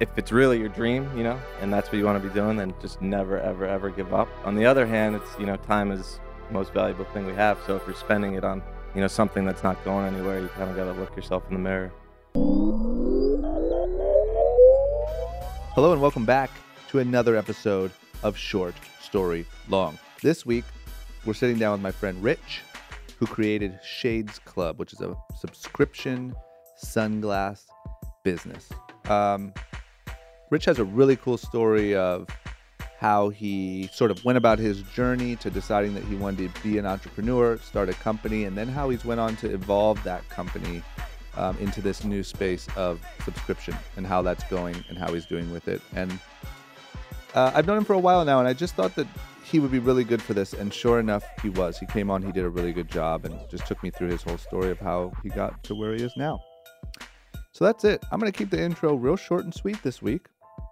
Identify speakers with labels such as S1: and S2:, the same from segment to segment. S1: if it's really your dream, you know, and that's what you want to be doing, then just never, ever, ever give up. On the other hand, it's, you know, time is the most valuable thing we have. So if you're spending it on, you know, something that's not going anywhere, you kind of got to look yourself in the mirror.
S2: Hello and welcome back to another episode of Short Story Long. This week, we're sitting down with my friend Rich, who created Shades Club, which is a subscription sunglass business. Um, Rich has a really cool story of how he sort of went about his journey to deciding that he wanted to be an entrepreneur, start a company, and then how he's went on to evolve that company um, into this new space of subscription and how that's going and how he's doing with it. And uh, I've known him for a while now, and I just thought that he would be really good for this. And sure enough, he was. He came on, he did a really good job, and just took me through his whole story of how he got to where he is now. So that's it. I'm going to keep the intro real short and sweet this week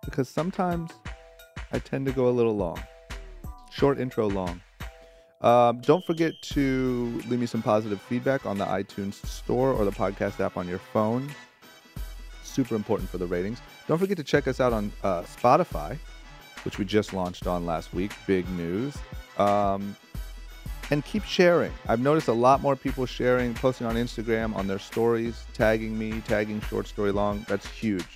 S2: because sometimes I tend to go a little long. Short intro, long. Um, don't forget to leave me some positive feedback on the iTunes store or the podcast app on your phone. Super important for the ratings. Don't forget to check us out on uh, Spotify, which we just launched on last week. Big news. Um, and keep sharing. I've noticed a lot more people sharing, posting on Instagram, on their stories, tagging me, tagging short story long. That's huge.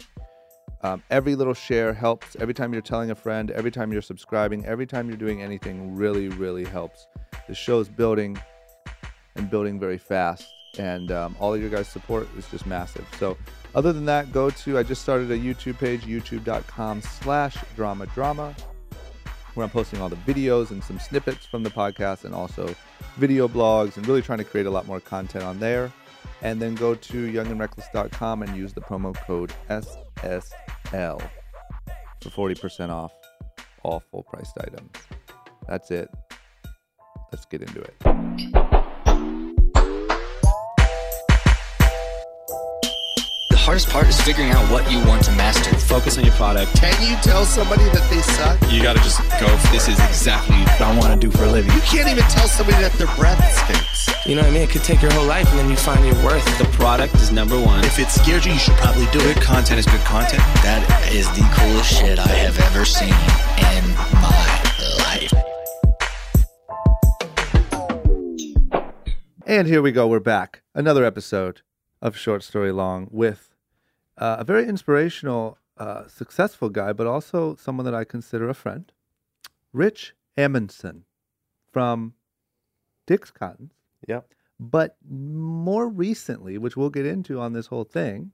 S2: Um, every little share helps. Every time you're telling a friend, every time you're subscribing, every time you're doing anything really, really helps. The show's building and building very fast. And um, all of your guys' support is just massive. So, other than that, go to, I just started a YouTube page, youtube.com slash drama drama where I'm posting all the videos and some snippets from the podcast and also video blogs and really trying to create a lot more content on there. And then go to youngandreckless.com and use the promo code SSL for 40% off all full priced items. That's it. Let's get into it.
S3: The hardest part is figuring out what you want to master.
S4: Focus on your product.
S5: Can you tell somebody that they suck?
S4: You got to just go. For this is exactly what I want to do for a living.
S5: You can't even tell somebody that their breath stinks.
S3: You know what I mean? It could take your whole life and then you find your worth.
S4: The product is number one.
S5: If it scares you, you should probably do
S4: Good
S5: it.
S4: content is good content.
S6: That is the coolest shit I have ever seen in my life.
S2: And here we go. We're back. Another episode of Short Story Long with uh, a very inspirational, uh, successful guy, but also someone that I consider a friend, Rich Amundsen from Dick's Cottons.
S1: Yep.
S2: But more recently, which we'll get into on this whole thing,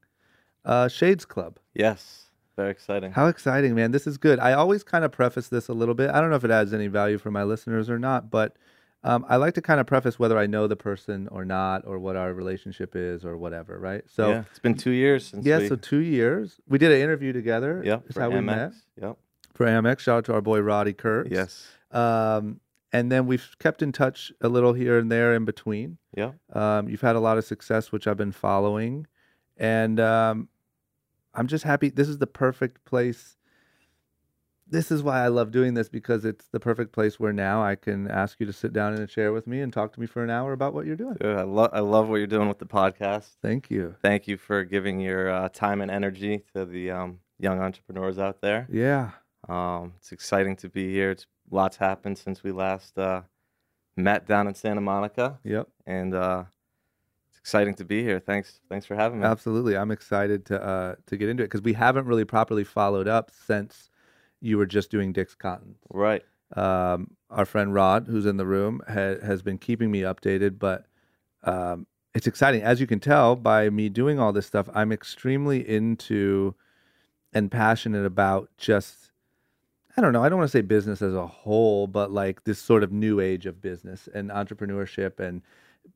S2: uh, Shades Club.
S1: Yes. Very exciting.
S2: How exciting, man. This is good. I always kind of preface this a little bit. I don't know if it adds any value for my listeners or not, but um, I like to kind of preface whether I know the person or not, or what our relationship is, or whatever, right? So,
S1: yeah,
S2: yeah,
S1: it's been two years since we,
S2: so two years. We did an interview together.
S1: yeah,
S2: Is
S1: for
S2: how we
S1: MX.
S2: met
S1: Yep.
S2: for Amex. Shout out to our boy Roddy Kurtz.
S1: Yes.
S2: Um, and then we've kept in touch a little here and there in between.
S1: Yep.
S2: Um, you've had a lot of success, which I've been following, and um, I'm just happy. This is the perfect place. This is why I love doing this because it's the perfect place where now I can ask you to sit down in a chair with me and talk to me for an hour about what you're doing.
S1: Dude, I love I love what you're doing with the podcast.
S2: Thank you.
S1: Thank you for giving your uh, time and energy to the um, young entrepreneurs out there.
S2: Yeah,
S1: Um, it's exciting to be here. It's lots happened since we last uh, met down in Santa Monica,
S2: yep,
S1: and uh, it's exciting to be here. Thanks, thanks for having me.
S2: absolutely. I'm excited to uh, to get into it because we haven't really properly followed up since you were just doing Dick's Cotton.
S1: Right.
S2: um, our friend Rod, who's in the room, ha- has been keeping me updated. But um, it's exciting, as you can tell by me doing all this stuff. I'm extremely into and passionate about just, I don't know, I don't want to say business as a whole, but like this sort of new age of business and entrepreneurship and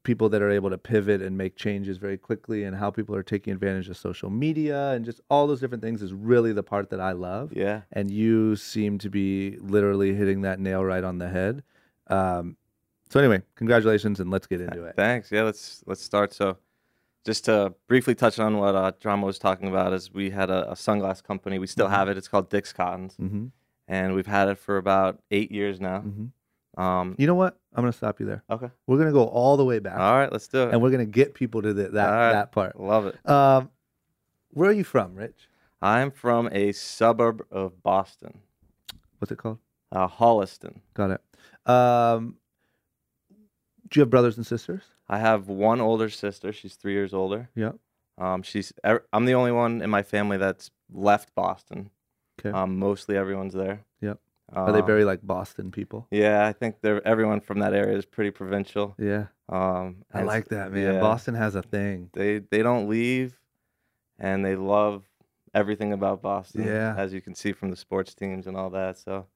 S2: people that are able to pivot and make changes very quickly and how people are taking advantage of social media and just all those different things is really the part that I love
S1: Yeah.
S2: and you seem to be literally hitting that nail right on the head. Um, so anyway, congratulations, and let's get into it.
S1: Thanks. Yeah, let's let's start. So, just to briefly touch on what uh, Drama was talking about, is we had a, a sunglass company. We still have it. It's called Dick's Cottons,
S2: hmm
S1: and we've had it for about eight years now.
S2: hmm
S1: Um,
S2: You know what? I'm gonna stop you there.
S1: okay.
S2: We're gonna go all the way back,
S1: All right. Let's do it.
S2: and we're gonna get people to the, that
S1: All right.
S2: that part.
S1: Love it.
S2: Um, where are you from, Rich?
S1: I'm from a suburb of Boston,
S2: What's it called?
S1: uh, Holliston.
S2: Got it. Um, do you have brothers and sisters?
S1: I have one older sister. She's three years older.
S2: Yeah.
S1: Um, she's ev- I'm the only one in my family that's left Boston.
S2: 'Kay.
S1: Um, mostly everyone's there.
S2: Yep. Are they
S1: Um,
S2: very like Boston people?
S1: Yeah, I think they're everyone from that area is pretty provincial.
S2: Yeah.
S1: Um,
S2: I
S1: and
S2: like that, man.
S1: yeah.
S2: Boston has a thing.
S1: they they don't leave, and they love everything about Boston.
S2: Yeah.
S1: as you can see from the sports teams and all that. So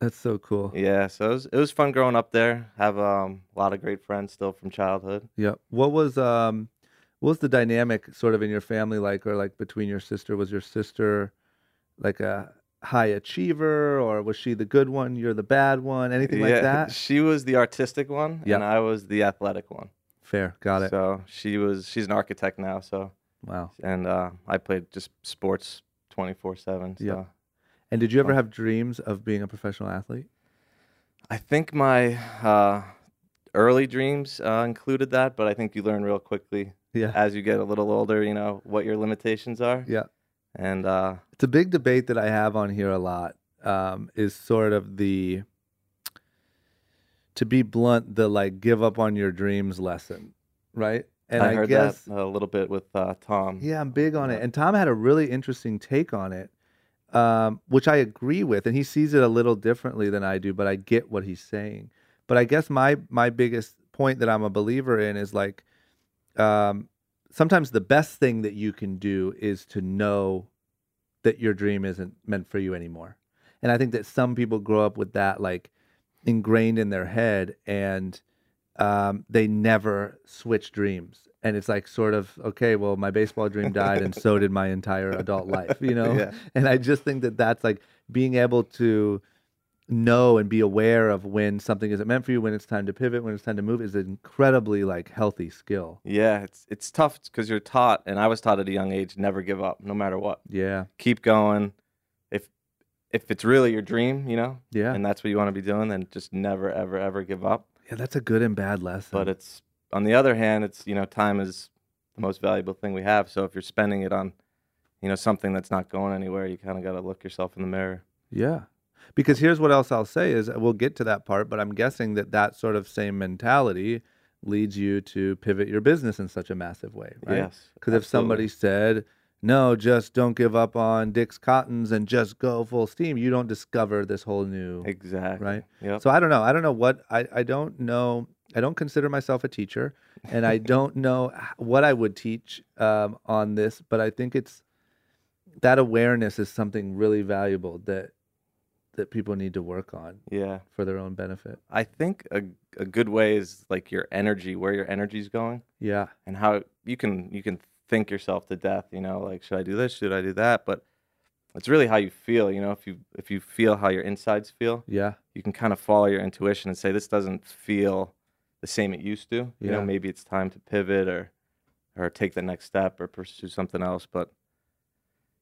S2: That's so cool.
S1: yeah, so it was, it was fun growing up there. Have um, a lot of great friends still from childhood.
S2: Yeah. What was um what was the dynamic sort of in your family like or like between your sister? Was your sister like a high achiever or was she the good one, you're the bad one, anything like that?
S1: She was the artistic one,
S2: Yep.
S1: and I was the athletic one.
S2: Fair. Got it.
S1: So she was she's an architect now. So
S2: Wow.
S1: and uh, I played just sports twenty four seven. So
S2: Yep. And did you ever
S1: Fun.
S2: have dreams of being a professional athlete?
S1: I think my uh, early dreams uh, included that, but I think you learn real quickly
S2: Yeah.
S1: as you get a little older. You know what your limitations are.
S2: Yeah.
S1: And uh,
S2: It's a big debate that I have on here a lot. Um, is sort of the to be blunt, the like give up on your dreams lesson, right? And
S1: I heard that a little bit with uh, Tom.
S2: Yeah, I'm big on it.
S1: Yeah.
S2: And Tom had a really interesting take on it, um, which I agree with. And he sees it a little differently than I do, but I get what he's saying. But I guess my my biggest point that I'm a believer in is like um, sometimes the best thing that you can do is to know that your dream isn't meant for you anymore. And I think that some people grow up with that like ingrained in their head and um, they never switch dreams. And it's like sort of, okay, well, my baseball dream died and so did my entire adult life, you know?
S1: Yeah.
S2: And I just think that that's like being able to know and be aware of when something isn't meant for you, when it's time to pivot, when it's time to move is an incredibly like healthy skill.
S1: Yeah, it's it's tough because you're taught, and I was taught at a young age, never give up, no matter what.
S2: Yeah.
S1: Keep going. If if it's really your dream, you know,
S2: Yeah.
S1: and that's what you want to be doing, then just never, ever, ever give up.
S2: yeah. That's a good and bad lesson.
S1: But it's on the other hand, it's you know, time is the most valuable thing we have. So if you're spending it on, you know, something that's not going anywhere, you kind of got to look yourself in the mirror.
S2: Yeah. Because here's what else I'll say is we'll get to that part, but I'm guessing that that sort of same mentality leads you to pivot your business in such a massive way, right?
S1: Yes,
S2: Because if somebody said, no, just don't give up on Dick's Cottons and just go full steam, you don't discover this whole new.
S1: exactly
S2: right?
S1: Yep.
S2: So I don't know. I don't know what, I, I don't know. I don't consider myself a teacher and I don't know h- what I would teach um, on this, but I think it's that awareness is something really valuable that that people need to work on
S1: yeah.
S2: for their own benefit.
S1: I think a, a good way is like your energy, where your energy's going,
S2: Yeah.
S1: and how you can you can think yourself to death. You know, like should I do this? Should I do that? But it's really how you feel. You know, if you if you feel how your insides feel,
S2: Yeah.
S1: you can kind of follow your intuition and say this doesn't feel the same it used to. You
S2: Yeah.
S1: know, maybe it's time to pivot or or take the next step or pursue something else. But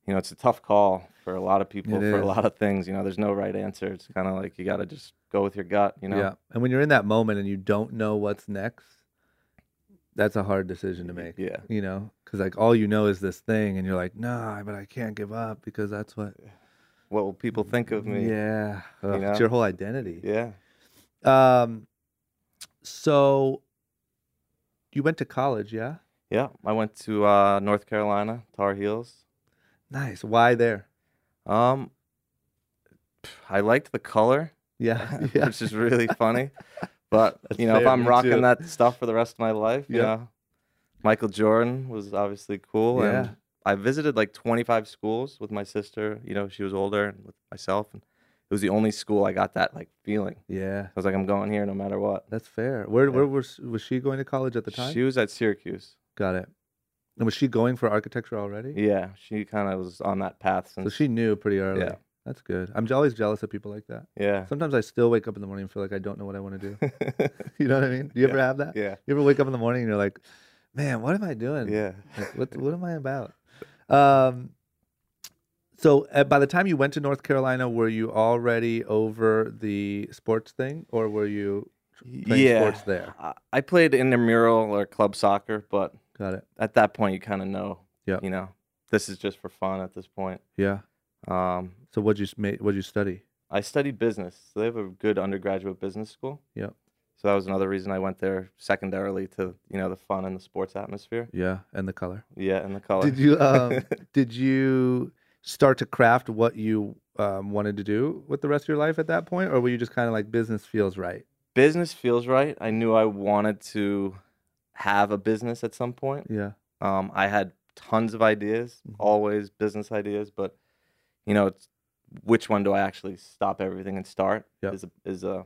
S1: you know, it's a tough call for a lot of people
S2: It
S1: for
S2: is.
S1: a lot of things. You know, there's no right answer. It's kind of like you got to just go with your gut. You know,
S2: Yeah. And when you're in that moment and you don't know what's next, that's a hard decision to make.
S1: Yeah.
S2: You know, because like all you know is this thing, and you're like, nah, but I can't give up because that's what.
S1: What will people think of me?
S2: Yeah. Ugh,
S1: You know?
S2: It's your whole identity.
S1: Yeah.
S2: Um, so you went to college, yeah?
S1: Yeah. I went to uh, North Carolina, Tar Heels.
S2: Nice. Why there?
S1: Um, I liked the color,
S2: Yeah, yeah,
S1: which is really funny. But
S2: That's
S1: you know, if
S2: fair,
S1: I'm
S2: me
S1: rocking
S2: too.
S1: that stuff for the rest of my life, you
S2: Yeah.
S1: know, Michael Jordan was obviously cool,
S2: Yeah.
S1: and I visited like 25 schools with my sister. You know, she was older, and with myself, and it was the only school I got that like feeling.
S2: yeah.
S1: I was like, I'm going here no matter what.
S2: That's fair. Where
S1: Yeah.
S2: where was was she going to college at the time?
S1: She was at Syracuse.
S2: Got it. And was she going for architecture already?
S1: Yeah, she kind of was on that path
S2: So
S1: since.
S2: she knew pretty early.
S1: Yeah.
S2: That's good. I'm j- always jealous of people like that.
S1: yeah.
S2: Sometimes I still wake up in the morning and feel like I don't know what I want to do. You know what I mean? Do you ever have that?
S1: yeah.
S2: You ever wake up in the morning and you're like, man, what am I doing?
S1: Yeah.
S2: Like, what what am I about? Um, so uh, by the time you went to North Carolina, were you already over the sports thing, or were you playing sports there?
S1: I- I played intramural or club soccer, but
S2: Got it.
S1: at that point you kind of know.
S2: Yeah.
S1: You know, this is just for fun at this point.
S2: Yeah.
S1: Um,
S2: So what'd you s- ma- what'd you study?
S1: I studied business. So they have a good undergraduate business school.
S2: Yep.
S1: So that was another reason I went there secondarily to, you know, the fun and the sports atmosphere.
S2: Yeah, and the color.
S1: Yeah, and the color.
S2: Did you um, did you start to craft what you um, wanted to do with the rest of your life at that point, or were you just kind of like business feels right?
S1: business feels right. I knew I wanted to have a business at some point.
S2: Yeah.
S1: Um, I had tons of ideas,
S2: Mhm.
S1: always business ideas, but you know, it's which one do I actually stop everything and start?
S2: Yep.
S1: Is a, is a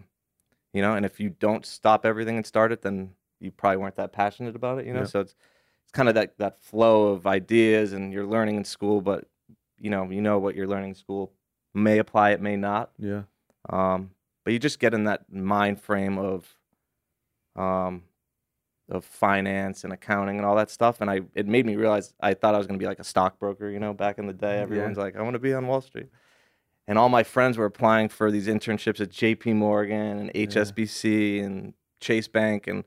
S1: you know, and if you don't stop everything and start it, then you probably weren't that passionate about it, you know.
S2: Yep.
S1: So it's it's kind of that that flow of ideas, and you're learning in school, but you know, you know what you're learning in school may apply, it may not
S2: Yeah.
S1: um, but you just get in that mind frame of um, of finance and accounting and all that stuff and I it made me realize I thought I was going to be like a stockbroker you know back in the day
S2: Yeah.
S1: everyone's like I want to be on Wall Street and all my friends were applying for these internships at JP Morgan and HSBC and Chase Bank and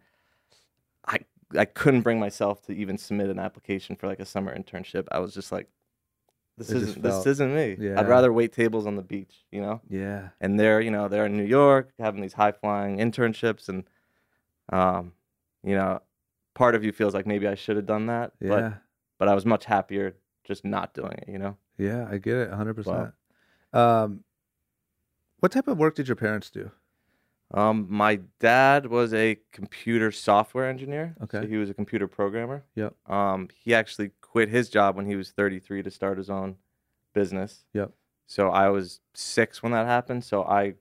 S1: I I couldn't bring myself to even submit an application for like a summer internship I was just like this
S2: It just
S1: isn't this
S2: felt-
S1: isn't me
S2: Yeah.
S1: I'd rather wait tables on the beach you know
S2: Yeah.
S1: and they're you know they're in New York having these high flying internships, and um, you know, part of you feels like maybe I should have done that,
S2: Yeah.
S1: but but I was much happier just not doing it. You know,
S2: yeah. I get it. Hundred percent. Um, what type of work did your parents do?
S1: um, my dad was a computer software engineer,
S2: Okay.
S1: so he was a computer programmer.
S2: Yep.
S1: Um, he actually quit his job when he was 33 to start his own business.
S2: Yep.
S1: So I was six when that happened. So I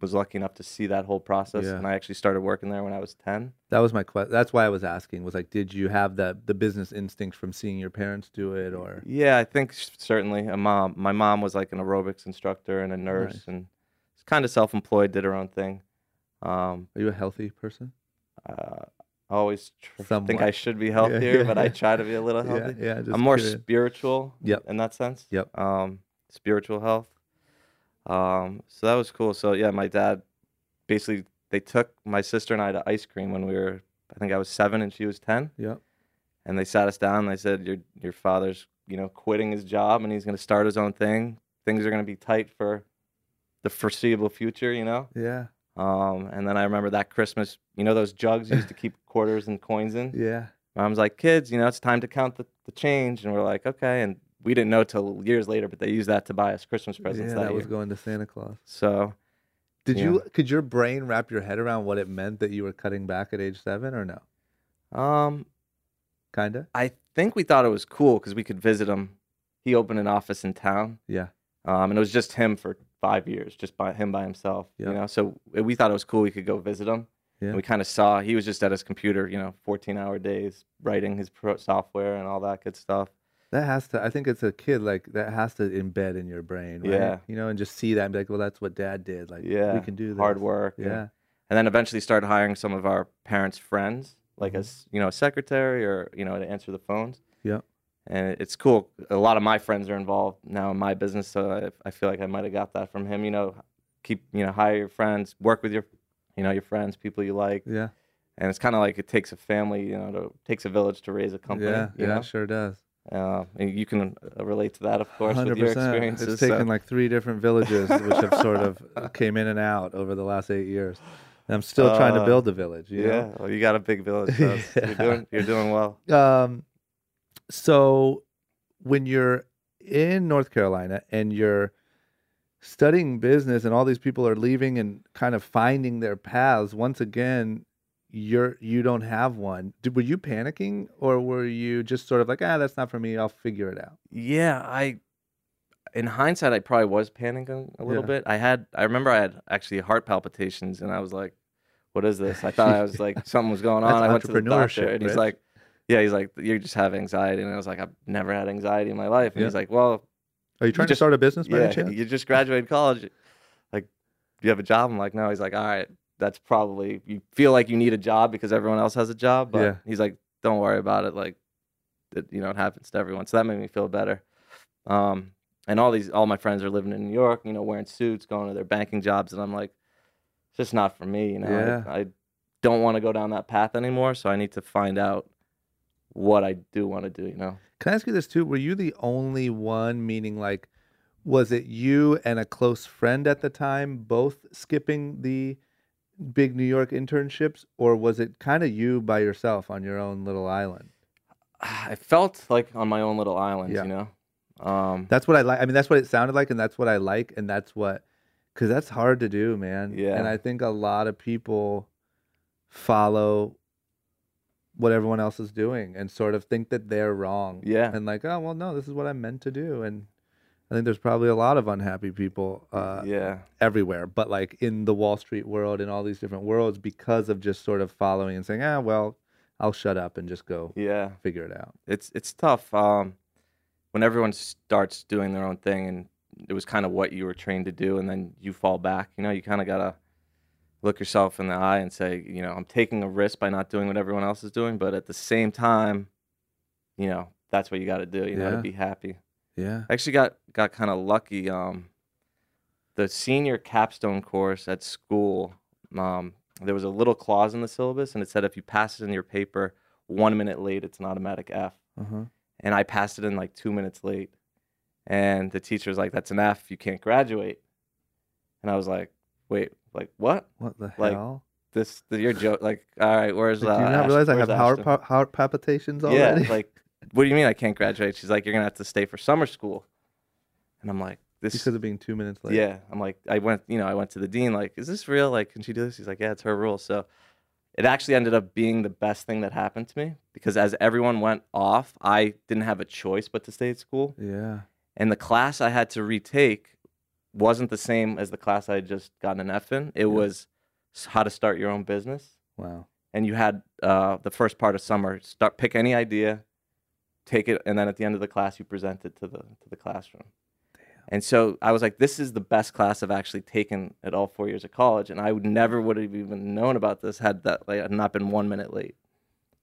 S1: was lucky enough to see that whole process,
S2: Yeah.
S1: and I actually started working there when I was 10.
S2: That was my question. That's why I was asking. Was like, did you have that the business instinct from seeing your parents do it, or
S1: Yeah, I think s- certainly a mom. My mom was like an aerobics instructor and a nurse,
S2: Nice.
S1: and kind of self-employed, did her own thing. Um,
S2: are you a healthy person?
S1: uh, I always tr- think I
S2: Somewhat.
S1: should be healthier,
S2: yeah,
S1: but
S2: yeah.
S1: I try to be a little
S2: Yeah,
S1: healthy.
S2: yeah. just
S1: I'm more
S2: curious.
S1: spiritual.
S2: Yep.
S1: In that sense.
S2: Yep.
S1: Um, spiritual health. Um, so that was cool. So yeah, my dad basically they took my sister and I to ice cream when we were. I think I was seven and she was ten.
S2: Yep.
S1: and they sat us down and they said your your father's you know quitting his job and he's going to start his own thing things are going to be tight for the foreseeable future you know
S2: Yeah.
S1: um, and then i remember that christmas you know those jugs you used to keep quarters and coins in
S2: Yeah.
S1: mom's like kids you know it's time to count the, the change and we're like okay and we didn't know till years later but they used that to buy us christmas presents
S2: yeah.
S1: that,
S2: That was
S1: year.
S2: going to Santa Claus.
S1: so
S2: Did
S1: Yeah.
S2: you could your brain wrap your head around what it meant that you were cutting back at age seven or no?
S1: um,
S2: Kinda.
S1: i think we thought it was cool because we could visit him he opened an office in town
S2: Yeah.
S1: um, and it was just him for five years, just by him by himself.
S2: Yep.
S1: You know, so eh, we- we thought it was cool. We could go visit him.
S2: Yeah.
S1: And we kind of saw he was just at his computer, you know, 14 hour days writing his pro- software and all that good stuff.
S2: That has to. I think it's a kid like that has to embed in your brain. Right?
S1: Yeah.
S2: You know, and just see that and be like, well, that's what dad did. Like, we
S1: Yeah,
S2: can do this.
S1: Hard work. and-
S2: Yeah.
S1: And then eventually started hiring some of our parents' friends, like
S2: Mhm.
S1: as you know, a secretary or you know, to answer the phones.
S2: Yep.
S1: And it- it's cool. A lot of my friends are involved now in my business, so I, I feel like I might have got that from him. You know, keep you know, hire your friends, work with your, you know, your friends, people you like.
S2: Yeah.
S1: and it's kind of like it takes a family, you know, to, takes a village to raise a company.
S2: yeah.
S1: you
S2: yeah.
S1: know?
S2: Sure does.
S1: Uh, and you can uh, relate to that, of course, with your
S2: 100%.
S1: experiences.
S2: It's
S1: so-
S2: taken like three different villages, which have sort of came in and out over the last eight years. And I'm still trying to
S1: Uh,
S2: build a village. You
S1: yeah, well, you got a big village. So it's-
S2: Yeah.
S1: You're doing, you're doing well.
S2: Know? Um, so when you're in North Carolina and you're studying business and all these people are leaving and kind of finding their paths once again you're you don't have one Did, were you panicking or were you just sort of like ah that's not for me i'll figure it out
S1: Yeah, I. In hindsight, I probably was panicking a little
S2: Yeah.
S1: bit. I had, I remember, I had actually heart palpitations, and I was like, "What is this?" I thought I was like something was going
S2: That's
S1: on. I went to the doctor,
S2: entrepreneurship,
S1: and he's
S2: Rich.
S1: like, "Yeah," he's like, "You just have anxiety," and I was like, "I've never had anxiety in my life," and
S2: Yeah.
S1: he's like, "Well,
S2: are you trying to
S1: just-
S2: start a business by any
S1: yeah,
S2: chance
S1: you just graduated college. Like, do you have a job? I'm like, no. He's like, all right, that's probably you feel like you need a job because everyone else has a job, but
S2: Yeah.
S1: he's like, don't worry about it. Like, it, you know, it happens to everyone. So that made me feel better. Um, and all these, all my friends are living in New York, you know, wearing suits, going to their banking jobs, and I'm like, it's just not for me. You know, I-
S2: Yeah.
S1: I, don't want to go down that path anymore. So I need to find out what I do want to do. You know,
S2: Can I ask you this too? Were you the only one? Meaning, like, was it you and a close friend at the time both skipping the big New York internships, or was it kind of you by yourself on your own little island?
S1: I felt like on my own little island.
S2: Yeah.
S1: You know, um,
S2: That's what I like. I mean, that's what it sounded like, and that's what I like, and that's what, because that's hard to do, man.
S1: Yeah.
S2: And I think a lot of people follow what everyone else is doing and sort of think that they're wrong.
S1: Yeah.
S2: And like, oh well, no, this is what I'm meant to do, and I think there's probably a lot of unhappy people uh,
S1: yeah,
S2: everywhere, but like in the Wall Street world and all these different worlds because of just sort of following and saying, ah, well, I'll shut up and just go
S1: yeah.
S2: figure it out.
S1: it's it's tough um, when everyone starts doing their own thing and it was kind of what you were trained to do and then you fall back you know you kind of gotta look yourself in the eye and say you know i'm taking a risk by not doing what everyone else is doing but at the same time you know that's what you gotta do you know
S2: Yeah.
S1: to be happy
S2: Yeah.
S1: I actually got got kind of lucky. Um, the senior capstone course at school, um, there was a little clause in the syllabus, and it said if you pass it in your paper one minute late, it's an automatic F.
S2: Uh-huh.
S1: And I passed it in like two minutes late, and the teacher was like, "That's an F. You can't graduate." And I was like, "Wait, like what?
S2: What the
S1: Like,
S2: hell?
S1: This th- your joke? Like, all right, where's
S2: Like,
S1: uh,
S2: do you not
S1: Ash-
S2: realize I
S1: where's
S2: have heart,
S1: Ashton?"
S2: pa- heart palpitations
S1: yeah,
S2: already?
S1: like, what do you mean I can't graduate? She's like, "You're gonna have to stay for summer school," and I'm like, "This
S2: because of being two minutes late.
S1: yeah, I'm like, I went, you know, I went to the dean, like, is this real? Like, can she do this? He's like, yeah, it's her rule. So it actually ended up being the best thing that happened to me because as everyone went off, I didn't have a choice but to stay at school.
S2: Yeah.
S1: And the class I had to retake wasn't the same as the class I had just gotten an F in. It was s- how to start your own business.
S2: Wow.
S1: And you had uh, the first part of summer, start pick any idea, take it, and then at the end of the class, you present it to the to the classroom. And so I was like, this is the best class I've actually taken at all four years of college. And I would never would have even known about this had that like had not been one minute late.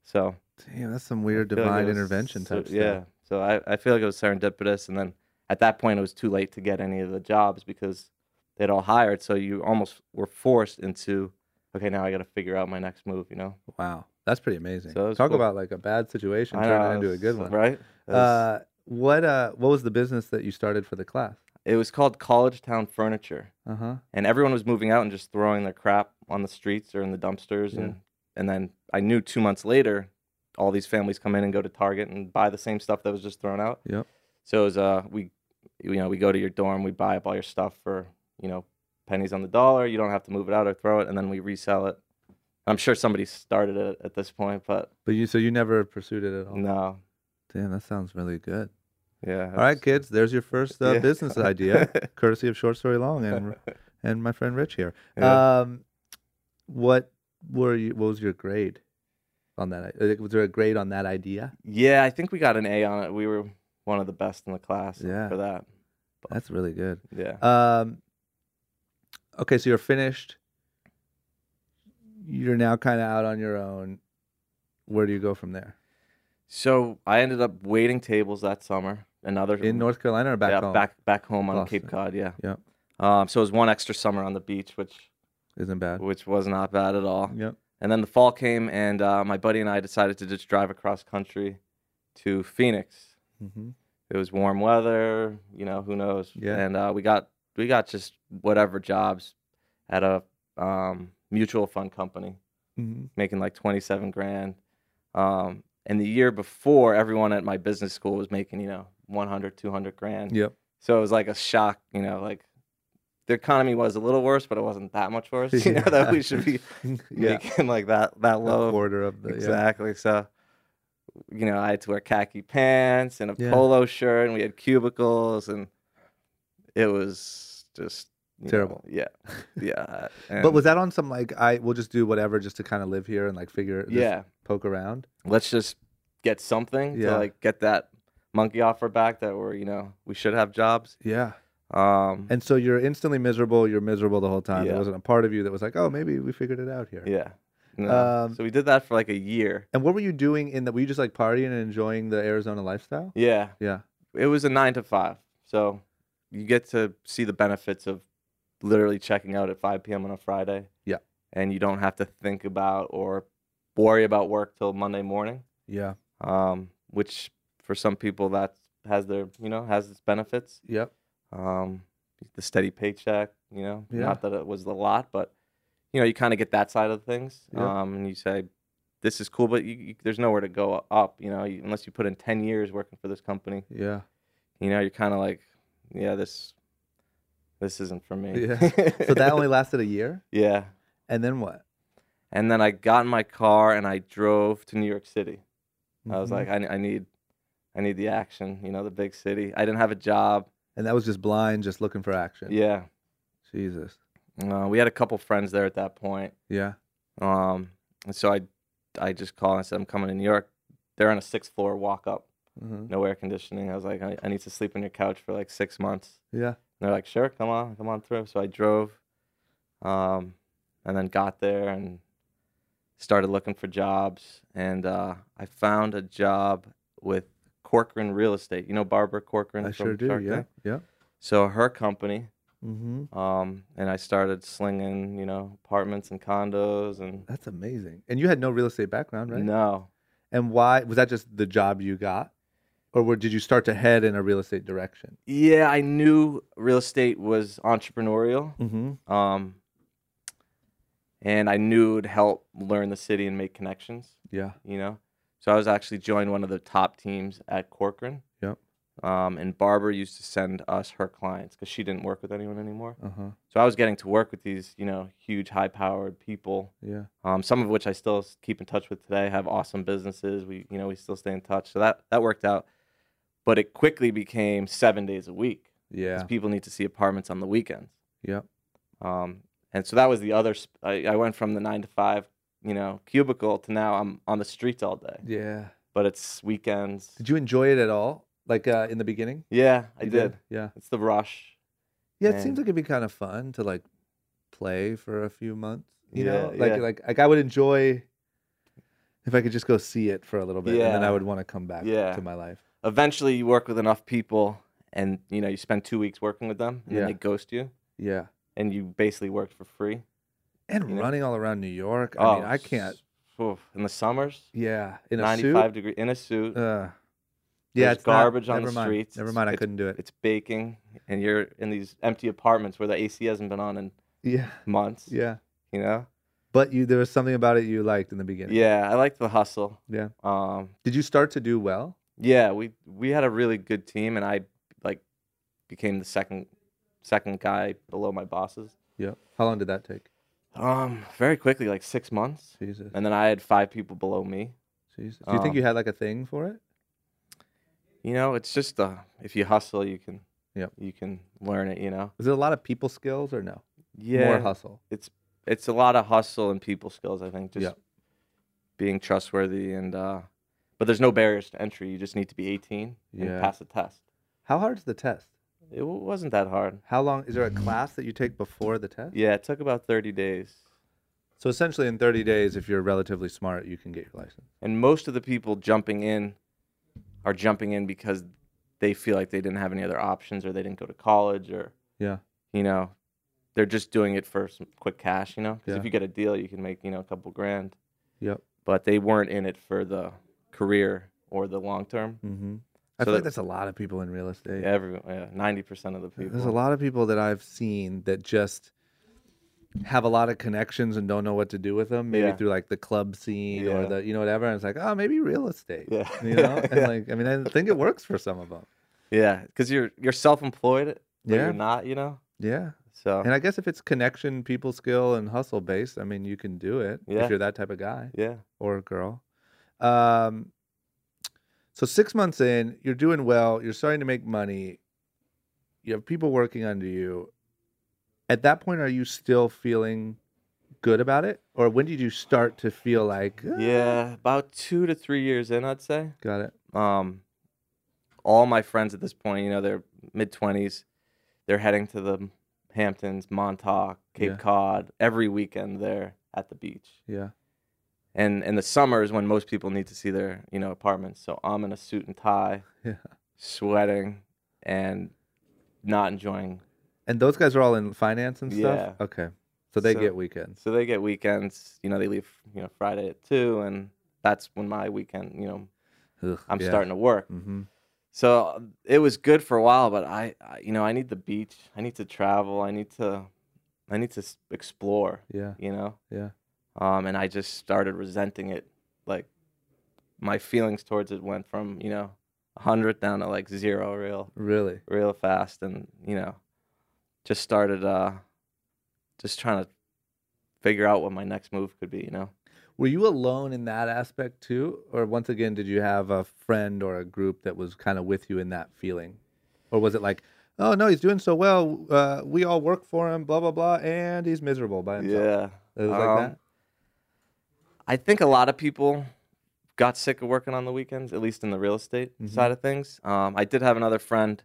S1: So
S2: Damn, that's some weird
S1: I feel like it
S2: divine
S1: was
S2: intervention
S1: so-
S2: type stuff.
S1: Yeah. So I, I feel like it was serendipitous. And then at that point, it was too late to get any of the jobs because they'd all hired. So you almost were forced into, okay, now I got to figure out my next move, you know?
S2: Wow. That's pretty amazing.
S1: So it was
S2: Talk
S1: cool.
S2: about like a bad situation
S1: I
S2: turning
S1: know,
S2: into a good
S1: so-
S2: one.
S1: Right? It was,
S2: Uh, what uh what was the business that you started for the class?
S1: it was called College Town Furniture.
S2: Uh-huh.
S1: and everyone was moving out and just throwing their crap on the streets or in the dumpsters
S2: Yeah.
S1: and and then I knew 2 months later all these families come in and go to Target and buy the same stuff that was just thrown out.
S2: Yep.
S1: So it was uh we you know we go to your dorm, we buy up all your stuff for, you know, pennies on the dollar, you don't have to move it out or throw it and then we resell it. I'm sure somebody started it at this point, but
S2: But you so you never pursued it at all.
S1: no.
S2: Damn, that sounds really good.
S1: Yeah.
S2: Oh. All right, kids, there's your first uh,
S1: Yeah.
S2: business idea, courtesy of Short Story Long and and my friend Rich here.
S1: Yeah.
S2: Um, what were you? What was your grade on that? i- uh, Was there a grade on that idea?
S1: Yeah, I think we got an A on it. We were one of the best in the class
S2: Yeah.
S1: for that.
S2: That's really good.
S1: Yeah.
S2: Um, okay, so you're finished. You're now kind of out on your own. Where do you go from there?
S1: So I ended up waiting tables that summer. Another
S2: In North Carolina or back
S1: Mm-hmm. yeah,
S2: home?
S1: back back home on Cape
S2: Boston.
S1: Cod, yeah.
S2: Yep.
S1: Um, so it was one extra summer on the beach, which
S2: Isn't bad.
S1: which was not bad at all.
S2: Yep.
S1: And then the fall came, and uh, my buddy and I decided to just drive across country to Phoenix.
S2: hmm
S1: It was warm weather, you know, who knows?
S2: Yeah.
S1: And uh, we got we got just whatever jobs at a um, mutual fund company
S2: hmm
S1: making like 27 grand. Um, and the year before, everyone at my business school was making, you know, 100, 200 grand.
S2: Yep.
S1: So it was like a shock, you know, like the economy was a little worse, but it wasn't that much worse, you know, that we should be
S2: yeah.
S1: making like that, that
S2: Low
S1: low.
S2: quarter of the yeah.
S1: Exactly. So, you know, I had to wear khaki pants and a
S2: Yeah.
S1: polo shirt, and we had cubicles, and it was just you know,
S2: Terrible.
S1: yeah. Yeah.
S2: But
S1: and-
S2: was that on some like I we'll just do whatever just to kind of live here and like figure just
S1: yeah.
S2: poke around?
S1: let's just get something
S2: Yeah.
S1: to like get that monkey off our back that we're you know we should have jobs
S2: Yeah.
S1: um
S2: And so you're instantly miserable. You're miserable the whole time. There
S1: Yeah.
S2: wasn't a part of you that was like, oh, maybe we figured it out here.
S1: yeah no.
S2: Um,
S1: so we did that for like a year
S2: And what were you doing in that? Were you just like partying and enjoying the Arizona lifestyle?
S1: yeah
S2: Yeah.
S1: it was a nine to five so you get to see the benefits of literally checking out at 5 p.m on a friday
S2: Yeah.
S1: and you don't have to think about or worry about work till monday morning
S2: Yeah.
S1: um, which for some people that has their you know has its benefits.
S2: Yep.
S1: Um, the steady paycheck, you know,
S2: Yeah.
S1: not that it was a lot, but you know you kind of get that side of things,
S2: Yeah.
S1: um, and you say this is cool, but you, you, there's nowhere to go up, you know, you, unless you put in ten years working for this company.
S2: Yeah.
S1: You know, you're kind of like, yeah, this this isn't for me.
S2: Yeah. So that only lasted a year,
S1: yeah.
S2: and then what?
S1: And then I got in my car and I drove to New York City. I was
S2: Mhm.
S1: like, I, I need, I need the action. You know, the big city. I didn't have a job.
S2: and that was just blind, just looking for action.
S1: Yeah,
S2: Jesus.
S1: uh, we had a couple friends there at that point.
S2: Yeah.
S1: Um, and so I, I just called and I said, I'm coming to New York. They're on a sixth floor walk up,
S2: Mhm.
S1: no air conditioning. I was like, I, I need to sleep on your couch for like six months.
S2: Yeah.
S1: And they're like, sure, come on, come on through. So I drove, um, and then got there and started looking for jobs. And uh, I found a job with Corcoran Real Estate. You know Barbara Corcoran
S2: I
S1: from
S2: sure do.
S1: Shark
S2: yeah.
S1: Tank?
S2: Yeah.
S1: So her company,
S2: Mm-hmm.
S1: um, and I started slinging, you know, apartments and condos and
S2: That's amazing. And you had no real estate background, right?
S1: no,
S2: And why was that just the job you got? Or were, did you start to head in a real estate direction?
S1: yeah, I knew real estate was entrepreneurial.
S2: Mm-hmm.
S1: Um, and I knew it would help learn the city and make connections.
S2: Yeah.
S1: you know. So I was actually joined one of the top teams at Corcoran.
S2: Yep.
S1: Um, and Barbara used to send us her clients because she didn't work with anyone anymore.
S2: Uh huh.
S1: So I was getting to work with these, you know, huge, high-powered people.
S2: Yeah.
S1: Um, some of which I still s- keep in touch with today. Have awesome businesses. We, you know, we still stay in touch. So that that worked out. But it quickly became seven days a week
S2: Yeah.
S1: because people need to see apartments on the weekends.
S2: Yep.
S1: Um, and so that was the other. Sp- I, I went from the nine to five, you know, cubicle to now I'm on the streets all day
S2: Yeah.
S1: but it's weekends.
S2: Did you enjoy it at all? Like uh, in the beginning?
S1: Yeah, I
S2: You
S1: did.
S2: Yeah.
S1: It's the rush.
S2: Yeah. It
S1: And-
S2: seems like it'd be kind of fun to like play for a few months. You know,
S1: Yeah,
S2: like
S1: yeah.
S2: like like I would enjoy if I could just go see it for a little bit, and then I
S1: Yeah.
S2: would want to come back
S1: Yeah.
S2: to my life.
S1: Eventually, you work with enough people, and you know you spend two weeks working with them, and
S2: Yeah.
S1: then they ghost you,
S2: Yeah.
S1: and you basically worked for free.
S2: And
S1: You know?
S2: running all around New York. I mean, I can't.
S1: Oh, s- oof, in the summers,
S2: Yeah. In a suit.
S1: ninety-five degree in a suit.
S2: Uh, yeah,
S1: There's
S2: it's not-
S1: garbage on the
S2: never mind,
S1: streets.
S2: Never
S1: It's-
S2: mind, I
S1: it's-
S2: couldn't do it.
S1: It's baking, and you're in these empty apartments where the AC hasn't been on in
S2: yeah,
S1: months.
S2: yeah.
S1: You know.
S2: But you, there was something about it you liked in the beginning.
S1: Yeah, I like the hustle.
S2: Yeah.
S1: Um,
S2: Did you start to do well?
S1: Yeah, we we had a really good team, and I like became the second second guy below my bosses.
S2: Yeah. How long did that take?
S1: Um, very quickly, like six months,
S2: Jesus.
S1: and then I had five people below me.
S2: Jesus. Do you think
S1: Um,
S2: you had like a thing for it?
S1: You know, it's just uh, if you hustle, you can
S2: Yep.
S1: you can learn it. You know,
S2: Was it a lot of people skills or no?
S1: yeah,
S2: More hustle.
S1: it's a lot of hustle and people skills. I think just
S2: Yep.
S1: being trustworthy and uh, but there's no barriers to entry. You just need to be 18
S2: Yeah.
S1: and pass a test.
S2: How hard is the test?
S1: It w- wasn't that hard.
S2: How long is there a class that you take before the test?
S1: Yeah, it took about 30 days.
S2: So essentially, in 30 days, if you're relatively smart, you can get your license.
S1: And most of the people jumping in are jumping in because they feel like they didn't have any other options or they didn't go to college or,
S2: Yeah.
S1: you know, they're just doing it for some quick cash, you know? Because
S2: Yeah.
S1: if you get a deal, you can make, you know, a couple grand.
S2: Yep.
S1: But they weren't in it for the career or the long term.
S2: Mm-hmm. I
S1: So
S2: feel
S1: that-
S2: like that's a lot of people in real estate.
S1: Every, yeah, 90% of the people.
S2: There's a lot of people that I've seen that just have a lot of connections and don't know what to do with them, maybe
S1: Yeah.
S2: through like the club scene or
S1: Yeah.
S2: the you know whatever. And it's like, oh, maybe real estate.
S1: Yeah.
S2: You know, and
S1: yeah.
S2: like I mean, I think it works for some of them.
S1: Because you're, you're self employed, but
S2: Yeah.
S1: you're not, you know?
S2: Yeah,
S1: So,
S2: and I guess if it's connection, people skill, and hustle based, I mean, you can do it
S1: Yeah.
S2: if you're that type of guy
S1: yeah.
S2: or girl. Um, so six months in, you're doing well. You're starting to make money. You have people working under you. At that point, are you still feeling good about it, or when did you start to feel like? "Ah,
S1: Yeah. About two to three years in, I'd say.
S2: got it.
S1: um, all my friends at this point, you know, they're mid twenties. They're heading to the Hamptons, Montauk, Cape
S2: Yeah.
S1: Cod every weekend. They're at the beach,
S2: Yeah,
S1: and in the summer is when most people need to see their you know apartments. So I'm in a suit and tie,
S2: Yeah.
S1: sweating, and not enjoying.
S2: and those guys are all in finance and stuff.
S1: Yeah.
S2: Okay, so they
S1: So-
S2: get weekends.
S1: So they get weekends. You know, they leave you know Friday at two, and that's when my weekend you know
S2: Ugh,
S1: I'm
S2: yeah.
S1: starting to work.
S2: hmm
S1: So um, it was good for a while, but I, I, you know, I need the beach. I need to travel. I need to, I need to s- explore.
S2: Yeah.
S1: You know.
S2: Yeah.
S1: Um, and I just started resenting it. Like my feelings towards it went from you know hundred down to like zero real,
S2: Really.
S1: real fast, and you know, just started uh, just trying to figure out what my next move could be. You know.
S2: Were you alone in that aspect too, or once again, did you have a friend or a group that was kind of with you in that feeling, or was it like, oh no, he's doing so well, uh, we all work for him, blah blah blah, and he's miserable by himself.
S1: Yeah.
S2: It was like
S1: Um,
S2: that?
S1: I think a lot of people got sick of working on the weekends, at least in the real estate
S2: Mhm.
S1: side of things. Um, I did have another friend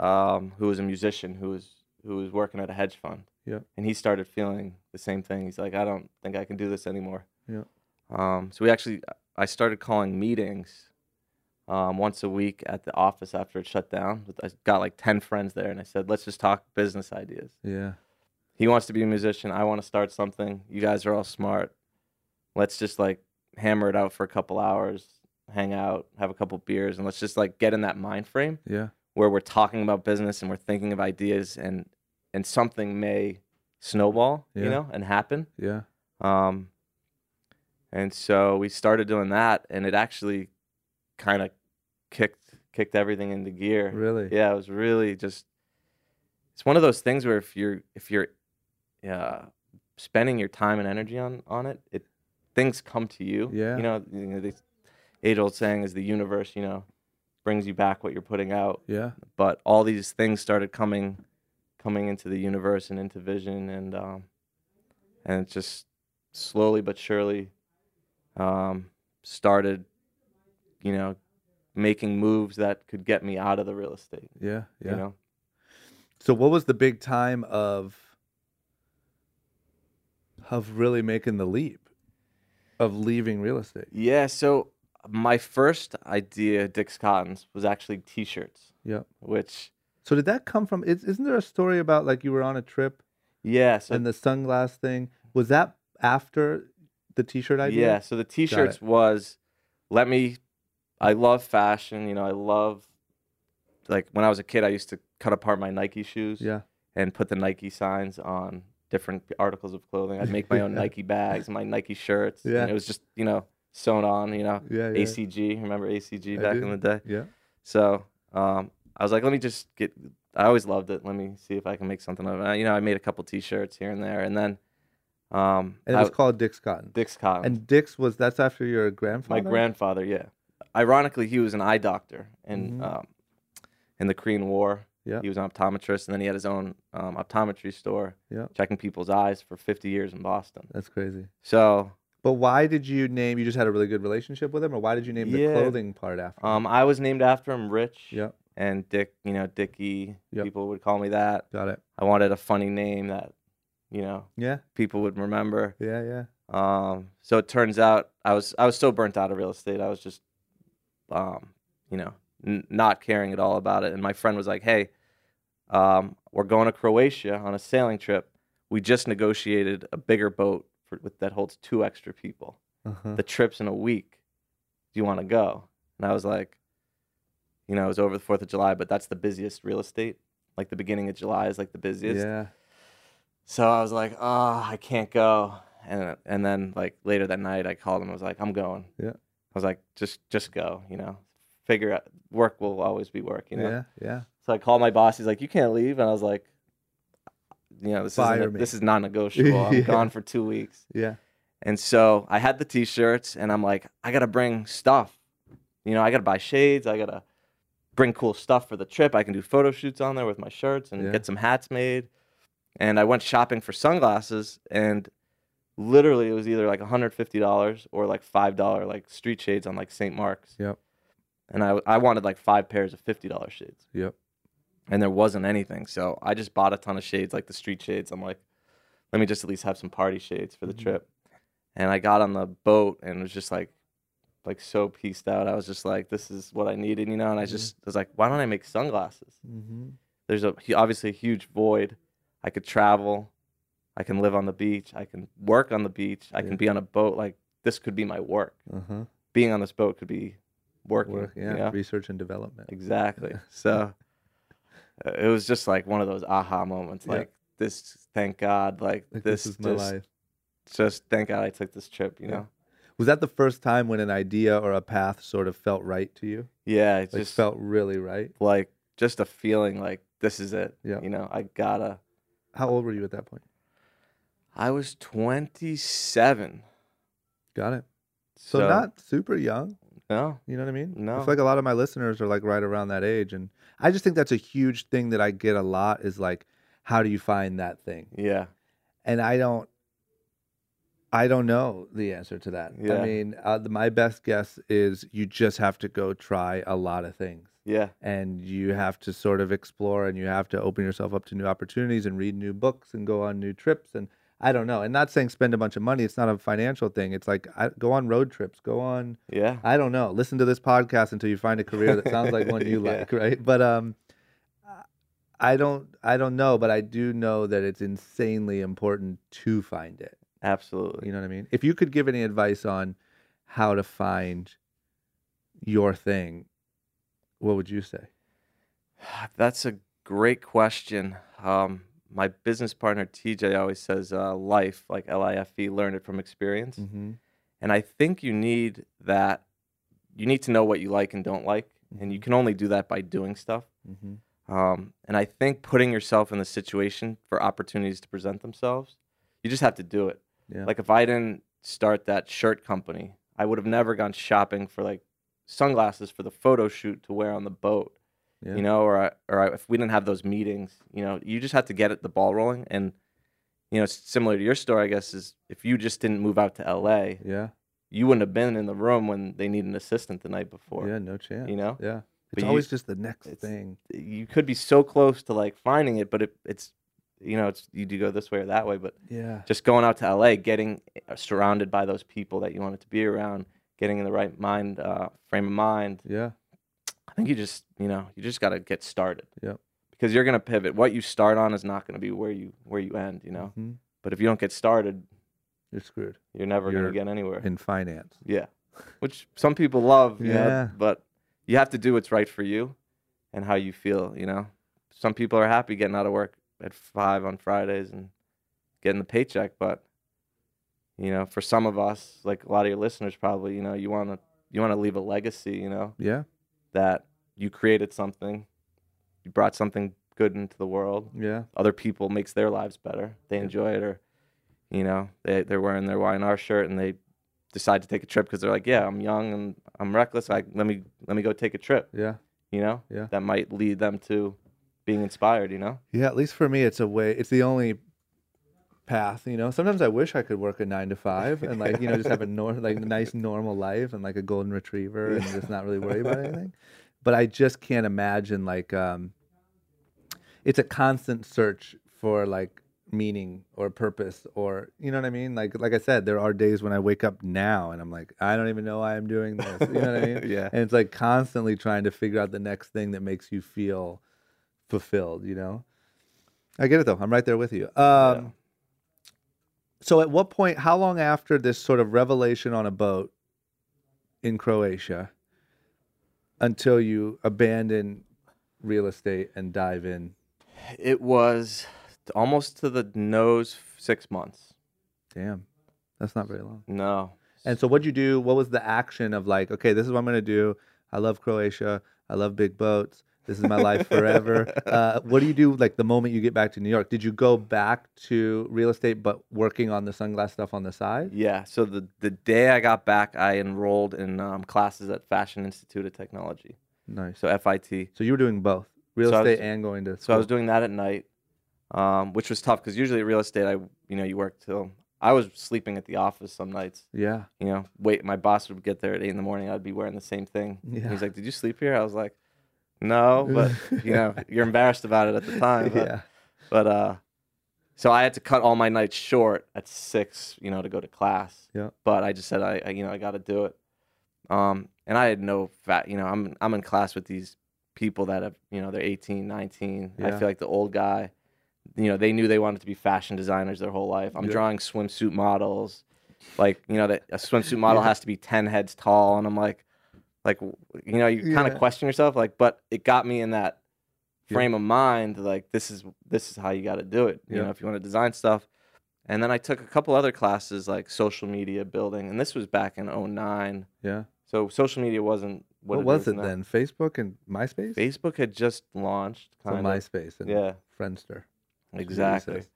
S1: um, who was a musician who was who was working at a hedge fund.
S2: Yeah.
S1: And he started feeling the same thing. He's like, I don't think I can do this anymore.
S2: Yeah.
S1: Um, so we actually, I started calling meetings um, once a week at the office after it shut down. I got like ten friends there, and I said, let's just talk business ideas
S2: Yeah.
S1: he wants to be a musician. I want to start something. You guys are all smart. Let's just like hammer it out for a couple hours, hang out, have a couple beers, and let's just like get in that mind frame
S2: Yeah.
S1: where we're talking about business and we're thinking of ideas and and something may snowball,
S2: Yeah.
S1: you know, and happen.
S2: Yeah.
S1: Um, and so we started doing that, and it actually kind of kicked kicked everything into gear.
S2: Really.
S1: Yeah, it was really just. It's one of those things where if you're if you're, uh, spending your time and energy on on it, it things come to you.
S2: Yeah.
S1: You know, you know the age old saying is the universe. You know, brings you back what you're putting out.
S2: Yeah.
S1: But all these things started coming, coming into the universe and into vision, and um, and it just slowly but surely, um, started, you know, making moves that could get me out of the real estate.
S2: Yeah. Yeah.
S1: You know.
S2: So what was the big time of of really making the leap of leaving real estate?
S1: Yeah, so my first idea, Dick's Cottons, was actually T-shirts,
S2: Yep.
S1: which
S2: So did that come from is, isn't there a story about like you were on a trip
S1: yeah, so
S2: and the sunglass thing? Was that after the t-shirt idea?
S1: yeah, so the T-shirts was let me. I love fashion, you know. I love like when I was a kid, I used to cut apart my Nike shoes
S2: Yeah.
S1: and put the Nike signs on different articles of clothing. I'd make my own
S2: Yeah.
S1: Nike bags, my Nike shirts.
S2: Yeah.
S1: and it was just you know sewn on, you know.
S2: Yeah. Yeah.
S1: ACG, remember ACG
S2: I
S1: back
S2: do.
S1: in the day?
S2: Yeah.
S1: So um, I was like, let me just get. I always loved it. Let me see if I can make something of it. You know, I made a couple T-shirts here and there, and then um,
S2: And it
S1: I-
S2: was called Dick's Cotton.
S1: Dick's Cotton.
S2: And Dick's was that's after your grandfather?
S1: my grandfather, yeah. Ironically, he was an eye doctor in
S2: Mhm.
S1: um, in the Korean War.
S2: Yeah.
S1: he was an optometrist, and then he had his own um, optometry store,
S2: Yeah.
S1: checking people's eyes for 50 years in Boston.
S2: That's crazy.
S1: So
S2: But why did you name you just had a really good relationship with him or why did you name the
S1: Yeah.
S2: clothing part after? him?
S1: um, I was named after him, Rich.
S2: Yeah.
S1: And Dick, you know, Dickie.
S2: Yeah.
S1: People would call me that.
S2: Got it.
S1: I wanted a funny name that, you know,
S2: Yeah.
S1: people would remember.
S2: Yeah, yeah.
S1: Um, so it turns out I was I was so burnt out of real estate. I was just, um, you know, n- not caring at all about it. And my friend was like, "Hey, um, we're going to Croatia on a sailing trip. We just negotiated a bigger boat for, with, that holds two extra people.
S2: Uh-huh.
S1: The trip's in a week. Do you want to go?" And I was like, "You know, it was over the Fourth of July, but that's the busiest real estate. Like the beginning of July is like the busiest."
S2: yeah.
S1: So I was like, oh, I can't go. And and then like later that night, I called him. I was like, I'm going.
S2: Yeah.
S1: I was like, just just go. You know, figure out work will always be work. You know.
S2: Yeah, yeah.
S1: So I called my boss. He's like, you can't leave. And I was like, you know, this
S2: Fire
S1: is
S2: me.
S1: this is non-negotiable. I'm
S2: Yeah.
S1: gone for two weeks.
S2: Yeah.
S1: And so I had the t-shirts, and I'm like, I gotta bring stuff. You know, I gotta buy shades. I gotta bring cool stuff for the trip. I can do photo shoots on there with my shirts and
S2: Yeah.
S1: get some hats made. And I went shopping for sunglasses, and literally it was either like $150 or like five dollar like street shades on like St. Mark's.
S2: Yep.
S1: And I I wanted like five pairs of fifty dollar shades
S2: Yep.
S1: and there wasn't anything. So I just bought a ton of shades, like the street shades. I'm like, let me just at least have some party shades for the
S2: Mhm.
S1: trip. And I got on the boat and was just like, like so pieced out. I was just like, this is what I needed, you know. And I
S2: Yeah.
S1: just was like, why don't I make sunglasses?
S2: Mm-hmm.
S1: There's a hu- obviously a huge void. I could travel. I can live on the beach. I can work on the beach. I
S2: Yeah.
S1: can be on a boat. Like this could be my work.
S2: Uh-huh.
S1: Being on this boat could be working.
S2: Work,
S1: you
S2: yeah,
S1: know?
S2: research and development.
S1: Exactly. So uh, it was just like one of those aha moments.
S2: Yeah.
S1: Like this, thank God. Like,
S2: Like,
S1: this,
S2: this, is my
S1: just,
S2: life.
S1: Just thank God I took this trip. You
S2: Yeah.
S1: know.
S2: Was that the first time when an idea or a path sort of felt right to you?
S1: Yeah, it
S2: Like
S1: just felt
S2: felt really right.
S1: like just a feeling like this is it.
S2: Yeah.
S1: You know, I gotta.
S2: How old were you at that point?
S1: I was 27.
S2: Got it. So, not super young.
S1: no.
S2: You know what I mean? I
S1: No.
S2: feel like a lot of my listeners are like right around that age, and I just think that's a huge thing that I get a lot is like, how do you find that thing?
S1: Yeah.
S2: and I don't, I don't know the answer to that. I
S1: Yeah.
S2: mean, uh, the, my best guess is you just have to go try a lot of things,
S1: Yeah.
S2: and you have to sort of explore, and you have to open yourself up to new opportunities, and read new books, and go on new trips, and I don't know. And not saying spend a bunch of money; it's not a financial thing. It's like I, go on road trips, go on
S1: Yeah.
S2: I don't know. Listen to this podcast until you find a career that sounds like one you
S1: Yeah.
S2: like, right? But um, I don't, I don't know, but I do know that it's insanely important to find it.
S1: Absolutely.
S2: You know what I mean? If you could give any advice on how to find your thing, what would you say?
S1: That's a great question. Um, my business partner TJ always says, uh, "Life, like L-I-F-E, learn E, it from experience."
S2: Mm-hmm.
S1: And I think you need that. You need to know what you like and don't like, and you can only do that by doing stuff.
S2: Mm-hmm.
S1: Um, and I think putting yourself in the situation for opportunities to present themselves, you just have to do it.
S2: Yeah.
S1: Like if I didn't start that shirt company, I would have never gone shopping for like sunglasses for the photo shoot to wear on the boat.
S2: Yeah.
S1: You know, or I, or I, if we didn't have those meetings, you know, you just have to get it the ball rolling. And you know, s- similar to your story, I guess is if you just didn't move out to L.A.,
S2: Yeah.
S1: you wouldn't have been in the room when they need an assistant the night before.
S2: Yeah. No chance.
S1: You know,
S2: Yeah. It's
S1: But you-
S2: always just the next
S1: it's-
S2: thing.
S1: you could be so close to like finding it, but it, it's you know it's you do go this way or that way, but
S2: Yeah.
S1: just going out to LA, getting uh, surrounded by those people that you wanted to be around, getting in the right mind uh, frame of mind.
S2: Yeah.
S1: I think you just you know you just got to get started.
S2: Yep.
S1: Because you're gonna pivot. What you start on is not gonna be where you where you end. You know.
S2: Mhm.
S1: But if you don't get started,
S2: You're screwed
S1: you're never
S2: You're
S1: gonna get anywhere.
S2: in finance.
S1: Yeah. Which some people love, you know,
S2: Yeah.
S1: but you have to do what's right for you and how you feel, you know. Some people are happy getting out of work at 5 on Fridays and getting the paycheck, but you know, for some of us, like a lot of your listeners probably, you know, you want to you want to leave a legacy, you know,
S2: Yeah.
S1: that you created something, you brought something good into the world.
S2: Yeah.
S1: Other people makes their lives better. They enjoy it or you know, they they're wearing their YNR shirt and they decide to take a trip because they're like, yeah, I'm young and I'm reckless. I let me let me go take a trip.
S2: Yeah.
S1: You know,
S2: Yeah.
S1: that might lead them to being inspired. You know,
S2: Yeah, at least for me, it's a way. It's the only path. You know, sometimes I wish I could work a nine to five and like you know just have a nor- like nice normal life and like a golden retriever and just not really worry about anything. But I just can't imagine like um, it's a constant search for like meaning or purpose or you know what I mean. Like like I said, there are days when I wake up now and I'm like I don't even know why I'm doing this. You know what I mean?
S1: yeah,
S2: and it's like constantly trying to figure out the next thing that makes you feel fulfilled you know i get it though i'm right there with you um
S1: Yeah.
S2: so at what point how long after this sort of revelation on a boat in croatia until you abandon real estate and dive in
S1: it was almost to the nose six months.
S2: damn that's not very long
S1: No,
S2: and so what'd you do what was the action of like okay this is what i'm gonna do i love croatia i love big boats this is my life forever. Uh, what do you do like the moment you get back to New York? Did you go back to real estate but working on the sunglass stuff on the side?
S1: yeah. So the the day I got back, I enrolled in um, classes at Fashion Institute of Technology,
S2: Nice.
S1: so FIT.
S2: So you were doing both real
S1: So I was-
S2: estate and going to school.
S1: So I was doing that at night, um, which was tough because usually at real estate, I you know you work till I was sleeping at the office some nights.
S2: yeah.
S1: you know, wait, my boss would get there at eight in the morning. I'd be wearing the same thing. And
S2: Yeah.
S1: He's like, "Did you sleep here?" I was like, "No," but you know, you're embarrassed about it at the time. But,
S2: yeah.
S1: but uh, so I had to cut all my nights short at six, you know, to go to class.
S2: Yeah.
S1: But I just said, I, I you know, I got to do it. Um, and I had no fat, you know, I'm I'm in class with these people that have, you know, they're 18, 19. I
S2: Yeah.
S1: feel like the old guy. You know, they knew they wanted to be fashion designers their whole life. I'm
S2: Yeah.
S1: drawing swimsuit models like you know that a swimsuit model
S2: Yeah.
S1: has to be 10 heads tall and i'm like like w- you know you kind of
S2: Yeah.
S1: question yourself like but it got me in that
S2: Yeah.
S1: frame of mind like this is this is how you got to do it you
S2: Yeah.
S1: know if you want to design stuff and then i took a couple other classes like social media building and this was back in 09
S2: Yeah.
S1: so social media wasn't what,
S2: What, was
S1: is
S2: it
S1: now.
S2: then? Facebook and MySpace?
S1: facebook had just launched
S2: So
S1: kind of
S2: MySpace and
S1: yeah
S2: Friendster. what it
S1: exactly
S2: says.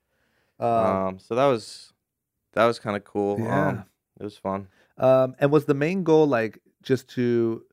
S2: Um,
S1: um so that was that was kind of cool um,
S2: Yeah.
S1: it was fun
S2: um, and was the main goal like just to,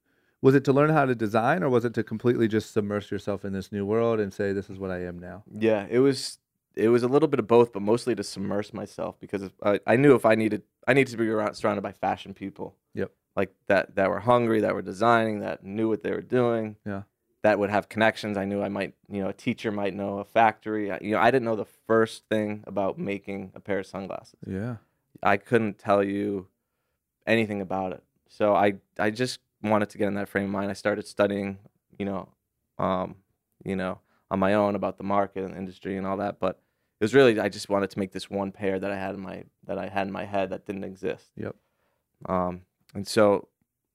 S2: was it to learn how to design or was it to completely just submerge yourself in this new world and say, this is what I am now?
S1: Yeah, it was it was a little bit of both, but mostly to submerge myself because if- I, I knew if I needed I needed to be around surrounded by fashion people.
S2: Yep.
S1: Like that that were hungry, that were designing, that knew what they were doing.
S2: Yeah.
S1: That would have connections. I knew I might, you know, a teacher might know a factory. I, you know, I didn't know the first thing about making a pair of sunglasses.
S2: Yeah.
S1: I couldn't tell you anything about it. So I I just wanted to get in that frame of mind. I started studying, you know, um, you know, on my own about the market and industry and all that. But it was really I just wanted to make this one pair that I had in my that I had in my head that didn't exist.
S2: Yep.
S1: Um, and so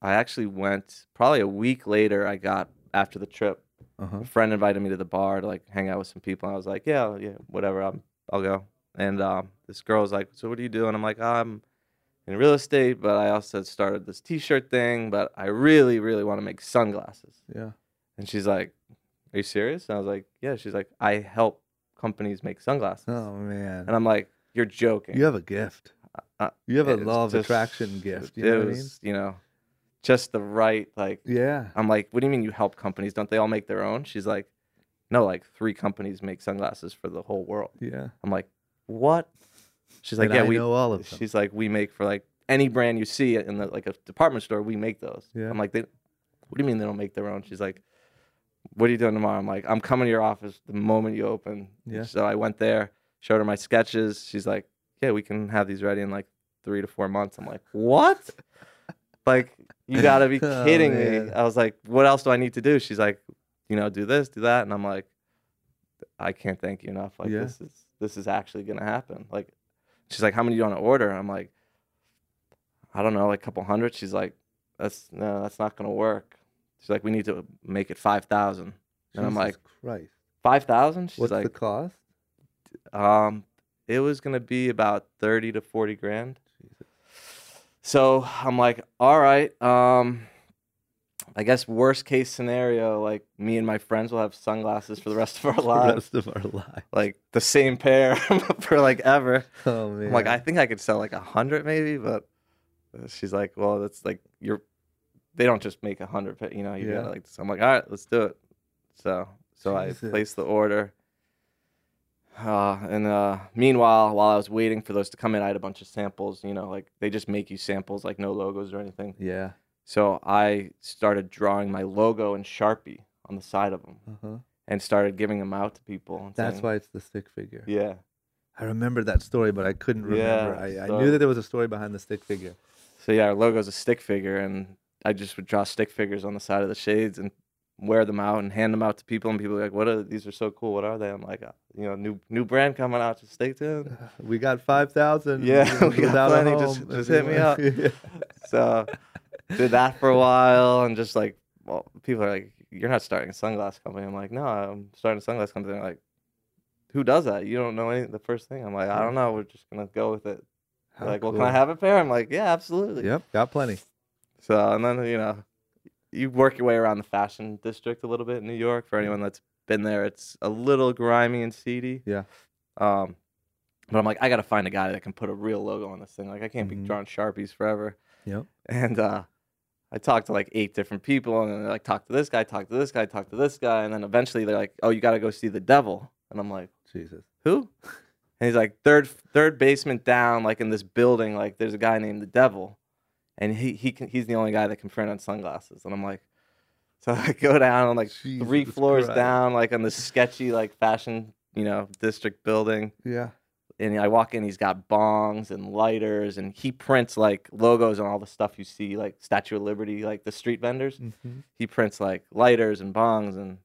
S1: I actually went probably a week later. I got after the trip.
S2: Uh-huh.
S1: A friend invited me to the bar to like hang out with some people. And I was like, yeah, yeah, whatever. I'm, I'll go. And um, this girl was like, so what do you do? And I'm like, I'm in real estate, but I also started this T-shirt thing. But I really, really want to make sunglasses.
S2: Yeah.
S1: And she's like, are you serious? And I was like, yeah. She's like, I help companies make sunglasses.
S2: Oh, man.
S1: And I'm like, you're joking.
S2: You have a gift.
S1: Uh,
S2: you have a
S1: It's
S2: law of
S1: just-
S2: attraction gift. You
S1: it
S2: know what I mean?
S1: was, you know, just the right like
S2: Yeah.
S1: I'm like, what do you mean you help companies? Don't they all make their own? She's like, no, like three companies make sunglasses for the whole world.
S2: Yeah.
S1: I'm like, what? She's like,
S2: And
S1: yeah,
S2: I
S1: we.
S2: know all of them.
S1: She's like, we make for like any brand you see in the, like a department store, we make those.
S2: Yeah.
S1: I'm like, they, what do you mean they don't make their own? She's like, what are you doing tomorrow? I'm like, I'm coming to your office the moment you open.
S2: Yeah.
S1: So I went there, showed her my sketches. She's like, yeah, we can have these ready in like three to four months. I'm like, what? like, you gotta be
S2: Oh,
S1: kidding
S2: man.
S1: me. I was like, what else do I need to do? She's like, you know, do this, do that. And I'm like, I can't thank you enough. Like
S2: Yeah.
S1: this is this is actually gonna happen. Like she's like, How many do you want to order? I'm like, I don't know, like a couple hundred. She's like, That's no, that's not gonna work. She's like, We need to make it five thousand. And I'm
S2: Jesus
S1: like,
S2: Christ.
S1: Five thousand? She's
S2: What's the
S1: like,
S2: cost?
S1: Um, it was gonna be about thirty to forty grand.
S2: Jesus.
S1: So I'm like, all right, um, I guess worst case scenario, like me and my friends will have sunglasses for the rest of our
S2: The
S1: lives,
S2: rest of our lives.
S1: like the same pair for like ever.
S2: Oh man.
S1: I'm like, I think I could sell like a hundred maybe, but uh, she's like, well, that's like you're. They don't just make a hundred, but you know, you
S2: Yeah.
S1: gotta like. So I'm like, all right, let's do it. So so I
S2: Jesus.
S1: placed the order. Uh, and uh, meanwhile, while I was waiting for those to come in, I had a bunch of samples. You know, like they just make you samples, like no logos or anything.
S2: Yeah.
S1: So I started drawing my logo in Sharpie on the side of them
S2: Uh-huh.
S1: and started giving them out to people. and
S2: That's
S1: saying-
S2: why it's the stick figure.
S1: Yeah.
S2: I remember that story, but I couldn't
S1: Yeah,
S2: remember. I, I
S1: so-
S2: knew that there was a story behind the stick figure.
S1: So yeah, our logo's a stick figure, and I just would draw stick figures on the side of the shades and wear them out and hand them out to people, and people are like, "What are these? Are so cool? What are they?" I'm like, uh, "You know, new new brand coming out. Just stay tuned."
S2: We got five thousand.
S1: Yeah, we got plenty. Just- just hit me up. So did that for a while, and just like, well, people are like, "You're not starting a sunglass company." I'm like, "No, I'm starting a sunglass company." They're like, "Who does that? You don't know any the first thing." I'm like, "I don't know. We're just gonna go with it." They're like, "Well, can I have a pair?" I'm like, "Yeah, absolutely."
S2: Yep, got plenty.
S1: So and then you know, you work your way around the fashion district a little bit in New York. For anyone that's been there, it's a little grimy and seedy.
S2: Yeah.
S1: Um, but I'm like, I gotta find a guy that can put a real logo on this thing. Like I can't
S2: Mhm.
S1: be drawing sharpies forever.
S2: Yep.
S1: And uh, I talked to like eight different people, and then they're like, talk to this guy, talk to this guy, talk to this guy, and then eventually they're like, oh, you gotta go see the devil, and I'm like
S2: Jesus.
S1: who? And he's like third third basement down, like in this building, like there's a guy named the Devil, and he he can, he's the only guy that can print on sunglasses. And I'm like, so I go down, I'm like three
S2: Jesus
S1: floors
S2: Christ.
S1: down, like on this sketchy like fashion you know district building,
S2: Yeah.
S1: and I walk in, he's got bongs and lighters, and he prints like logos on all the stuff you see, like Statue of Liberty, like the street vendors
S2: Mhm.
S1: he prints like lighters and bongs and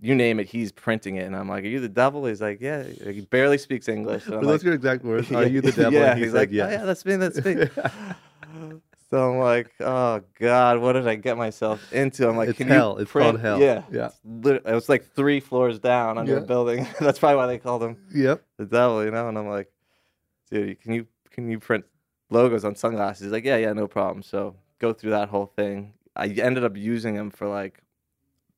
S1: you name it, he's printing it. And I'm like, Are you the devil? He's like, Yeah. Like, he barely speaks English. And
S2: Were
S1: I'm
S2: those
S1: like,
S2: your exact words? Are you the devil?
S1: Yeah.
S2: And he
S1: he's "Oh,
S2: said
S1: like,
S2: yes.
S1: "Oh, yeah, that's me, that's me. So I'm like, oh God, what did I get myself into? I'm like,
S2: It's
S1: can
S2: hell.
S1: You
S2: It's called
S1: print-"
S2: hell.
S1: Yeah.
S2: Yeah.
S1: It's lit- It was like three floors down under
S2: Yeah.
S1: a building. That's probably why they called him
S2: Yep.
S1: the devil, you know? And I'm like, dude, can you can you print logos on sunglasses? He's like, yeah, yeah, no problem. So go through that whole thing. I ended up using him for like,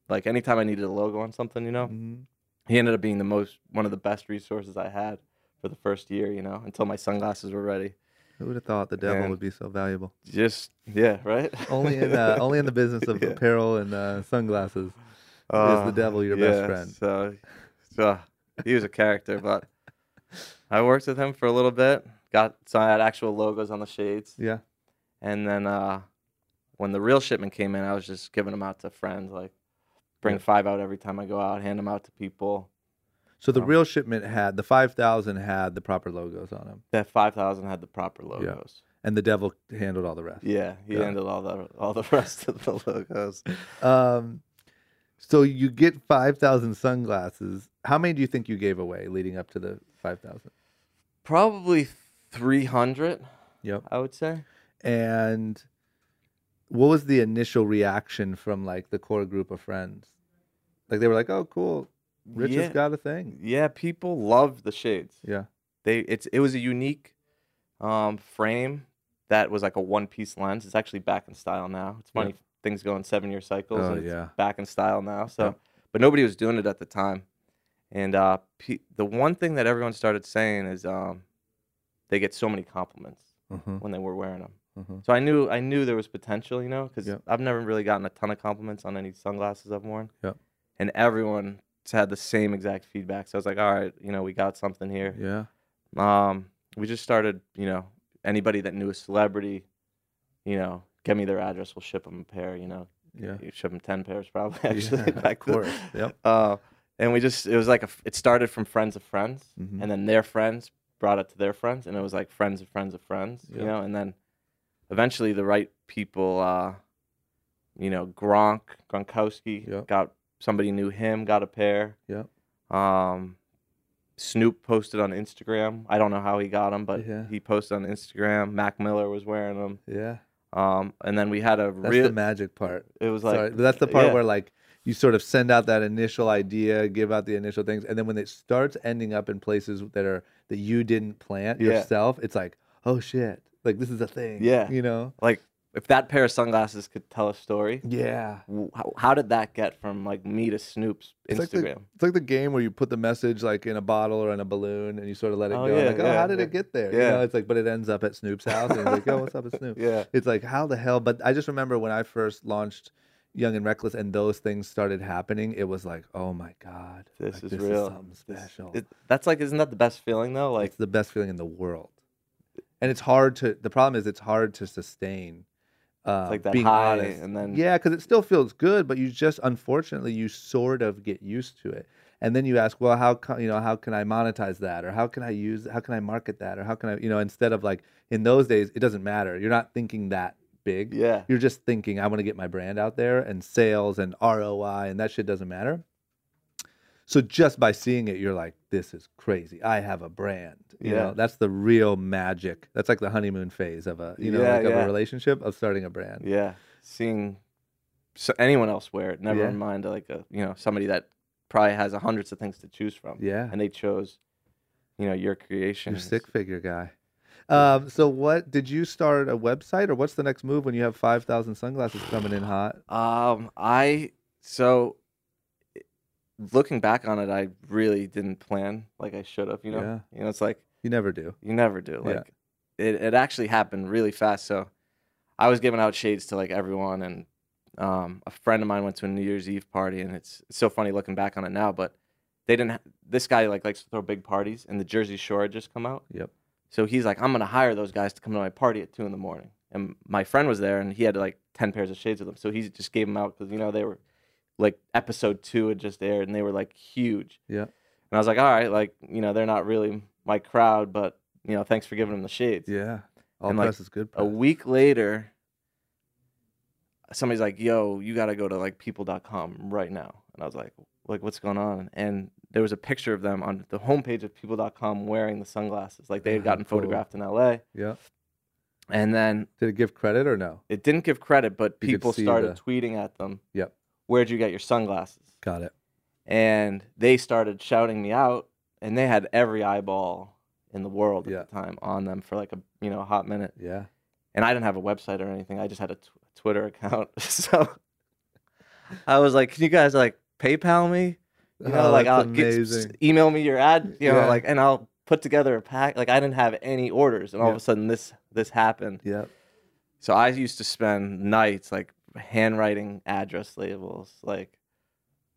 S1: like anytime I needed a logo on something, you know.
S2: Mhm.
S1: He ended up being the most one of the best resources I had for the first year, you know, until my sunglasses were ready.
S2: Who would have thought the devil
S1: And-
S2: would be so valuable?
S1: Just yeah, right.
S2: Only in uh, only in the business of
S1: Yeah.
S2: apparel and uh, sunglasses.
S1: Uh,
S2: the devil your best
S1: yeah,
S2: friend?
S1: So, so he was a character, but I worked with him for a little bit. Got so I had actual logos on the shades.
S2: Yeah.
S1: And then uh, when the real shipment came in, I was just giving them out to friends. Like, bring
S2: Yeah.
S1: five out every time I go out, hand them out to people.
S2: So the
S1: Um,
S2: real shipment had the five thousand had the proper logos on them,
S1: That five thousand had the proper logos.
S2: and the devil handled all the rest.
S1: Yeah, he
S2: Got it.
S1: handled all the all the rest of the logos.
S2: Um, so you get five thousand sunglasses. How many do you think you gave away leading up to the five thousand?
S1: Probably three hundred,
S2: Yep.
S1: I would say.
S2: And what was the initial reaction from like the core group of friends? Like they were like, "Oh, cool, Rich
S1: yeah,
S2: has got a thing."
S1: yeah, people loved the shades.
S2: Yeah.
S1: they it's it was a unique um, frame that was like a one piece lens. It's actually back in style now. It's
S2: Yeah.
S1: funny things go in seven year cycles.
S2: Oh,
S1: and it's
S2: yeah.
S1: back in style now. So,
S2: Yeah.
S1: but nobody was doing it at the time. And uh, pe- the one thing that everyone started saying is um, they get so many compliments
S2: Uh-huh,
S1: when they were wearing them.
S2: uh-huh.
S1: So I knew I knew there was potential, you know, because
S2: Yeah.
S1: I've never really gotten a ton of compliments on any sunglasses I've worn.
S2: Yeah.
S1: And everyone had the same exact feedback. So I was like, all right, you know, we got something here
S2: Yeah.
S1: um, we just started, you know, anybody that knew a celebrity, you know, get me their address, we'll ship them a pair, you know,
S2: Yeah.
S1: you ship them 10 pairs probably
S2: Yeah,
S1: actually
S2: of
S1: back then.
S2: course. Yep.
S1: Uh, and we just, it was like, a, f- it started from friends of friends
S2: Mhm.
S1: and then their friends brought it to their friends and it was like friends of friends of friends,
S2: Yeah.
S1: you know, and then eventually the right people, uh, you know, Gronk, Gronkowski
S2: Yep.
S1: got, somebody knew him, got a pair.
S2: Yep.
S1: Um, Snoop posted on Instagram. I don't know how he got them, but
S2: Yeah.
S1: he posted on Instagram. Mac Miller was wearing them.
S2: Yeah.
S1: Um, and then we had a
S2: That's
S1: real.
S2: the magic part.
S1: it was like
S2: Sorry, but that's the part
S1: yeah,
S2: where like you sort of send out that initial idea, give out the initial things, and then when it starts ending up in places that are that you didn't plant
S1: Yeah.
S2: yourself, it's like, oh shit, like this is a thing.
S1: Yeah.
S2: you know.
S1: like if that pair of sunglasses could tell a story.
S2: Yeah,
S1: w- How, how did that get from like me to Snoop's
S2: It's like the-
S1: Instagram?
S2: it's like the game where you put the message like in a bottle or in a balloon, and you sort of let it
S1: Oh,
S2: go.
S1: yeah,
S2: like, oh,
S1: yeah,
S2: how did
S1: yeah.
S2: it get there? You
S1: Yeah.
S2: know, it's like, but it ends up at Snoop's house, and it's like, oh, what's up, at Snoop?
S1: yeah,
S2: It's like, how the hell? But I just remember when I first launched Young and Reckless, and those things started happening. It was like, oh my god,
S1: this
S2: like,
S1: is real.
S2: something
S1: This-
S2: special.
S1: it- that's like, isn't that the best feeling though? Like,
S2: it's the best feeling in the world and it's hard to the problem is it's hard to sustain uh,
S1: like that
S2: being
S1: high
S2: honest.
S1: and then-
S2: yeah because it still feels good but you just unfortunately you sort of get used to it and then you ask well how can you know how can i monetize that or how can i use how can i market that or how can i you know instead of like in those days it doesn't matter you're not thinking that big
S1: yeah,
S2: you're just thinking, I want to get my brand out there and sales and ROI and that shit doesn't matter. So just by seeing it, you're like, this is crazy. I have a brand. You
S1: Yeah.
S2: know, that's the real magic. That's like the honeymoon phase of a you know,
S1: Yeah,
S2: like of a
S1: yeah.
S2: relationship of starting a brand.
S1: yeah, seeing so anyone else wear it. Never
S2: Yeah.
S1: mind like a you know somebody that probably has hundreds of things to choose from.
S2: Yeah.
S1: and they chose, you know, your creation.
S2: You're
S1: It's-
S2: stick figure guy. Um, so what did you start a website or what's the next move when you have five thousand sunglasses coming in hot?
S1: Um, I so i- looking back on it, I really didn't plan like I should have. You know,
S2: Yeah.
S1: you know, it's like
S2: You never do.
S1: you never do.
S2: Yeah.
S1: Like it, it actually happened really fast. So I was giving out shades to like everyone, and um, a friend of mine went to a New Year's Eve party, and it's, it's so funny looking back on it now, but. They didn't. Ha- this guy like likes to throw big parties, and the Jersey Shore had just come out.
S2: Yep.
S1: So he's like, I'm gonna hire those guys to come to my party at two in the morning. And my friend was there, and he had like ten pairs of shades with him. So he just gave them out because you know they were like episode two had just aired, and they were like huge.
S2: Yeah.
S1: And I was like, all right, like you know they're not really my crowd, but you know thanks for giving them the shades.
S2: Yeah. All
S1: And, like,
S2: press is good press.
S1: A week later, somebody's like, "Yo, you gotta go to like people.com right now." And I was like, "Like what's going on?" And there was a picture of them on the homepage of people.com wearing the sunglasses. Like they had
S2: Ah,
S1: gotten
S2: cool.
S1: photographed in L.A.
S2: yeah.
S1: And then
S2: Did it give credit or no?
S1: it didn't give credit, but
S2: You could
S1: people
S2: see
S1: started
S2: the-
S1: tweeting at them.
S2: Yep.
S1: Where'd you get your sunglasses?
S2: Got it.
S1: And they started shouting me out, and they had every eyeball in the world at
S2: Yeah.
S1: the time on them for like a you know a hot minute.
S2: Yeah.
S1: And I didn't have a website or anything. I just had a tw- Twitter account, so I was like, "Can you guys like PayPal me? You know,
S2: Oh,
S1: like
S2: that's
S1: I'll get, s-
S2: amazing.
S1: email me your ad, you know,
S2: Yeah.
S1: like and I'll put together a pack. Like I didn't have any orders, and all
S2: Yeah.
S1: of a sudden this this happened.
S2: Yeah.
S1: So I used to spend nights like handwriting address labels. Like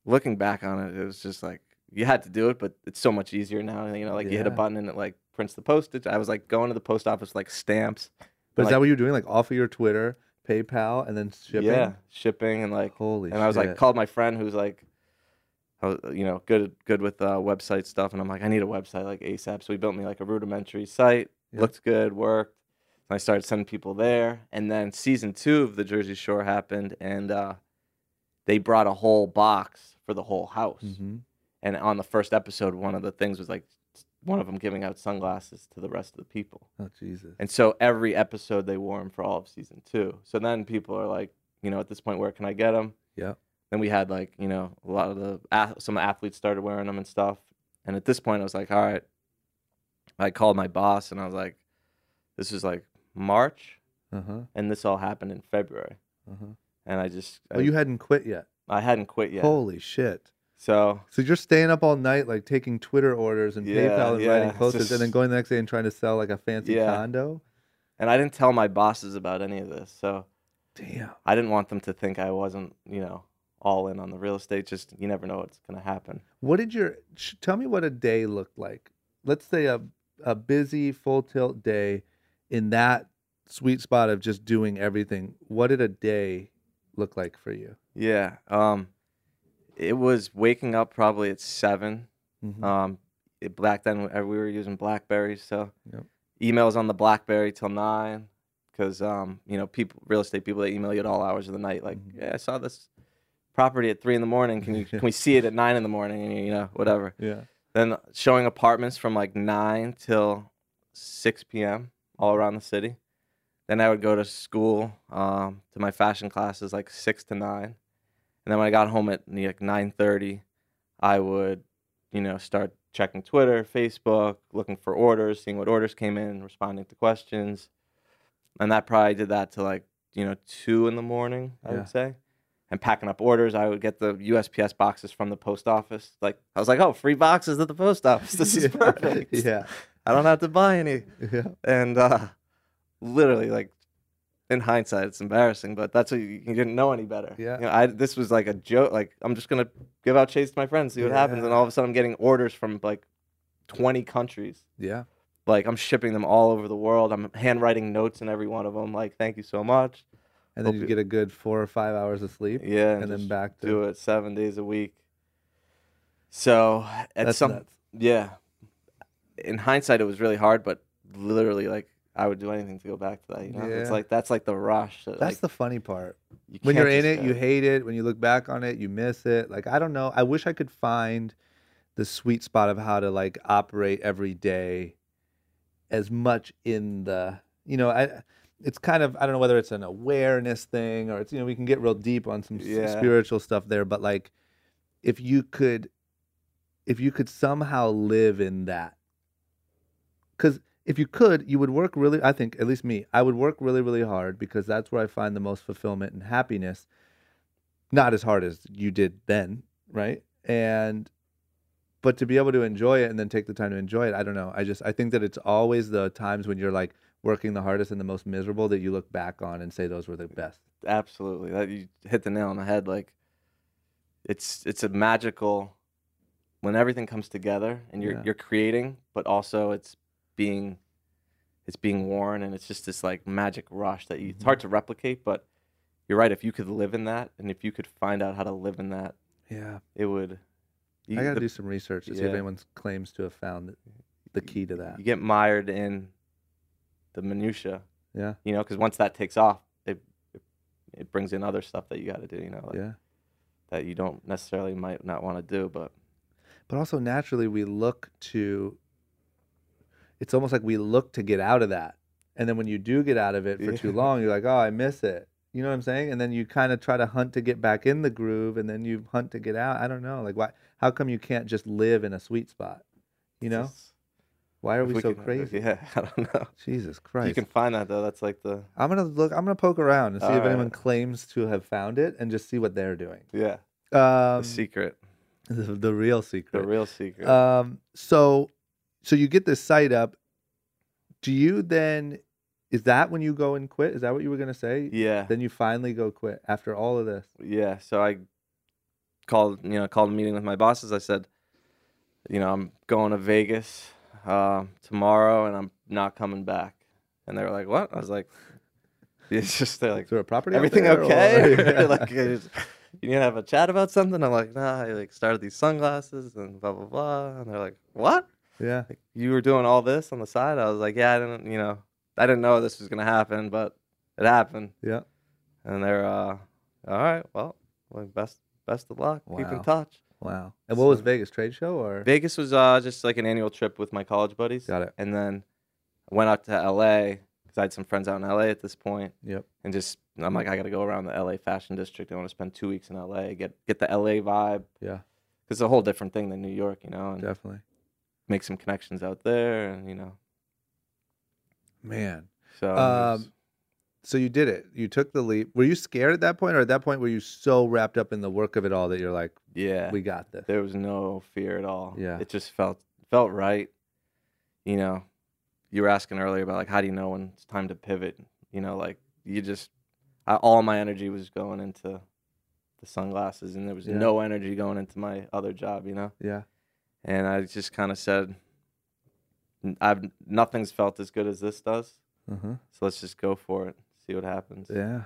S1: looking back on it, it was just like you had to do it, but it's so much easier now. You know, like you hit a
S2: Yeah.
S1: button and it like prints the postage. I was like going to the post office like stamps.
S2: But is
S1: Like-
S2: that what you're doing? Like off of your Twitter, PayPal, and then shipping?
S1: Yeah, shipping and like
S2: Holy
S1: and I was like
S2: shit.
S1: called my friend who's like, I was, you know, good good with uh, website stuff, and I'm like, I need a website like ASAP. So he built me like a rudimentary site,
S2: Yeah.
S1: looked good, worked. And I started sending people there, and then season two of the Jersey Shore happened, and uh, they brought a whole box for the whole house.
S2: Mhm.
S1: And on the first episode, one of the things was like one of them giving out sunglasses to the rest of the people.
S2: Oh, Jesus.
S1: And so every episode they wore them for all of season two. So then people are like, you know, at this point, where can I get them?
S2: Yeah.
S1: Then we had like, you know, a lot of the ath- some athletes started wearing them and stuff. And at this point, I was like, all right. I called my boss and I was like, this is like March,
S2: Uh huh.
S1: and this all happened in February.
S2: Uh huh.
S1: And I just,
S2: Oh,
S1: I,
S2: you hadn't quit yet.
S1: I hadn't quit yet.
S2: Holy shit.
S1: So
S2: So you're staying up all night, like taking Twitter orders and
S1: Yeah,
S2: PayPal and
S1: yeah,
S2: writing
S1: it's
S2: posters, and then
S1: just-
S2: going the next day and trying to sell like a fancy
S1: Yeah.
S2: condo.
S1: and I didn't tell my bosses about any of this. So
S2: Damn.
S1: I didn't want them to think I wasn't, you know, all in on the real estate. Just you never know what's gonna happen.
S2: What did your sh- tell me what a day looked like? Let's say a a busy full tilt day in that sweet spot of just doing everything. What did a day look like for you?
S1: Yeah. Um, it was waking up probably at 7
S2: Mhm.
S1: Um, it, back then uh, we were using Blackberries, so
S2: Yep.
S1: emails on the Blackberry till nine, because um, you know, people, real estate people, they email you at all hours of the night. Like,
S2: Mhm.
S1: yeah, I saw this property at three in the morning. Can you can we see it at nine in the morning? And you, you know, whatever.
S2: yeah.
S1: Then showing apartments from like nine till six p.m. all around the city. Then I would go to school um, to my fashion classes like six to nine, and then when I got home at like nine thirty, I would, you know, start checking Twitter, Facebook, looking for orders, seeing what orders came in, responding to questions, and that probably did that to like you know two in the morning, I
S2: Yeah.
S1: would say, and packing up orders. I would get the USPS boxes from the post office. Like I was like, oh, free boxes at the post office. This
S2: yeah.
S1: is perfect.
S2: Yeah.
S1: I don't have to buy any
S2: Yeah.
S1: and uh, literally like in hindsight it's embarrassing but that's what you, you didn't know any better
S2: Yeah.
S1: you know, I, this was like a joke like i'm just gonna give out chase to my friends see what happens and all of a sudden i'm getting orders from like 20 countries
S2: Yeah.
S1: like i'm shipping them all over the world i'm handwriting notes in every one of them like thank you so much
S2: And then
S1: Hope
S2: you
S1: you-
S2: get a good four or five hours of sleep.
S1: yeah
S2: And then
S1: just
S2: back to
S1: do it seven days a week so at
S2: That's
S1: some
S2: nuts.
S1: yeah in hindsight it was really hard but literally like i would do anything to go back to that you know
S2: Yeah.
S1: it's like that's like the rush that,
S2: That's
S1: like,
S2: the funny part.
S1: you
S2: when you're in
S1: can't
S2: it, you
S1: describe.
S2: hate it. When you look back on it, you miss it. Like I don't know. I wish I could find the sweet spot of how to like operate every day as much in the you know I. It's kind of I don't know whether it's an awareness thing or it's you know we can get real deep on some s-
S1: Yeah.
S2: spiritual stuff there, but like if you could if you could somehow live in that because if you could you would work really i think at least me i would work really really hard because that's where i find the most fulfillment and happiness not as hard as you did then right and but to be able to enjoy it and then take the time to enjoy it i don't know i just i think that it's always the times when you're like working the hardest and the most miserable that you look back on and say those were the best
S1: absolutely that you hit the nail on the head like it's it's a magical when everything comes together and you're
S2: Yeah.
S1: you're creating but also it's being it's being worn and it's just this like magic rush that you,
S2: Mm-hmm.
S1: it's hard to replicate but you're right if you could live in that and if you could find out how to live in that
S2: yeah
S1: it would you,
S2: i gotta
S1: the-
S2: do some research to see if
S1: yeah.
S2: anyone claims to have found the key to that
S1: you get mired in the minutia
S2: yeah
S1: you know because once that takes off it, it it brings in other stuff that you got to do you know like
S2: yeah
S1: that you don't necessarily might not want to do but
S2: but also naturally we look to it's almost like we look to get out of that And then when you do get out of it for too
S1: Yeah.
S2: long, you're like, oh, I miss it. You know what I'm saying? And then you kind of try to hunt to get back in the groove, and then you hunt to get out. I don't know. Like, why? How come you can't just live in a sweet spot? You know?
S1: Just-
S2: Why are
S1: if
S2: we so
S1: could-
S2: crazy?
S1: Yeah, I don't know.
S2: Jesus
S1: You
S2: Christ!
S1: can find that though. That's like the
S2: I'm gonna look. I'm gonna poke around and see if
S1: Alright.
S2: anyone claims to have found it, and just see what they're doing.
S1: yeah,
S2: Um,
S1: the secret,
S2: the, the real secret.
S1: the real secret.
S2: Um, so, so you get this site up. Do you then? Is that when you go and quit? Is that what you were gonna say?
S1: yeah,
S2: Then you finally go quit after all of this.
S1: yeah. So I called, you know, called a meeting with my bosses. I said, you know, I'm going to Vegas um, tomorrow, and I'm not coming back. And they were like, "What?" I was like, "It's just they're like,
S2: Is there a property? out
S1: everything
S2: there, or-
S1: okay?
S2: Yeah.
S1: like, is- you need to have a chat about something? I'm like, nah, I like started these sunglasses and blah blah blah. And they're like, what?
S2: yeah.
S1: Like, you were doing all this on the side? I was like, yeah, I didn't, you know, I didn't know this was gonna happen, but it happened.
S2: Yeah.
S1: And they're, uh, all right, well, well, best best of luck. Keep
S2: Wow.
S1: in touch.
S2: Wow. And what was
S1: So-
S2: Vegas trade show or?
S1: Vegas was uh, just like an annual trip with my college buddies.
S2: Got it.
S1: And then I went out to LA because I had some friends out in LA at this point.
S2: Yep.
S1: And just I'm like, I got to go around the LA fashion district. I want to spend two weeks in LA, get get the LA vibe.
S2: Yeah.
S1: It's a whole different thing than New York, you know, and
S2: Definitely.
S1: make some connections out there, and you know.
S2: Man.
S1: So it was-
S2: Um, so you did it. You took the leap. Were you scared at that point, or at that point were you so wrapped up in the work of it all that you're like,
S1: yeah,
S2: we got this?
S1: there was no fear at all.
S2: Yeah.
S1: it just felt felt right. You know, you were asking earlier about like how do you know when it's time to pivot? You know, like you just I, all my energy was going into the sunglasses, and there was
S2: Yeah.
S1: no energy going into my other job. You know.
S2: Yeah.
S1: and I just kind of said, "N- "I've nothing's felt as good as this does,
S2: Uh-huh.
S1: so let's just go for it, see what happens."
S2: Yeah.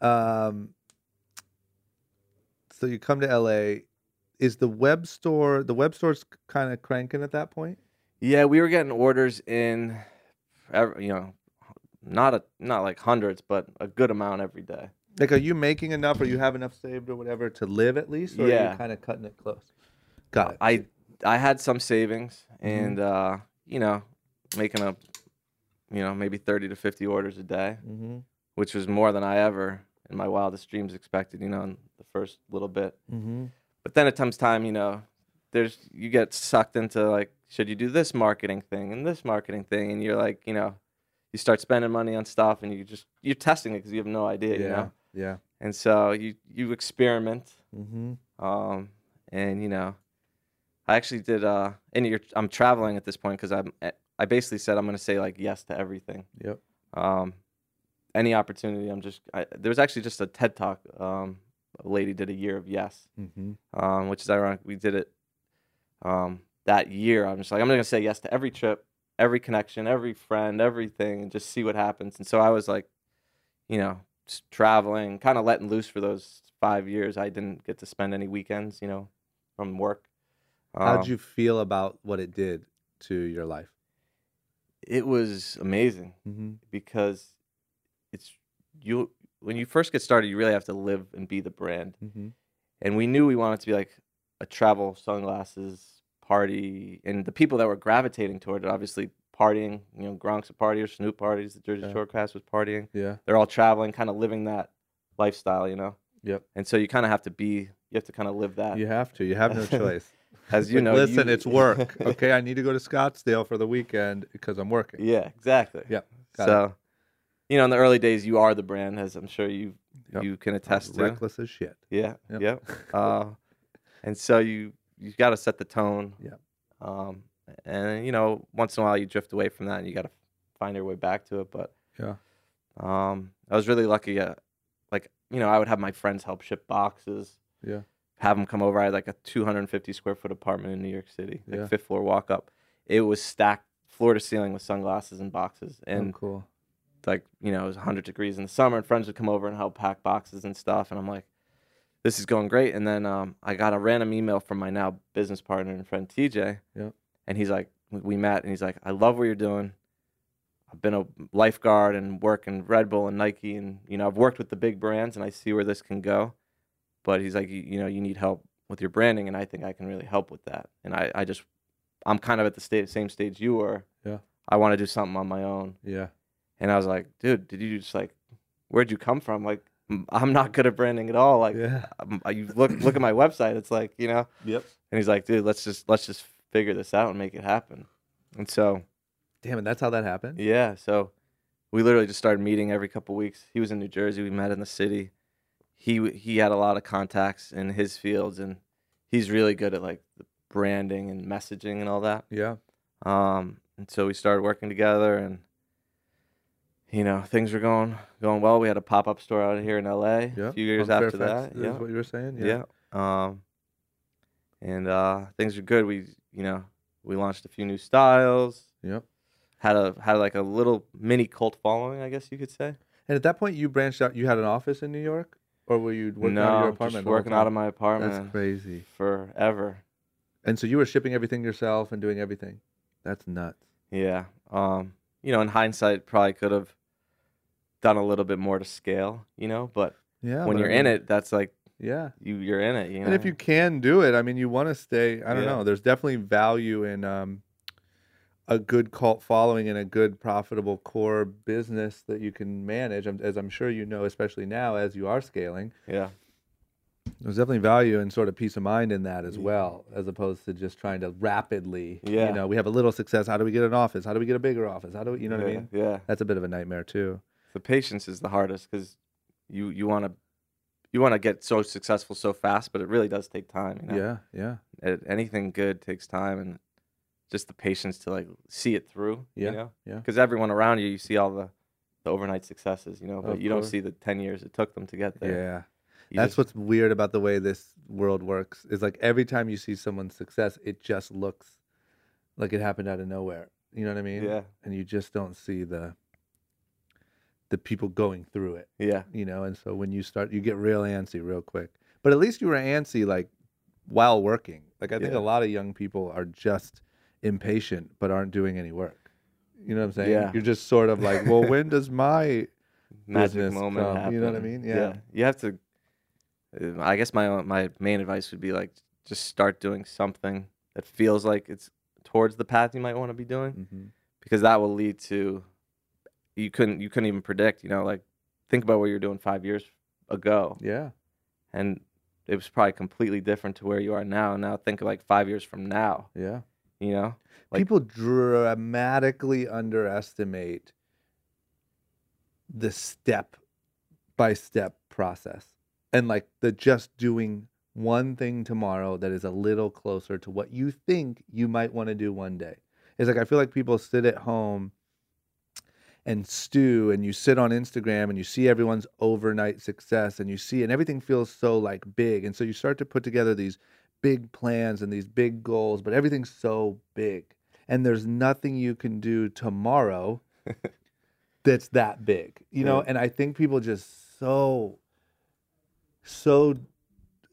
S2: Um, so you come to LA. Is the web store the web store's kind of cranking at that point?
S1: Yeah, we were getting orders in, ev- you know, not a not like hundreds, but a good amount every day.
S2: Like, are you making enough, or you have enough saved, or whatever to live at least, or are
S1: Yeah.
S2: you kind of cutting it close? Got it.
S1: I I had some savings, and uh, you know, making a, you know, maybe thirty to fifty orders a day,
S2: Mm-hmm.
S1: which was more than I ever in my wildest dreams expected. You know, in the first little bit.
S2: Mm-hmm.
S1: but then it comes time you know there's you get sucked into like should you do this marketing thing and this marketing thing and you're like you know you start spending money on stuff and you just you're testing it because you have no idea you know
S2: Yeah.
S1: and so you you experiment
S2: Mm-hmm.
S1: um and you know i actually did uh and you're i'm traveling at this point because i'm eh, i basically said i'm going to say like yes to everything
S2: Yep.
S1: um, any opportunity. I'm just I, there was actually just a TED talk. Um, a lady did a year of yes,
S2: Mm-hmm.
S1: um, which is ironic. We did it um, that year. I'm just like I'm gonna say yes to every trip, every connection, every friend, everything, and just see what happens. And so I was like, you know, just traveling, kind of letting loose for those five years. I didn't get to spend any weekends, you know, from work.
S2: How'd
S1: Um,
S2: you feel about what it did to your life?
S1: It was amazing.
S2: Mm-hmm.
S1: because it's you when you first get started you really have to live and be the brand
S2: Mm-hmm.
S1: and we knew we wanted to be like a travel sunglasses party and the people that were gravitating toward it obviously partying you know gronk's a partier snoop parties the jersey
S2: Yeah.
S1: shore cast was partying
S2: Yeah.
S1: they're all traveling kind of living that lifestyle you know
S2: Yep.
S1: and so you kind of have to be you have to kind of live that
S2: You have to. You have no choice.
S1: Uh as you
S2: Like,
S1: know
S2: listen,
S1: you-
S2: it's work. Okay, I need to go to Scottsdale for the weekend because I'm working.
S1: Yeah, exactly.
S2: Yeah, got it.
S1: So, you know, in the early days, you are the brand, as I'm sure you
S2: Yep.
S1: you can
S2: I was
S1: attest to.
S2: reckless as shit. Oh,
S1: Yeah,
S2: Yep.
S1: yep. Uh, and so you you got to set the tone.
S2: Yep.
S1: Um, and you know, once in a while, you drift away from that, and you got to find your way back to it. But
S2: Yeah.
S1: um, I was really lucky. Uh, like you know, I would have my friends help ship boxes.
S2: Yeah.
S1: Have them come over. I had like a 250 square foot apartment in New York City, like
S2: Yeah.
S1: fifth floor walk up. It was stacked floor to ceiling with sunglasses and boxes, and
S2: oh, cool.
S1: like you know it was 100 degrees in the summer and friends would come over and help pack boxes and stuff and i'm like this is going great and then um, i got a random email from my now business partner and friend tj
S2: Yep.
S1: and he's like we- we met and he's like i love what you're doing i've been a lifeguard and working red bull and nike and you know i've worked with the big brands and i see where this can go but he's like you, you know you need help with your branding and i think i can really help with that and i, I just i'm kind of at the sta- same stage you were
S2: Yeah.
S1: i want to do something on my own
S2: Yeah.
S1: And I was like, dude, did you just like, where'd you come from? Like, m- I'm not good at branding at all. Like,
S2: yeah.
S1: um, uh, you look look at my website. It's like you know.
S2: Yep.
S1: And he's like, dude, let's just let's just figure this out and make it happen. And so
S2: Damn it, that's how that happened.
S1: yeah, so we literally just started meeting every couple weeks. He was in New Jersey. We met in the city. He w- he had a lot of contacts in his fields, and he's really good at like the branding and messaging and all that.
S2: Yeah.
S1: Um, and so we started working together, and you know things were going going well. We had a pop up store out here in L.A.
S2: Yeah.
S1: a few years
S2: On
S1: after
S2: Fairfax,
S1: that.
S2: is
S1: Yeah,
S2: what you were saying.
S1: yeah. Um, and uh, things were good. We, you know, we launched a few new styles.
S2: Yep.
S1: Had a had like a little mini cult following, I guess you could say.
S2: And at that point, you branched out. You had an office in New York, or were you working
S1: no,
S2: out of your
S1: just
S2: apartment? the whole
S1: working out of
S2: time?
S1: my
S2: That's
S1: apartment
S2: crazy.
S1: forever.
S2: And so you were shipping everything yourself and doing everything. That's nuts.
S1: Yeah. Um, you know, in hindsight, probably could have done a little bit more to scale. You know, but when
S2: Yeah. Oh, but I
S1: you're in
S2: mean,
S1: it, that's like
S2: Yeah.
S1: you you're in it. You know.
S2: And if you can do it, I mean, you want to stay. I don't
S1: Yeah.
S2: know. There's definitely value in um, a good cult following and a good profitable core business that you can manage, I'm- as I'm sure you know, especially now as you are scaling.
S1: yeah.
S2: There's definitely value and sort of peace of mind in that as well, as opposed to just trying to rapidly.
S1: Yeah.
S2: You know, we have a little success. How do we get an office? How do we get a bigger office? How do we, you know
S1: yeah,
S2: what I mean?
S1: Yeah.
S2: That's a bit of a nightmare too.
S1: the patience is the hardest because you you want to you want to get so successful so fast, but it really does take time. You know?
S2: Yeah. Yeah.
S1: It- anything good takes time, and just the patience to like see it through.
S2: Yeah,
S1: you know?
S2: yeah.
S1: Because everyone around you, you see all the the overnight successes, you know, but
S2: Of
S1: you don't
S2: course.
S1: see the ten years it took them to get there.
S2: Yeah.
S1: You
S2: That's
S1: just-
S2: what's weird about the way this world works. Is like every time you see someone's success, it just looks like it happened out of nowhere. You know what I mean?
S1: Yeah,
S2: And you just don't see the the people going through it.
S1: yeah,
S2: You know, and so when you start, you get real antsy real quick. But at least you were antsy like while working. Like I think
S1: Yeah.
S2: a lot of young people are just impatient but aren't doing any work. You know what I'm saying?
S1: Yeah.
S2: You're just sort of like, well, when does my
S1: magic
S2: Business
S1: moment.
S2: come, you know what I
S1: happen.
S2: mean? Yeah.
S1: you have to. uh, I guess my own- my main advice would be like just start doing something that feels like it's towards the path you might want to be doing. because that will lead to you couldn't you couldn't even predict you know like think about what you were doing five years ago
S2: yeah,
S1: and it was probably completely different to where you are now and now think of like five years from now
S2: yeah.
S1: you know like-
S2: people dramatically underestimate the step by step process and like the just doing one thing tomorrow that is a little closer to what you think you might want to do one day. It's like I feel like people sit at home and stew and you sit on Instagram and you see everyone's overnight success and you see and everything feels so like big and so you start to put together these big plans and these big goals but everything's so big and there's nothing you can do tomorrow that's that big you know
S1: Yeah.
S2: and I think people just so so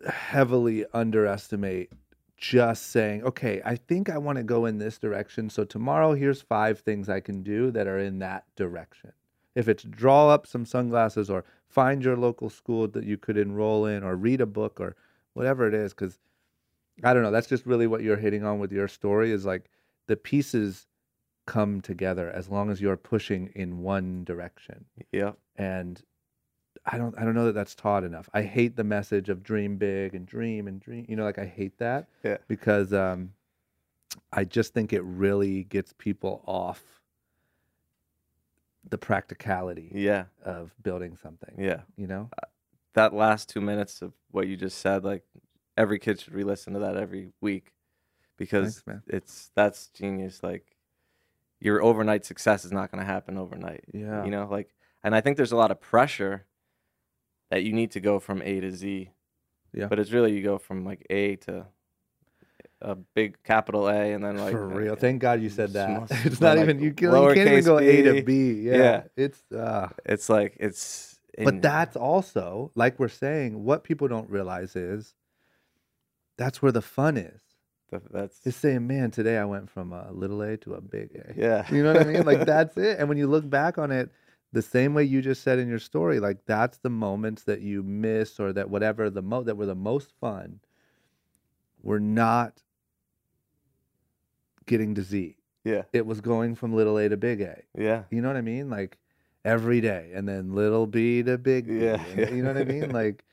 S2: heavily underestimate just saying, okay, I think I want to go in this direction. So tomorrow, here's five things I can do that are in that direction. If it's draw up some sunglasses or find your local school that you could enroll in or read a book or whatever it is, because I don't know, that's just really what you're hitting on with your story is like the pieces come together as long as you're pushing in one direction
S1: yeah
S2: and I don't I don't know that that's taught enough. I hate the message of dream big and dream and dream. You know, like I hate that
S1: Yeah.
S2: because um, I just think it really gets people off the practicality
S1: yeah
S2: of building something.
S1: yeah Uh,
S2: You know,
S1: that last two minutes of what you just said like every kid should re-listen to that every week because
S2: Thanks, man.
S1: it's that's genius like your overnight success is not going to happen overnight
S2: Yeah.
S1: you know like and i think there's a lot of pressure that you need to go from a to z
S2: Yeah.
S1: but it's really you go from like a to a big capital a and then like
S2: for
S1: a-
S2: real. Thank God you said that.
S1: small-
S2: It's not
S1: like
S2: even you, can, you can't even
S1: lowercase
S2: go A to
S1: b.
S2: B. Yeah,
S1: Yeah.
S2: it's uh,
S1: it's like it's
S2: But
S1: in-
S2: that's also, like we're saying, what people don't realize is that's where the fun is.
S1: th- that's
S2: It's saying, man, today I went from a little A to a big A.
S1: yeah
S2: You know what I mean? Like that's it. And when you look back on it, the same way you just said in your story, like that's the moments that you miss or that whatever the mo that were the most fun were not getting to Z.
S1: Yeah.
S2: It was going from little A to big A.
S1: yeah
S2: You know what I mean? Like every day, and then little b to big b.
S1: Yeah.
S2: and- you know what I mean? Like,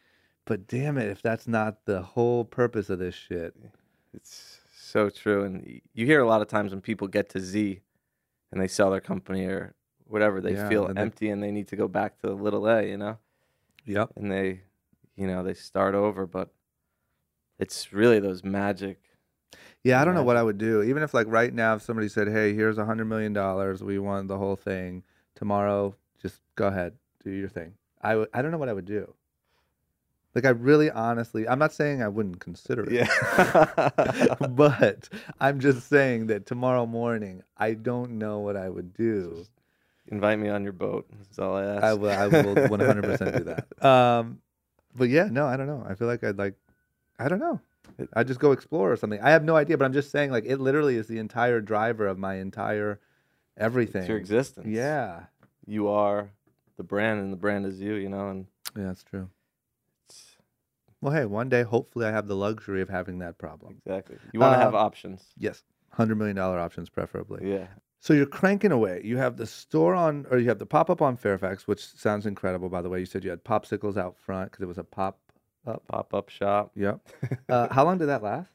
S2: but damn it, if that's not the whole purpose of this shit,
S1: It's so true. And y- you hear a lot of times when people get to Z and they sell their company or whatever, they
S2: Yeah,
S1: feel
S2: and they-
S1: empty and they need to go back to little A, you know?
S2: yep,
S1: And they, you know, they start over, but it's really those magic.
S2: yeah. I don't know what I would do, even if like right now, if somebody said, "Hey, here's a hundred million dollars, we want the whole thing tomorrow," just go ahead, do your thing. I would. I don't know what I would do. Like, I really, honestly, I'm not saying I wouldn't consider it. but I'm just saying that tomorrow morning, I don't know what I would do.
S1: Invite me on your boat. That's all I ask.
S2: I will, I will 100% do that. Um, but yeah, no, I don't know. I feel like I'd like, I don't know. I just go explore or something. I have no idea, but I'm just saying, like, it literally is the entire driver of my entire everything.
S1: It's your existence.
S2: Yeah.
S1: You are the brand and the brand is you, you know? And
S2: Yeah, that's true.
S1: it's
S2: Well, hey, one day, hopefully, I have the luxury of having that problem.
S1: exactly. You want to have
S2: Um,
S1: options.
S2: Yes. $100 million options, preferably.
S1: Yeah.
S2: So you're cranking away. You have the store on, or you have the pop up on Fairfax, which sounds incredible, by the way. You said you had popsicles out front because it was a pop up.
S1: Pop up shop.
S2: Yep. Uh, how long did that last?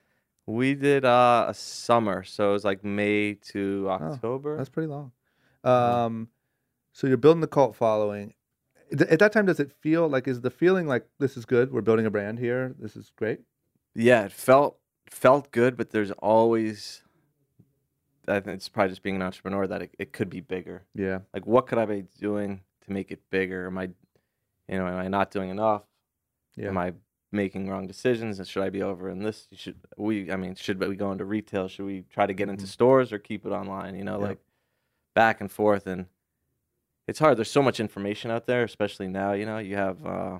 S1: We did uh, a summer, so it was like May to October.
S2: That's pretty long. Um, so you're building the cult following. Th- At that time, does it feel like is the feeling like this is good? We're building a brand here. This is great.
S1: yeah, it felt felt good, but there's always. I think it's probably just being an entrepreneur that it, it could be bigger.
S2: Yeah.
S1: Like, what could I be doing to make it bigger? Am I, you know, am I not doing enough?
S2: Yeah.
S1: Am I making wrong decisions? And Should I be over in this? Should we? I mean, should we go into retail? Should we try to get into
S2: Mhm.
S1: stores or keep it online? You know,
S2: Yep.
S1: like back and forth, and it's hard. There's so much information out there, especially now. You know, you have, uh,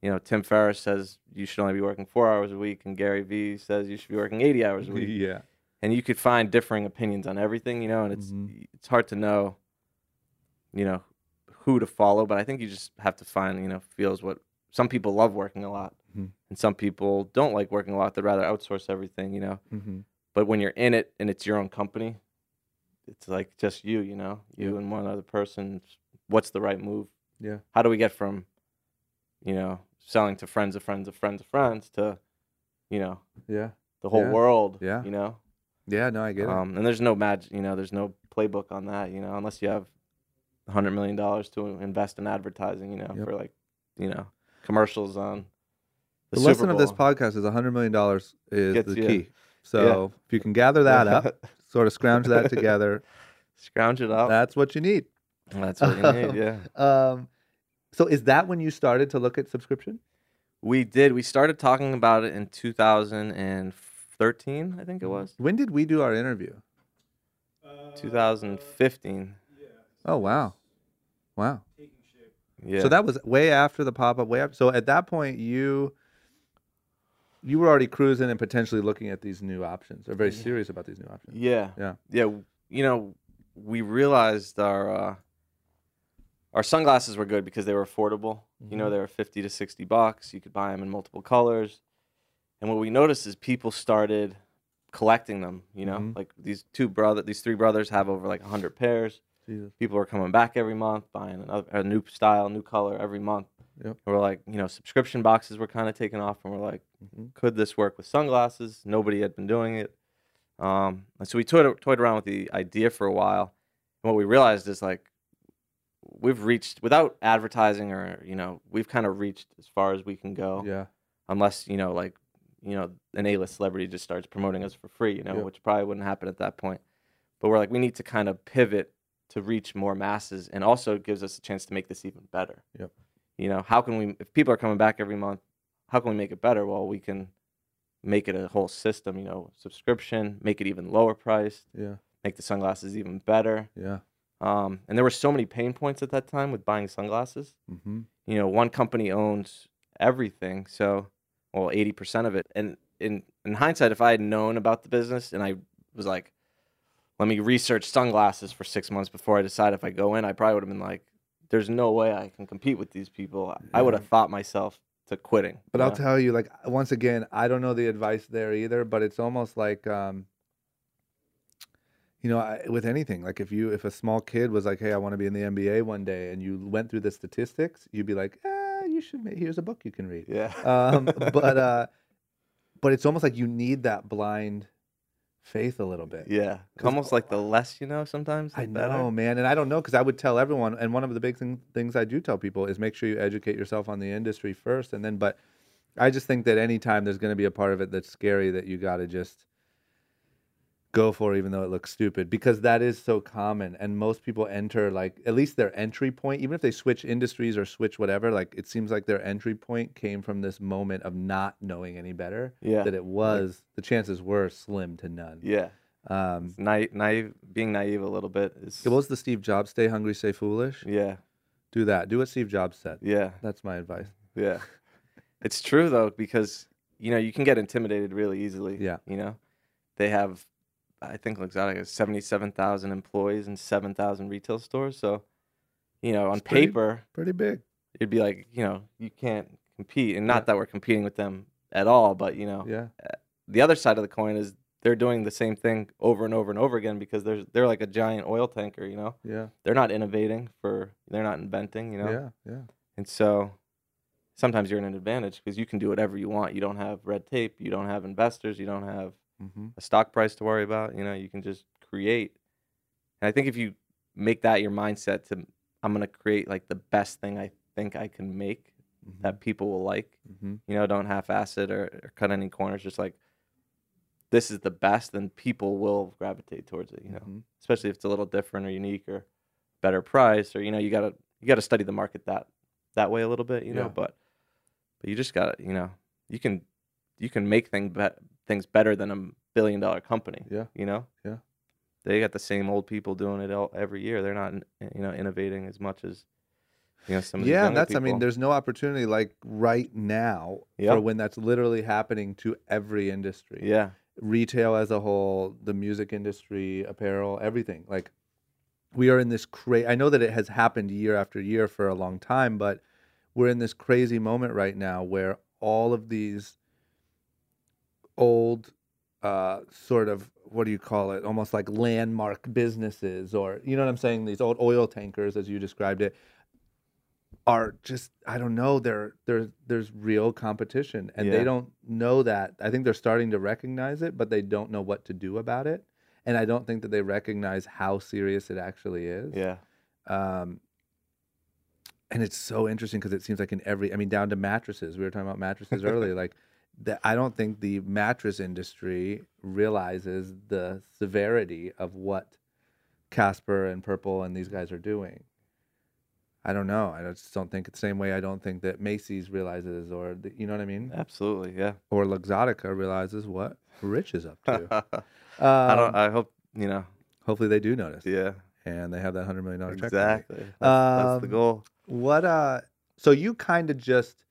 S1: you know, Tim Ferriss says you should only be working four hours a week, and Gary Vee says you should be working 80 hours a week,
S2: yeah.
S1: and you could find differing opinions on everything. You know, and it's
S2: Mhm.
S1: it's hard to know, you know, who to follow. But I think you just have to find, you know, feels what some people love working a lot
S2: Mhm.
S1: and some people don't like working a lot they'd rather outsource everything you know
S2: hmm
S1: but when you're in it and it's your own company it's like just you you know you
S2: Yeah.
S1: and one other person what's the right move
S2: Yeah.
S1: how do we get from you know selling to friends of friends of friends of friends to you know
S2: Yeah.
S1: the whole
S2: Yeah.
S1: world
S2: Yeah.
S1: you know
S2: Yeah. No, I get it.
S1: um, and there's no magic you know there's no playbook on that you know unless you have 100 million dollars to invest in advertising you know
S2: Yep.
S1: for like you know commercials on
S2: The,
S1: Super
S2: lesson of this
S1: Bowl.
S2: podcast is $100 million is
S1: Gets
S2: the
S1: you.
S2: key. So if you can gather that up, sort of scrounge that together.
S1: Scrounge it up.
S2: That's what you need.
S1: That's what you need. Yeah.
S2: Um, so is that when you started to look at subscription?
S1: We did. We started talking about it in 2013, I think it was.
S2: When did we do our interview?
S1: 2015.
S2: Oh wow, wow.
S1: Yeah.
S2: So that was way after the pop up. Way up. So at that point, you you were already cruising and potentially looking at these new options, or very serious about these new options.
S1: Yeah.
S2: Yeah.
S1: Yeah. w- You know, we realized our uh, our sunglasses were good because they were affordable. You
S2: Mm-hmm.
S1: know, they were fifty to sixty bucks. You could buy them in multiple colors. And what we noticed is people started collecting them. You know,
S2: Mhm.
S1: like these two brother, these three brothers have over like hundred pairs.
S2: Jesus.
S1: people are coming back every month, buying another, a new style, new color every month.
S2: Yep.
S1: And we're like, you know, subscription boxes were kind of taking off, and we're like,
S2: Mhm.
S1: could this work with sunglasses? Nobody had been doing it. Um, and so we toyed, toyed around with the idea for a while. And what we realized is like, we've reached without advertising or, you know, we've kind of reached as far as we can go
S2: Yeah.
S1: unless you know like you know an a-list celebrity just starts promoting us for free you know
S2: Yeah.
S1: which probably wouldn't happen at that point but we're like we need to kind of pivot to reach more masses and also it gives us a chance to make this even better
S2: Yep.
S1: you know how can we if people are coming back every month how can we make it better well we can make it a whole system you know subscription make it even lower priced
S2: Yeah.
S1: make the sunglasses even better
S2: Yeah.
S1: um, and there were so many pain points at that time with buying sunglasses
S2: Mm-hmm.
S1: you know, one company owns everything, so well, eighty percent of it. And in in hindsight, if I had known about the business and I was like, let me research sunglasses for six months before I decide if I go in, I probably would have been like, there's no way I can compete with these people. I would have thought myself to quitting.
S2: But
S1: you
S2: I'll
S1: know?
S2: tell you, like once again, I don't know the advice there either. But it's almost like, um, you know, I, with anything, like if you if a small kid was like, "Hey, I want to be in the NBA one day," and you went through the statistics, you'd be like, "Ah, you should. Make, here's a book you can read."
S1: Yeah.
S2: um, but uh, but it's almost like you need that blind faith a little bit.
S1: yeah. Almost like the less you know sometimes. the
S2: I
S1: better.
S2: know, man, and I don't know because I would tell everyone. And one of the big thing, things I do tell people is make sure you educate yourself on the industry first, and then. But I just think that anytime there's going to be a part of it that's scary that you got to just go for, even though it looks stupid, because that is so common. And most people enter like at least their entry point, even if they switch industries or switch whatever. Like it seems like their entry point came from this moment of not knowing any better.
S1: Yeah.
S2: That it was the chances were slim to none.
S1: Yeah.
S2: Um,
S1: Naive, naive, being naive a little bit is.
S2: it was the Steve Jobs "Stay hungry, stay foolish."
S1: Yeah.
S2: Do that. Do what Steve Jobs said.
S1: Yeah.
S2: That's my advice.
S1: Yeah. It's true though, because you know, you can get intimidated really easily.
S2: Yeah.
S1: You know? They have I think Luxottica has seventy seven thousand employees and seven thousand retail stores. So, you know, on
S2: It's pretty-
S1: paper
S2: Pretty big.
S1: it'd be like, you know, you can't compete. And
S2: Yeah.
S1: not that we're competing with them at all, but you know,
S2: Yeah.
S1: the other side of the coin is they're doing the same thing over and over and over again because they're they're like a giant oil tanker, you know.
S2: Yeah.
S1: They're not innovating for they're not inventing, you know.
S2: Yeah. Yeah.
S1: And so sometimes you're at an advantage because you can do whatever you want. You don't have red tape, you don't have investors, you don't have
S2: Mm-hmm.
S1: a stock price to worry about. You know, you can just create. And I think if you make that your mindset to I'm going to create like the best thing I think I can make
S2: mm-hmm.
S1: that people will like,
S2: hmm
S1: you know, don't half ass it or, or cut any corners, just like this is the best, then people will gravitate towards it, you know
S2: mm-hmm.
S1: especially if it's a little different or unique or better price or you know you gotta you gotta study the market that that way a little bit you know
S2: Yeah.
S1: but but you just gotta you know you can you can make thing be- things better than a billion dollar company
S2: Yeah.
S1: you know
S2: Yeah.
S1: they got the same old people doing it all, every year they're not eh, you know innovating as much as you know some of these
S2: Yeah.
S1: younger
S2: That's. I mean,
S1: people.
S2: there's no opportunity like right now
S1: Yeah.
S2: for when that's literally happening to every industry.
S1: yeah
S2: Retail as a whole, the music industry, apparel, everything. Like, we are in this crazy. I know that it has happened year after year for a long time, but we're in this crazy moment right now where all of these old uh, sort of what do you call it almost like landmark businesses or you know what i'm saying these old oil tankers as you described it are just i don't know they're, they're there's real competition and they
S1: Yeah.
S2: don't know that i think they're starting to recognize it but they don't know what to do about it and i don't think that they recognize how serious it actually is
S1: yeah
S2: um, and it's so interesting because it seems like in every, I mean, down to mattresses. We were talking about mattresses earlier. Like, that I don't think the mattress industry realizes the severity of what Casper and Purple and these guys are doing. I don't know. I just don't think the same way. I don't think that Macy's realizes, or the, you know what I mean,
S1: absolutely yeah
S2: or Luxottica realizes what Rich is up to.
S1: i don't
S2: Um,
S1: i hope you know
S2: hopefully, they do notice,
S1: yeah
S2: and they have that hundred million dollar check. on you.
S1: exactly that's, that's the
S2: Um,
S1: goal
S2: What uh so you kind of just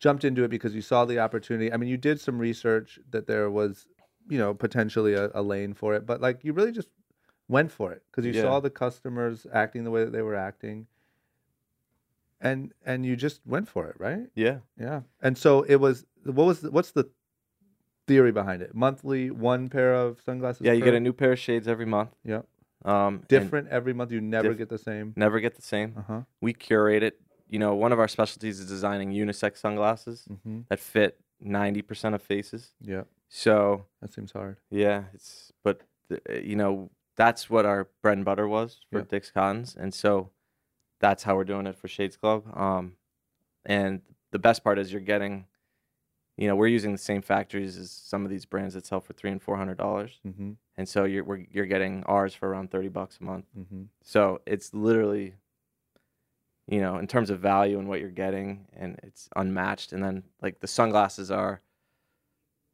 S2: jumped into it because you saw the opportunity. I mean, you did some research that there was, you know, potentially a, a lane for it, but like you really just went for it because you
S1: Yeah.
S2: saw the customers acting the way that they were acting. And and you just went for it, right?
S1: yeah
S2: Yeah. And so it was what was the, what's the theory behind it? Monthly one pair of sunglasses.
S1: yeah you
S2: per-
S1: get a new pair of shades every month
S2: Yep.
S1: um and
S2: Different every month. You never
S1: diff- Mm.
S2: get the same.
S1: never get the same
S2: Uh-huh.
S1: we curate it you know one of our specialties is designing unisex sunglasses
S2: Mhm.
S1: that fit 90% of faces
S2: Yeah.
S1: so
S2: That seems hard.
S1: yeah it's but th- uh, you know that's what our bread and butter was for
S2: Yeah.
S1: dick's cottons and so that's how we're doing it for shades club um and the best part is you're getting you know we're using the same factories as some of these brands that sell for three and four hundred dollars
S2: Mhm.
S1: and so you're we're, you're getting ours for around 30 bucks a month
S2: Mhm.
S1: so it's literally, you know, in terms of value and what you're getting, and it's unmatched. And then like the sunglasses are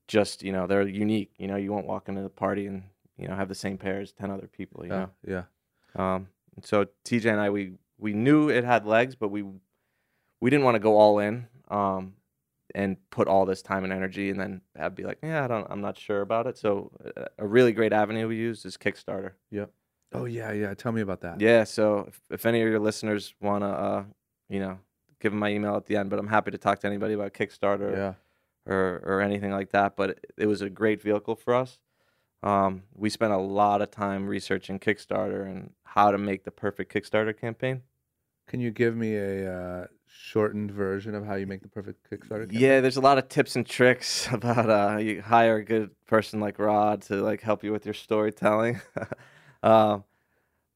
S1: just, you know, they're unique. You know, you won't walk into the party and, you know, have the same pair as 10 other people, you
S2: Yeah. Yeah.
S1: know? Um, and so TJ and I, we, we knew it had legs, but we, we didn't want to go all in, um, and put all this time and energy and then I'd be like, yeah, I don't, I'm not sure about it. So uh, a really great avenue we used is Kickstarter.
S2: Oh yeah, yeah. Tell me about that.
S1: Yeah. So if, if any of your listeners want to, uh, you know, give them my email at the end, but I'm happy to talk to anybody about Kickstarter
S2: Yeah.
S1: or, or anything like that. But it, it was a great vehicle for us. Um, we spent a lot of time researching Kickstarter and how to make the perfect Kickstarter campaign.
S2: Can you give me a uh, shortened version of how you make the perfect Kickstarter? campaign?
S1: Yeah, there's a lot of tips and tricks about uh, you hire a good person like Rod to like help you with your storytelling. um,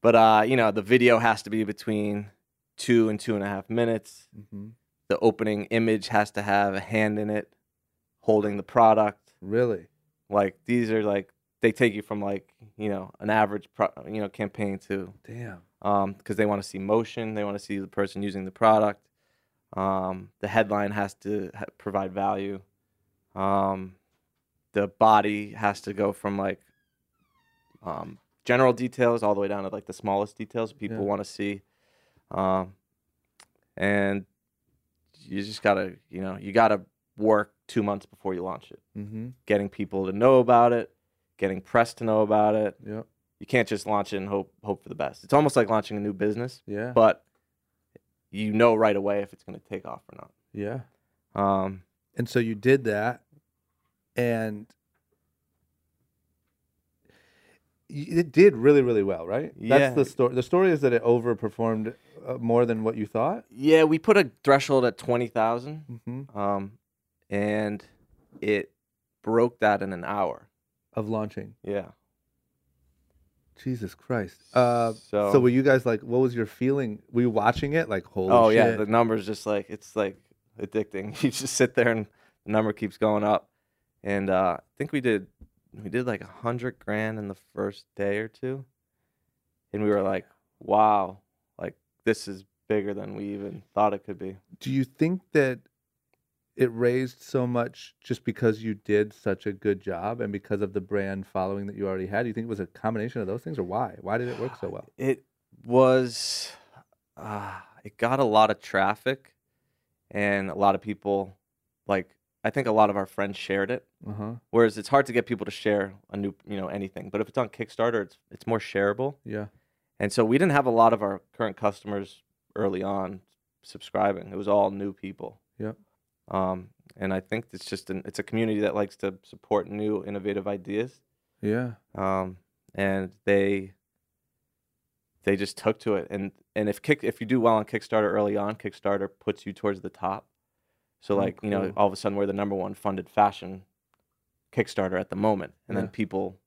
S1: but uh, you know, the video has to be between two and two and a half minutes.
S2: Mhm.
S1: the opening image has to have a hand in it holding the product
S2: Really?
S1: like these are like they take you from like you know an average pro- you know campaign to
S2: Damn.
S1: um because they want to see motion they want to see the person using the product um the headline has to ha- provide value um the body has to go from like um general details all the way down to like the smallest details people
S2: Yeah.
S1: want to see um and you just gotta you know you gotta work two months before you launch it
S2: Mm-hmm.
S1: getting people to know about it getting press to know about it
S2: Yep.
S1: you can't just launch it and hope hope for the best. It's almost like launching a new business,
S2: Yeah.
S1: but you know right away if it's going to take off or
S2: yeah.
S1: not. Um,
S2: And so you did that, and y- it did really, really well, right?
S1: Yeah.
S2: That's the story. The story is that it overperformed uh, more than what you thought.
S1: yeah, we put a threshold at twenty thousand,
S2: Mm-hmm.
S1: um, and it broke that in an hour.
S2: Of launching,
S1: Yeah.
S2: Jesus Christ! Uh, so,
S1: So-
S2: were you guys like, what was your feeling? Were you watching it like, holy
S1: oh yeah,
S2: shit?
S1: the numbers just like it's like addicting. You just sit there and the number keeps going up, and uh, I think we did we did like a hundred grand in the first day or two, and we were like, wow, like this is bigger than we even thought it could be.
S2: Do you think that it raised so much just because you did such a good job and because of the brand following that you already had? Do you think it was a combination of those things, or why? Why did it work so well?
S1: It was, uh, it got a lot of traffic, and a lot of people, like I think a lot of our friends shared it.
S2: Uh huh.
S1: Whereas it's hard to get people to share a new, you know, anything. But if it's on Kickstarter, it's it's more shareable.
S2: Yeah.
S1: And so we didn't have a lot of our current customers early on subscribing. It was all new people.
S2: Yep.
S1: Um, and I think it's just an, it's a community that likes to support new innovative ideas.
S2: Yeah.
S1: Um, and they they just took to it. And and if kick if you do well on Kickstarter early on, Kickstarter puts you towards the top. So
S2: Oh,
S1: like you know
S2: cool.
S1: all of a sudden we're the number one funded fashion Kickstarter at the moment, and
S2: Yeah.
S1: then people.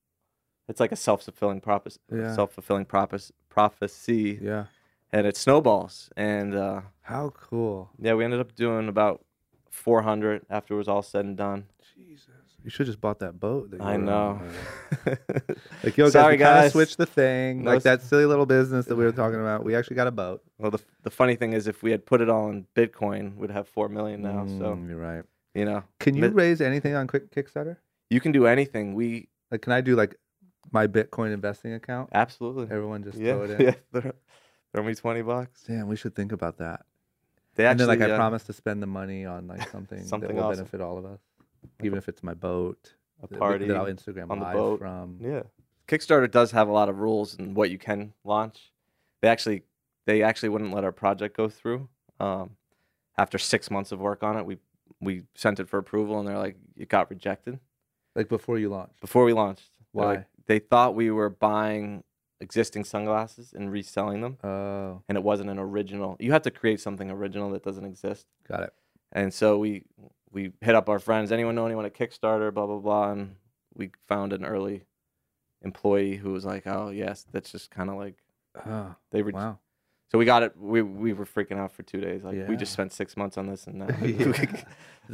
S1: It's like a self fulfilling prophecy.
S2: Yeah.
S1: Self fulfilling prophecy
S2: Yeah.
S1: and it snowballs. And uh,
S2: How cool.
S1: yeah, we ended up doing about 400 after it was all said and done.
S2: Jesus. You should have just bought that boat. That you
S1: I
S2: were on,
S1: know.
S2: man. Like, yo, guys,
S1: Sorry,
S2: we kind of
S1: guys.
S2: switched the thing.
S1: No
S2: like
S1: s-
S2: that silly little business that we were talking about. We actually got a boat.
S1: well, the the funny thing is, if we had put it all in Bitcoin, we'd have four million now. So
S2: Mm, you're right.
S1: you know,
S2: Can you
S1: But-
S2: raise anything on Quick Kickstarter?
S1: you can do anything. We
S2: Like, can I do like my Bitcoin investing account?
S1: absolutely.
S2: Everyone just
S1: yeah,
S2: throw it in.
S1: yeah. Throw, throw me twenty bucks.
S2: Damn, we should think about that.
S1: They
S2: and then, like, I
S1: uh,
S2: promise to spend the money on like something, that
S1: Something
S2: will
S1: awesome.
S2: benefit all of us, even if it's my boat.
S1: a
S2: that we-
S1: party.
S2: that I'll Instagram
S1: on the
S2: live
S1: boat.
S2: from.
S1: Yeah. Kickstarter does have a lot of rules and what you can launch. They actually they actually wouldn't let our project go through. Um, after six months of work on it, we we sent it for approval and they're like, it got rejected
S2: Like before you launch.
S1: before we launched. They're
S2: Why?
S1: like- they thought we were buying existing sunglasses and reselling them,
S2: Oh,
S1: and it wasn't an original. You have to create something original that doesn't exist.
S2: got it.
S1: And so we we hit up our friends. Anyone know anyone at Kickstarter? Blah blah blah. And we found an early employee who was like, "Oh yes, that's just kind of like
S2: Oh,
S1: they were."
S2: wow.
S1: So we got it. We we were freaking out for two days. Like we
S2: Yeah.
S1: just spent six months on this, and now
S2: Yeah. It's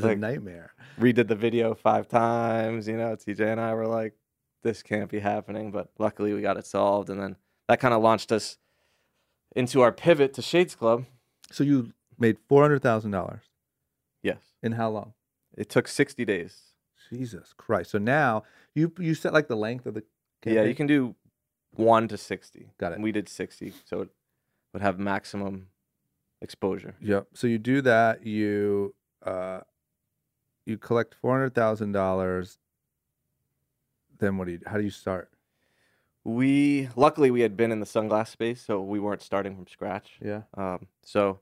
S2: a
S1: Like-
S2: nightmare.
S1: redid the video five times. You know, TJ and I were like, "This can't be happening." But luckily, we got it solved, and then that kind of launched us into our pivot to Shades Club.
S2: So you made four hundred thousand dollars
S1: Yes,
S2: in how long?
S1: it took sixty days.
S2: Jesus Christ! So now you you set like the length of the campaign?
S1: Yeah, you can do one to sixty.
S2: Got it.
S1: And we did sixty, so it would have maximum exposure.
S2: Yep. So you do that. You uh, you collect four hundred thousand dollars. Then what do you? How do you start?
S1: We luckily we had been in the sunglass space, so we weren't starting from scratch.
S2: Yeah.
S1: Um, so,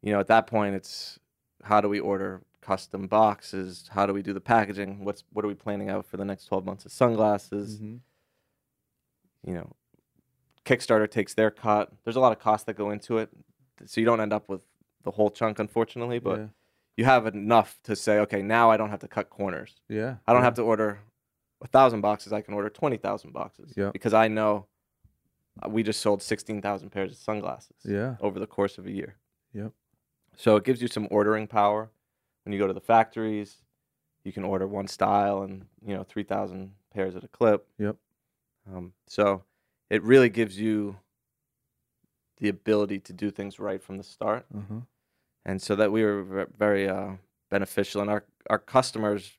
S1: you know, at that point, it's how do we order custom boxes. How do we do the packaging? What's what are we planning out for the next 12 months of sunglasses?
S2: Mhm. Mm-hmm.
S1: You know, Kickstarter takes their cut. There's a lot of costs that go into it, so you don't end up with the whole chunk, unfortunately. But
S2: Yeah.
S1: you have enough to say, okay, now I don't have to cut corners.
S2: Yeah.
S1: I don't have to order a thousand boxes. I can order twenty thousand boxes
S2: Yeah.
S1: because I know uh, we just sold sixteen thousand pairs of sunglasses
S2: Yeah.
S1: over the course of a year.
S2: Yep.
S1: So it gives you some ordering power when you go to the factories. You can order one style and you know three thousand pairs at a clip.
S2: Yep.
S1: Um, so it really gives you the ability to do things right from the start
S2: Uh-huh.
S1: and so that we were ve- very uh, beneficial and our our customers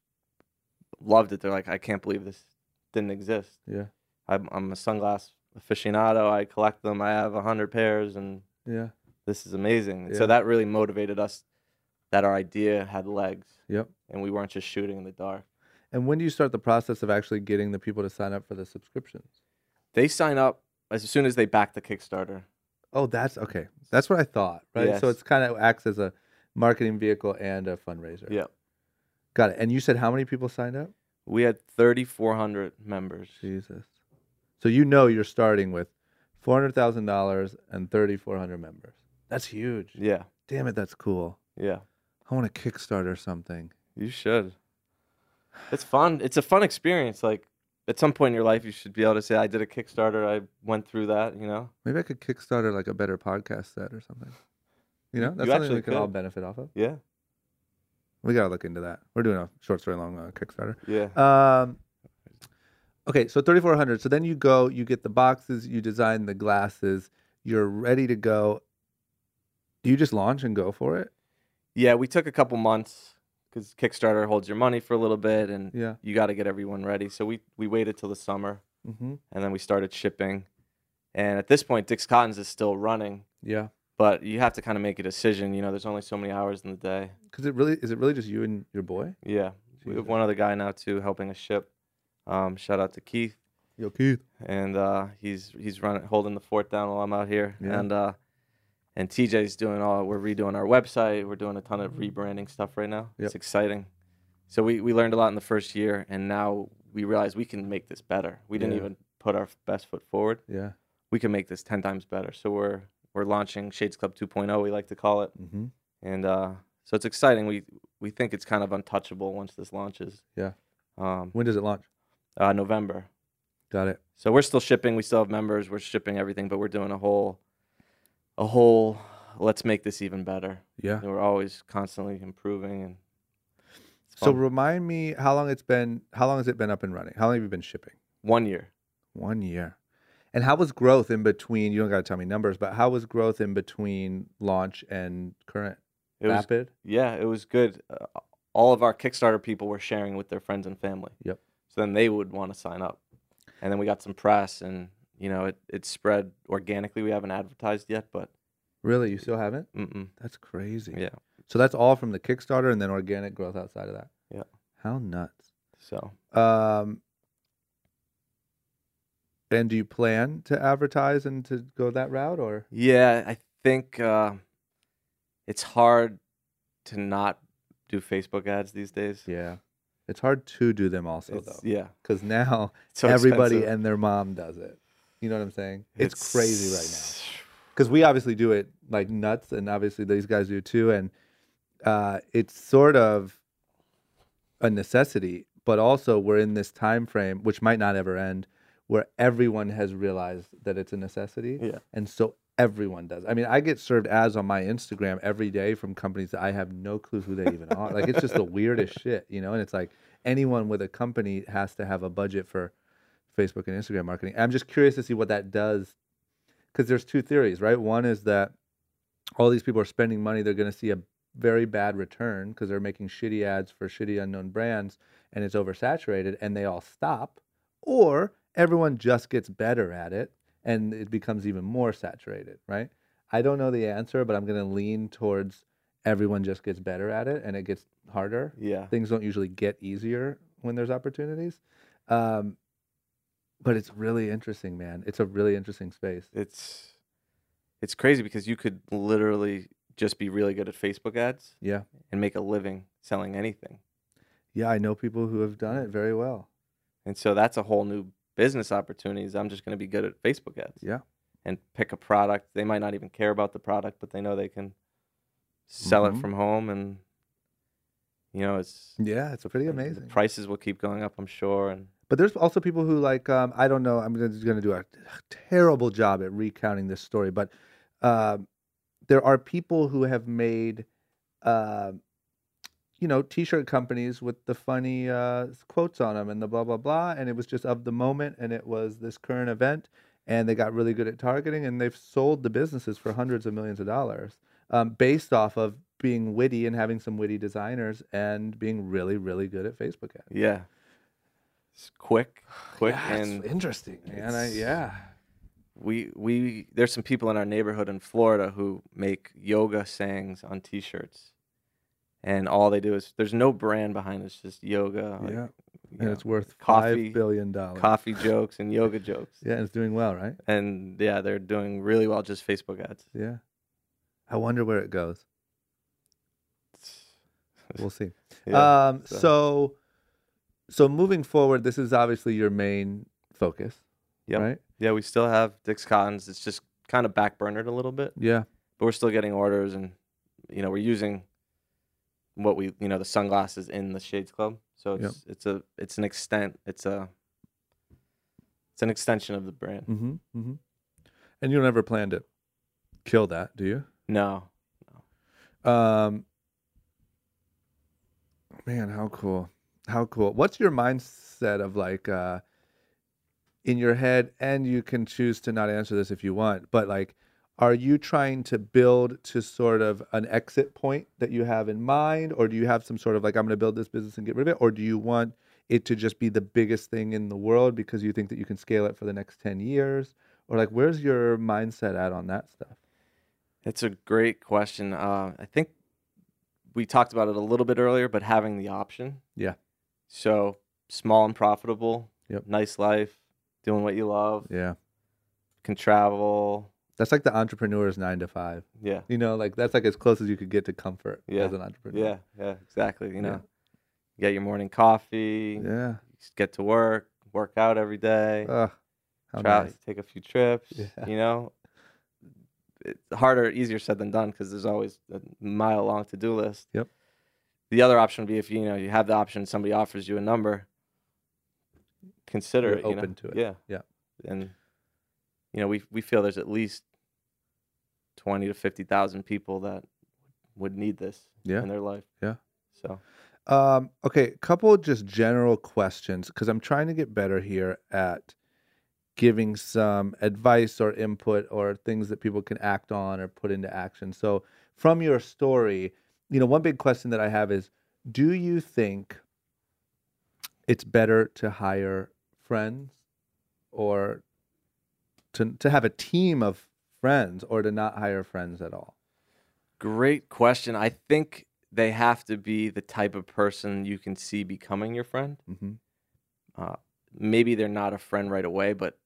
S1: loved it they're like i can't believe this didn't exist
S2: Yeah.
S1: i'm, I'm a sunglass aficionado i collect them i have 100 pairs and
S2: Yeah.
S1: this is amazing And
S2: Yeah.
S1: so that really motivated us that our idea had legs
S2: Yep.
S1: and we weren't just shooting in the dark
S2: And when do you start the process of actually getting the people to sign up for the subscriptions?
S1: they sign up as soon as they back the kickstarter
S2: Oh, that's okay. That's what I thought, right? So
S1: Yes.
S2: it's kind of acts as a marketing vehicle and a fundraiser.
S1: Yep.
S2: Got it. And you said how many people signed up?
S1: we had 3400 members
S2: Jesus. So you know you're starting with four hundred thousand dollars and thirty four hundred members. That's huge.
S1: yeah
S2: Damn it, that's cool.
S1: yeah
S2: I want to Kickstarter something.
S1: You should. It's fun. It's a fun experience. Like at some point in your life, you should be able to say, "I did a Kickstarter. I went through that." You know.
S2: Maybe I could Kickstarter like a better podcast set or something. You know, that's something
S1: actually
S2: we could all
S1: could.
S2: benefit off of.
S1: Yeah.
S2: We gotta look into that. We're doing a short story long uh, Kickstarter.
S1: Yeah.
S2: Um, okay, so 3400. So then you go, you get the boxes, you design the glasses, you're ready to go. Do you just launch and go for it?
S1: Yeah. We took a couple months because Kickstarter holds your money for a little bit, and
S2: Yeah.
S1: you got to get everyone ready. So we we waited till the summer,
S2: Mm-hmm.
S1: and then we started shipping. And at this point, Dick's Cottons is still running,
S2: Yeah.
S1: but you have to kind of make a decision. You know, there's only so many hours in the day.
S2: Because it really is it really just you and your boy?
S1: Yeah. We have
S2: Jesus.
S1: one other guy now too helping us ship. Um, shout out to Keith.
S2: Yo, Keith.
S1: and uh, he's he's running holding the fort down while I'm out here,
S2: Yeah.
S1: and uh, and TJ's doing all we're redoing our website, we're doing a ton of rebranding stuff right now.
S2: Mm-hmm. Yep.
S1: It's exciting. So we we learned a lot in the first year, and now we realize we can make this better. We didn't
S2: Yeah.
S1: even put our best foot forward.
S2: Yeah.
S1: We can make this ten times better. So we're we're launching Shades Club 2.0, we like to call it,
S2: Mm-hmm.
S1: and uh, so it's exciting. We we think it's kind of untouchable once this launches.
S2: Yeah.
S1: Um,
S2: When does it launch?
S1: uh, November.
S2: Got it.
S1: So we're still shipping. We still have members. We're shipping everything, but we're doing a whole, a whole. Let's make this even better.
S2: Yeah.
S1: And we're always constantly improving, and it's
S2: So
S1: fun.
S2: remind me how long it's been how long has it been up and running? How long have you been shipping?
S1: one year.
S2: One year. And how was growth in between? You don't gotta tell me numbers, but how was growth in between launch and current?
S1: It was
S2: Rapid?
S1: yeah, it was good. Uh, all of our Kickstarter people were sharing with their friends and family.
S2: Yep.
S1: So then they would want to sign up, and then we got some press, and you know it it spread organically. We haven't advertised yet, but
S2: Really? You still haven't?
S1: mm-mm,
S2: That's crazy.
S1: yeah.
S2: So that's all from the Kickstarter and then organic growth outside of that.
S1: Yeah.
S2: How nuts.
S1: So
S2: Um and do you plan to advertise and to go that route or
S1: Yeah, I think uh, it's hard to not do Facebook ads these days.
S2: Yeah. It's hard to do them also
S1: It's-
S2: though.
S1: yeah,
S2: Cuz now
S1: it's so
S2: everybody
S1: expensive.
S2: and their mom does it. You know what I'm saying? It's, crazy right now. Because we obviously do it like nuts, and obviously these guys do too. And uh, it's sort of a necessity, but also we're in this time frame, which might not ever end, where everyone has realized that it's a necessity.
S1: Yeah.
S2: And so everyone does. I mean, I get served ads on my Instagram every day from companies that I have no clue who they even are. Like, it's just the weirdest shit, you know? And it's like anyone with a company has to have a budget for Facebook and Instagram marketing. I'm just curious to see what that does because there's two theories, right? One is that all these people are spending money, they're going to see a very bad return because they're making shitty ads for shitty unknown brands and it's oversaturated and they all stop, or everyone just gets better at it and it becomes even more saturated, right? I don't know the answer, but I'm going to lean towards everyone just gets better at it and it gets harder
S1: Yeah,
S2: things don't usually get easier when there's opportunities. Um, but it's really interesting, man. It's a really interesting space.
S1: it's it's crazy because you could literally just be really good at Facebook ads
S2: Yeah.
S1: and make a living selling anything.
S2: Yeah, I know people who have done it very well.
S1: And so that's a whole new business opportunity. Is I'm just going to be good at Facebook ads.
S2: Yeah.
S1: And pick a product. They might not even care about the product, but they know they can sell
S2: Mhm.
S1: it from home, and you know it's
S2: Yeah, it's pretty
S1: and the
S2: amazing.
S1: prices will keep going up, I'm sure. And
S2: But there's also people who like um, I don't know. I'm just going to do a terrible job at recounting this story, but um there are people who have made, um you know, T-shirt companies with the funny uh, quotes on them and the blah blah blah, and it was just of the moment, and it was this current event, and they got really good at targeting, and they've sold the businesses for hundreds of millions of dollars um, based off of being witty and having some witty designers and being really really good at Facebook ads.
S1: yeah, it's quick, quick,
S2: Yeah, it's
S1: and
S2: interesting, man. I,
S1: it's-
S2: yeah.
S1: we we there's some people in our neighborhood in Florida who make yoga sayings on T-shirts, and all they do is there's no brand behind it, it's just yoga. like,
S2: yeah.
S1: you
S2: And
S1: know,
S2: it's worth
S1: uh, coffee-
S2: five billion dollars.
S1: coffee jokes and yoga jokes.
S2: Yeah, and it's doing well, right?
S1: and yeah, they're doing really well just Facebook ads.
S2: Yeah. I wonder where it goes. We'll see.
S1: Yeah.
S2: um
S1: so-
S2: so so moving forward, this is obviously your main focus.
S1: Yep.
S2: Right?
S1: yeah, we still have Dick's Cottons. It's just kind of backburnered a little bit,
S2: Yeah.
S1: but we're still getting orders, and you know we're using what we you know the sunglasses in the Shades Club. So
S2: Yep.
S1: it's it's a it's an extent it's a it's an extension of the brand.
S2: Mm-hmm. Mm-hmm. And you never planned to kill that, do you?
S1: No,
S2: Um, man, how cool! How cool! What's your mindset of like uh, in your head? And you can choose to not answer this if you want, but like, are you trying to build to sort of an exit point that you have in mind, or do you have some sort of like, I'm going to build this business and get rid of it, or do you want it to just be the biggest thing in the world because you think that you can scale it for the next ten years, or like, where's your mindset at on that stuff?
S1: It's a great question. Uh, I think we talked about it a little bit earlier, but having the option.
S2: Yeah.
S1: So small and profitable.
S2: Yep.
S1: Nice life, doing what you love,
S2: Yeah,
S1: can travel.
S2: that's like the entrepreneur's nine to five.
S1: Yeah.
S2: You know, like that's like as close as you could get to comfort
S1: Yeah.
S2: as an entrepreneur.
S1: Yeah. Yeah. Exactly. You
S2: Yeah.
S1: know, you get your morning coffee,
S2: Yeah. Uh,
S1: get to work, work out every day,
S2: Ugh, how
S1: travel,
S2: nice.
S1: take a few trips.
S2: Yeah.
S1: You know, it's harder, easier said than done because there's always a mile long to do list.
S2: Yep.
S1: The other option would be if you know you have the option, somebody offers you a number, consider
S2: You're
S1: it. you know?
S2: open to it.
S1: Yeah.
S2: Yeah.
S1: And you know, we we feel there's at least twenty to fifty thousand people that would need this
S2: Yeah.
S1: in their life.
S2: Yeah.
S1: So
S2: Um, okay, couple just general questions because I'm trying to get better here at giving some advice or input or things that people can act on or put into action. So, from your story, you know, one big question that I have is do you think it's better to hire friends or to, to have a team of friends or to not hire friends at all?
S1: Great question. I think they have to be the type of person you can see becoming your friend.
S2: Mm-hmm.
S1: Uh, maybe they're not a friend right away, but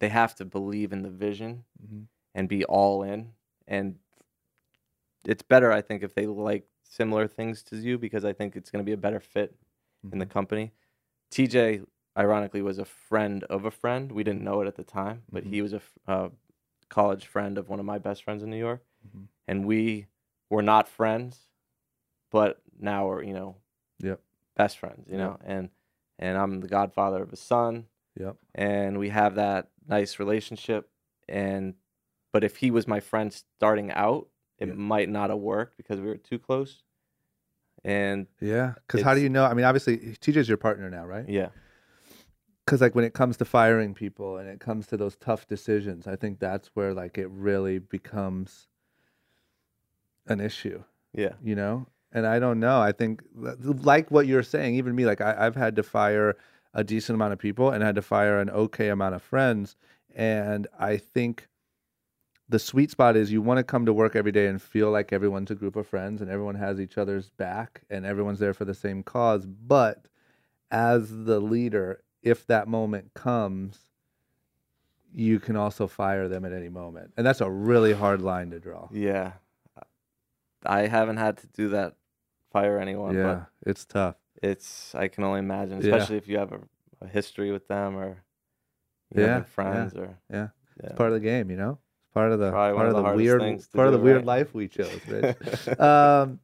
S1: they have to believe in the vision
S2: Mhm.
S1: and be all in. And it's better, I think, if they like similar things to you because I think it's going to be a better fit in the
S2: Mm-hmm.
S1: company. TJ, ironically, was a friend of a friend. We didn't know it at the time, but
S2: Mhm.
S1: he was a f- uh, college friend of one of my best friends in New York,
S2: Mhm.
S1: and we were not friends, but now we're you know,
S2: Yep.
S1: best friends. You
S2: Yep.
S1: know, and and I'm the godfather of his son,
S2: Yep.
S1: and we have that nice relationship. And but if he was my friend starting out, it
S2: Yep.
S1: might not have worked because we were too close. And
S2: Yeah, because how do
S1: It's-
S2: you know? I mean, obviously, TJ's your partner now, right?
S1: yeah,
S2: Because like when it comes to firing people and it comes to those tough decisions, I think that's where like it really becomes an issue,
S1: yeah,
S2: you know. And I don't know. I think like what you're saying, even me, like I, I've had to fire a decent amount of people and had to fire an okay amount of friends, and I think the sweet spot is you want to come to work every day and feel like everyone's a group of friends and everyone has each other's back and everyone's there for the same cause. But as the leader, if that moment comes, you can also fire them at any moment. And that's a really hard line to draw.
S1: yeah. I haven't had to do that fire anyone,
S2: yeah, it's tough.
S1: but it's I can only imagine,
S2: Yeah.
S1: especially if you have a, a history with them or you know,
S2: Yeah,
S1: they're friends or
S2: yeah.
S1: yeah.
S2: It's part of the game, you know. It's part of the
S1: Probably one
S2: part
S1: of
S2: of
S1: the
S2: the,
S1: hardest
S2: weird
S1: things to
S2: part of
S1: do,
S2: the weird
S1: right?
S2: life we chose. Rich. um,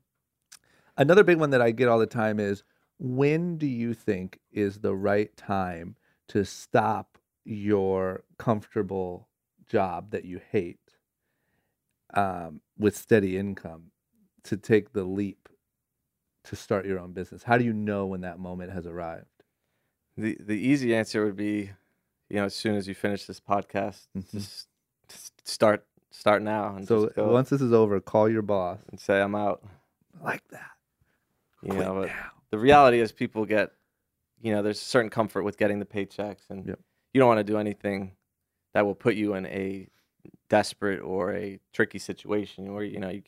S2: another big one that I get all the time is when do you think is the right time to stop your comfortable job that you hate um, with steady income to take the leap to start your own business? How do you know when that moment has arrived?
S1: the the easy answer would be, you know, as soon as you finish this podcast,
S2: Mhm.
S1: just, just start start now and
S2: so
S1: just go
S2: once this is over, call your boss
S1: and say I'm out.
S2: like that.
S1: You
S2: Quit
S1: know, but
S2: now.
S1: the reality is people get you know there's a certain comfort with getting the paychecks and
S2: Yep.
S1: you don't want to do anything that will put you in a desperate or a tricky situation where you know you,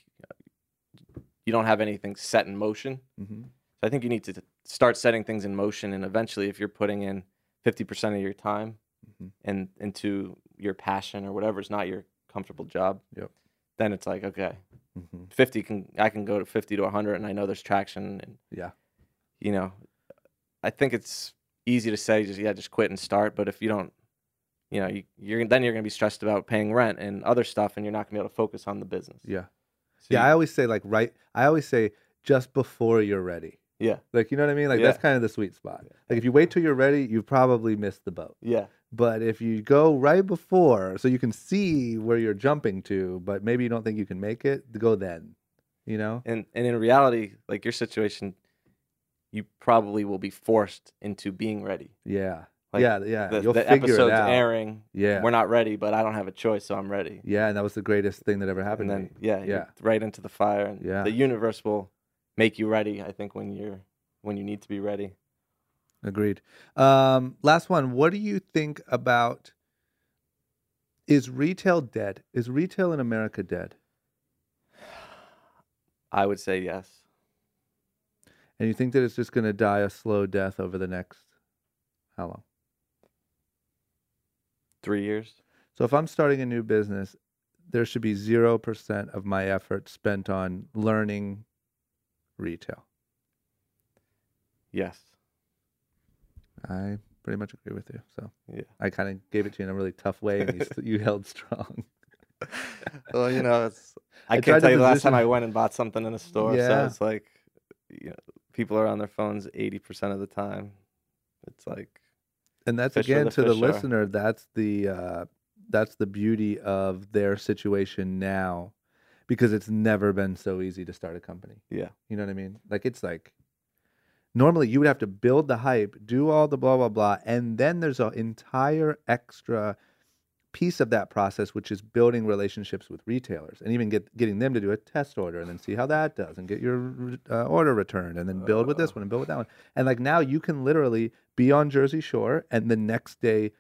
S1: you don't have anything set in motion
S2: Mhm.
S1: so i think you need to t- start setting things in motion and eventually if you're putting in 50% of your time
S2: Mhm.
S1: and into your passion or whatever is not your comfortable job
S2: Mm. Yep.
S1: then it's like okay
S2: Mhm.
S1: 50 can I can go to 50 to 100 and I know there's traction and
S2: Yeah.
S1: you know I think it's easy to say just yeah just quit and start but if you don't you know you, you're then you're going to be stressed about paying rent and other stuff and you're not going to be able to focus on the business
S2: Yeah.
S1: So
S2: Yeah,
S1: you-
S2: I always say like right. I always say just before you're ready.
S1: yeah
S2: Like you know what I mean? Like that's
S1: Yeah.
S2: kind of the sweet spot. Like if you wait till you're ready, you've probably missed the boat.
S1: yeah
S2: But if you go right before, so you can see where you're jumping to, but maybe you don't think you can make it, go then. You know?
S1: and and in reality like your situation you probably will be forced into being ready
S2: Yeah.
S1: Like,
S2: yeah, yeah.
S1: the,
S2: You'll
S1: the
S2: figure
S1: episode's
S2: it out.
S1: airing
S2: Yeah.
S1: we're not ready but I don't have a choice so I'm ready
S2: yeah, and that was the greatest thing that ever happened.
S1: and
S2: to
S1: then
S2: me.
S1: yeah, yeah,
S2: Yeah.
S1: right into the fire. And
S2: Yeah.
S1: the universe will make you ready. I think when you're when you need to be ready.
S2: Agreed. Um, last one. What do you think about is retail dead? Is retail in America dead?
S1: I would say yes.
S2: And you think that it's just going to die a slow death over the next how long?
S1: Three years.
S2: So if I'm starting a new business, there should be 0% of my effort spent on learning retail.
S1: Yes.
S2: I pretty much agree with you. So
S1: Yeah.
S2: I kind of gave it to you in a really tough way and you, st- you held strong.
S1: Well, you know, it's I,
S2: I tried
S1: can't
S2: to
S1: tell you the last
S2: position-
S1: time I went and bought something in a store.
S2: Yeah.
S1: So it's like, you know, people are on their phones eighty percent of the time. It's like,
S2: And that's
S1: Fish for
S2: again
S1: the
S2: to the
S1: fish are.
S2: listener, that's the uh, that's the beauty of their situation now because it's never been so easy to start a company.
S1: yeah,
S2: You know what I mean? Like it's like normally you would have to build the hype, do all the blah blah blah, and then there's an entire extra piece of that process which is building relationships with retailers and even get getting them to do a test order and then see how that does and get your uh, order returned and then build with this one and build with that one. And like now you can literally be on Jersey Shore and the next day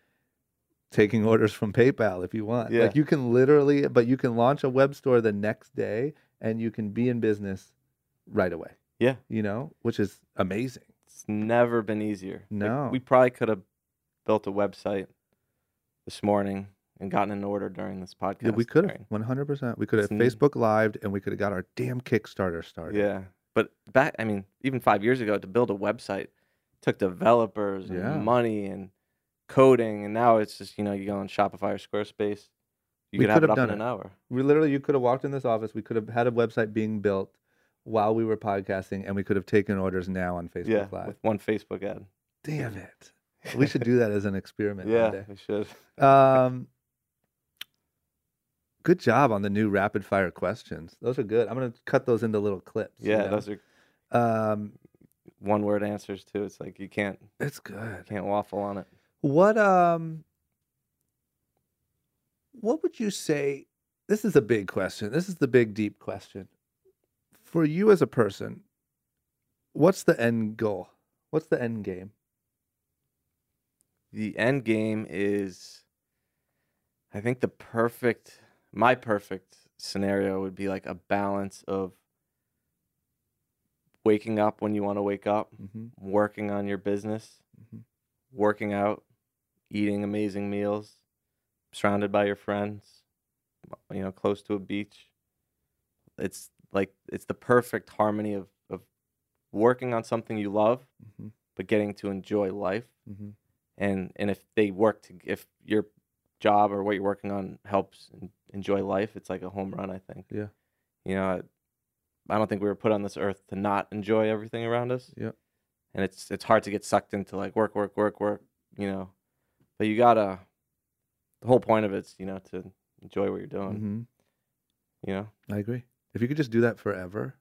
S2: taking orders from PayPal if you want.
S1: Yeah.
S2: Like you can literally but you can launch a web store the next day and you can be in business right away.
S1: Yeah.
S2: You know, which is amazing.
S1: it's never been easier. Like,
S2: No.
S1: we probably could have built a website this morning and gotten an order during this podcast.
S2: Yeah, we could have
S1: during-
S2: 100%. We could have
S1: It's n-
S2: Facebook lived and we could have got our damn Kickstarter started.
S1: Yeah. But back, I mean, even five years ago, to build a website took developers and
S2: Yeah.
S1: money and coding. And now it's just, you know, you go on Shopify or Squarespace, you
S2: We
S1: could have
S2: could
S1: it
S2: have
S1: up in an
S2: done it.
S1: hour.
S2: We literally you could have walked in this office, we could have had a website being built while we were podcasting and we could have taken orders now on Facebook
S1: yeah.
S2: live.
S1: With one Facebook ad.
S2: Damn it. We should do that as an experiment one
S1: yeah.
S2: day.
S1: We should.
S2: Um, good job on the new rapid fire questions. Those are good. I'm gonna cut those into little clips. you
S1: Yeah.
S2: know?
S1: Those are
S2: Um,
S1: one word answers, too. It's like you can't,
S2: it's good.
S1: can't waffle on it.
S2: What um, what would you say? This is a big question. This is the big deep question. For you as a person, what's the end goal? What's the end game?
S1: the end game is i think the perfect my perfect scenario would be like a balance of waking up when you want to wake up
S2: Mm-hmm.
S1: working on your business
S2: Mhm.
S1: working out eating amazing meals surrounded by your friends you know close to a beach it's like it's the perfect harmony of of working on something you love
S2: hmm
S1: but getting to enjoy life
S2: hmm
S1: and and if they work to if your job or what you're working on helps en- enjoy life it's like a home run i think
S2: Yeah.
S1: you know i, I don't think we were put on this earth to not enjoy everything around us
S2: Yeah.
S1: and it's it's hard to get sucked into like work work work work you know but you gotta the whole point of it's you know to enjoy what you're doing
S2: hmm Mm-hmm.
S1: you know
S2: I agree. If you could just do that forever,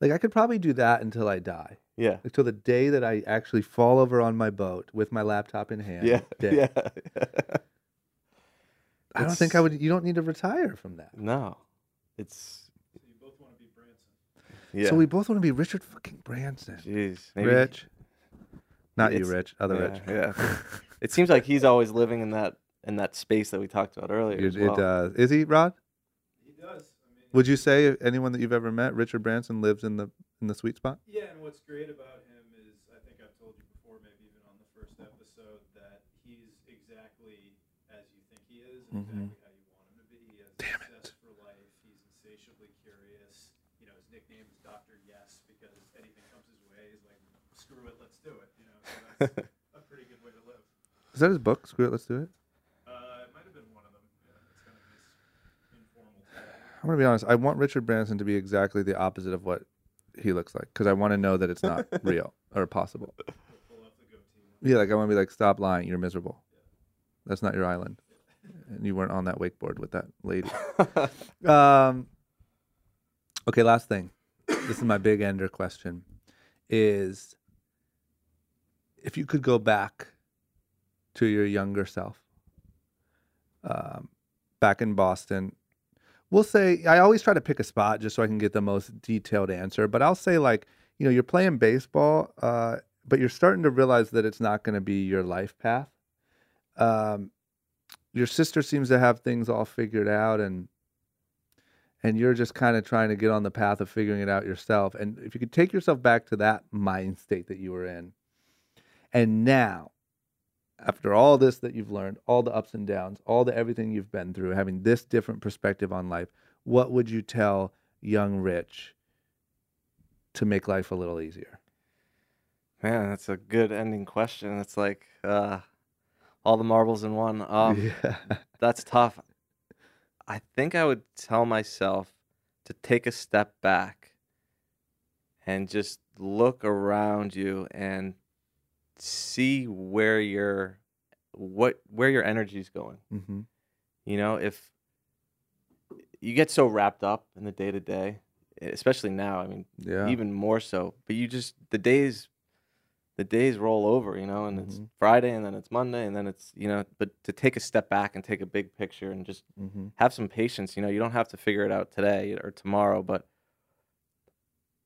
S2: like I could probably do that until I die,
S1: yeah
S2: like till the day that I actually fall over on my boat with my laptop in hand.
S1: yeah
S2: dead.
S1: yeah
S2: I don't
S1: It's-
S2: think I would. You don't need to retire from that.
S1: no it's yeah
S2: So we both want to be Richard fucking Branson.
S1: jeez
S2: Rich, not you,
S1: It's-
S2: Rich. Other
S1: yeah,
S2: Rich.
S1: yeah. It seems like he's always living in that in that space that we talked about earlier.
S2: It,
S1: as
S2: it
S1: well.
S2: does. uh, Is he Rod? He does. Would you say if anyone that you've ever met, Richard Branson, lives in the in the sweet spot?
S7: Yeah, and what's great about him is I think I've told you before, maybe even on the first episode, that he's exactly as you think he is, and exactly how you want him to be. He has a zest for life. He's insatiably curious. You know, his nickname is Doctor Yes because anything comes his way, he's like, "Screw it, let's do it." You know, so that's a pretty good way to live.
S2: Is that his book? Screw it, let's do it.
S7: Uh, it might have been one of them. Yeah, it's kind of his informal.
S2: I'm gonna be honest. I want Richard Branson to be exactly the opposite of what he looks like, because I want to know that it's not real or possible. Yeah, like I want to be like, stop lying. You're miserable. That's not your island, and you weren't on that wakeboard with that lady. um, okay, last thing. This is my big ender question: is if you could go back to your younger self, um, back in Boston, we'll say I always try to pick a spot just so I can get the most detailed answer. But I'll say like, you know, you're playing baseball, uh, but you're starting to realize that it's not going to be your life path. Um, your sister seems to have things all figured out, and and you're just kind of trying to get on the path of figuring it out yourself. And if you could take yourself back to that mind state that you were in, and now after all this that you've learned, all the ups and downs, all the everything you've been through, having this different perspective on life, what would you tell young Rich to make life a little easier?
S1: Man, that's a good ending question. It's like uh, all the marbles in one. Um,
S2: yeah.
S1: That's tough. I think I would tell myself to take a step back and just look around you and see where your what where your energy's going.
S2: hmm
S1: You know, if you get so wrapped up in the day to day, especially now, I mean,
S2: Yeah.
S1: even more so. But you just the days, the days roll over, you know, and it's Friday, and then it's Monday, and then it's you know. But to take a step back and take a big picture and just
S2: hmm
S1: have some patience, you know, you don't have to figure it out today or tomorrow, but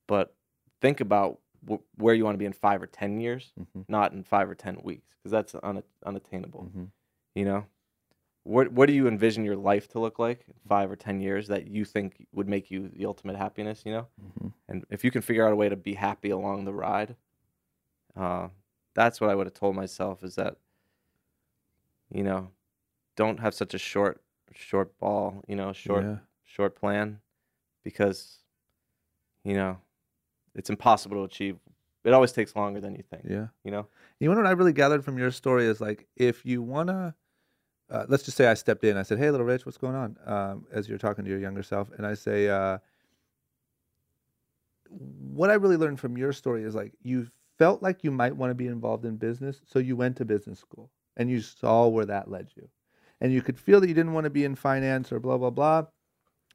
S1: but think about wh- where you want to be in five or ten years,
S2: Mhm.
S1: not in five or ten weeks, because that's una- unattainable
S2: hmm
S1: you know what what do you envision your life to look like in five or ten years that you think would make you the ultimate happiness you know
S2: Mhm.
S1: and if you can figure out a way to be happy along the ride uh, that's what i would have told myself is that you know don't have such a short short ball you know short
S2: Yeah.
S1: short plan because you know it's impossible to achieve it always takes longer than you think
S2: Yeah.
S1: you know
S2: You know what I really gathered from your story is like if you wanna, uh, let's just say I stepped in. I said, "Hey, little Rich, what's going on?" Um, as you're talking to your younger self, and I say, uh, "What I really learned from your story is like you felt like you might want to be involved in business, so you went to business school and you saw where that led you, and you could feel that you didn't want to be in finance or blah blah blah,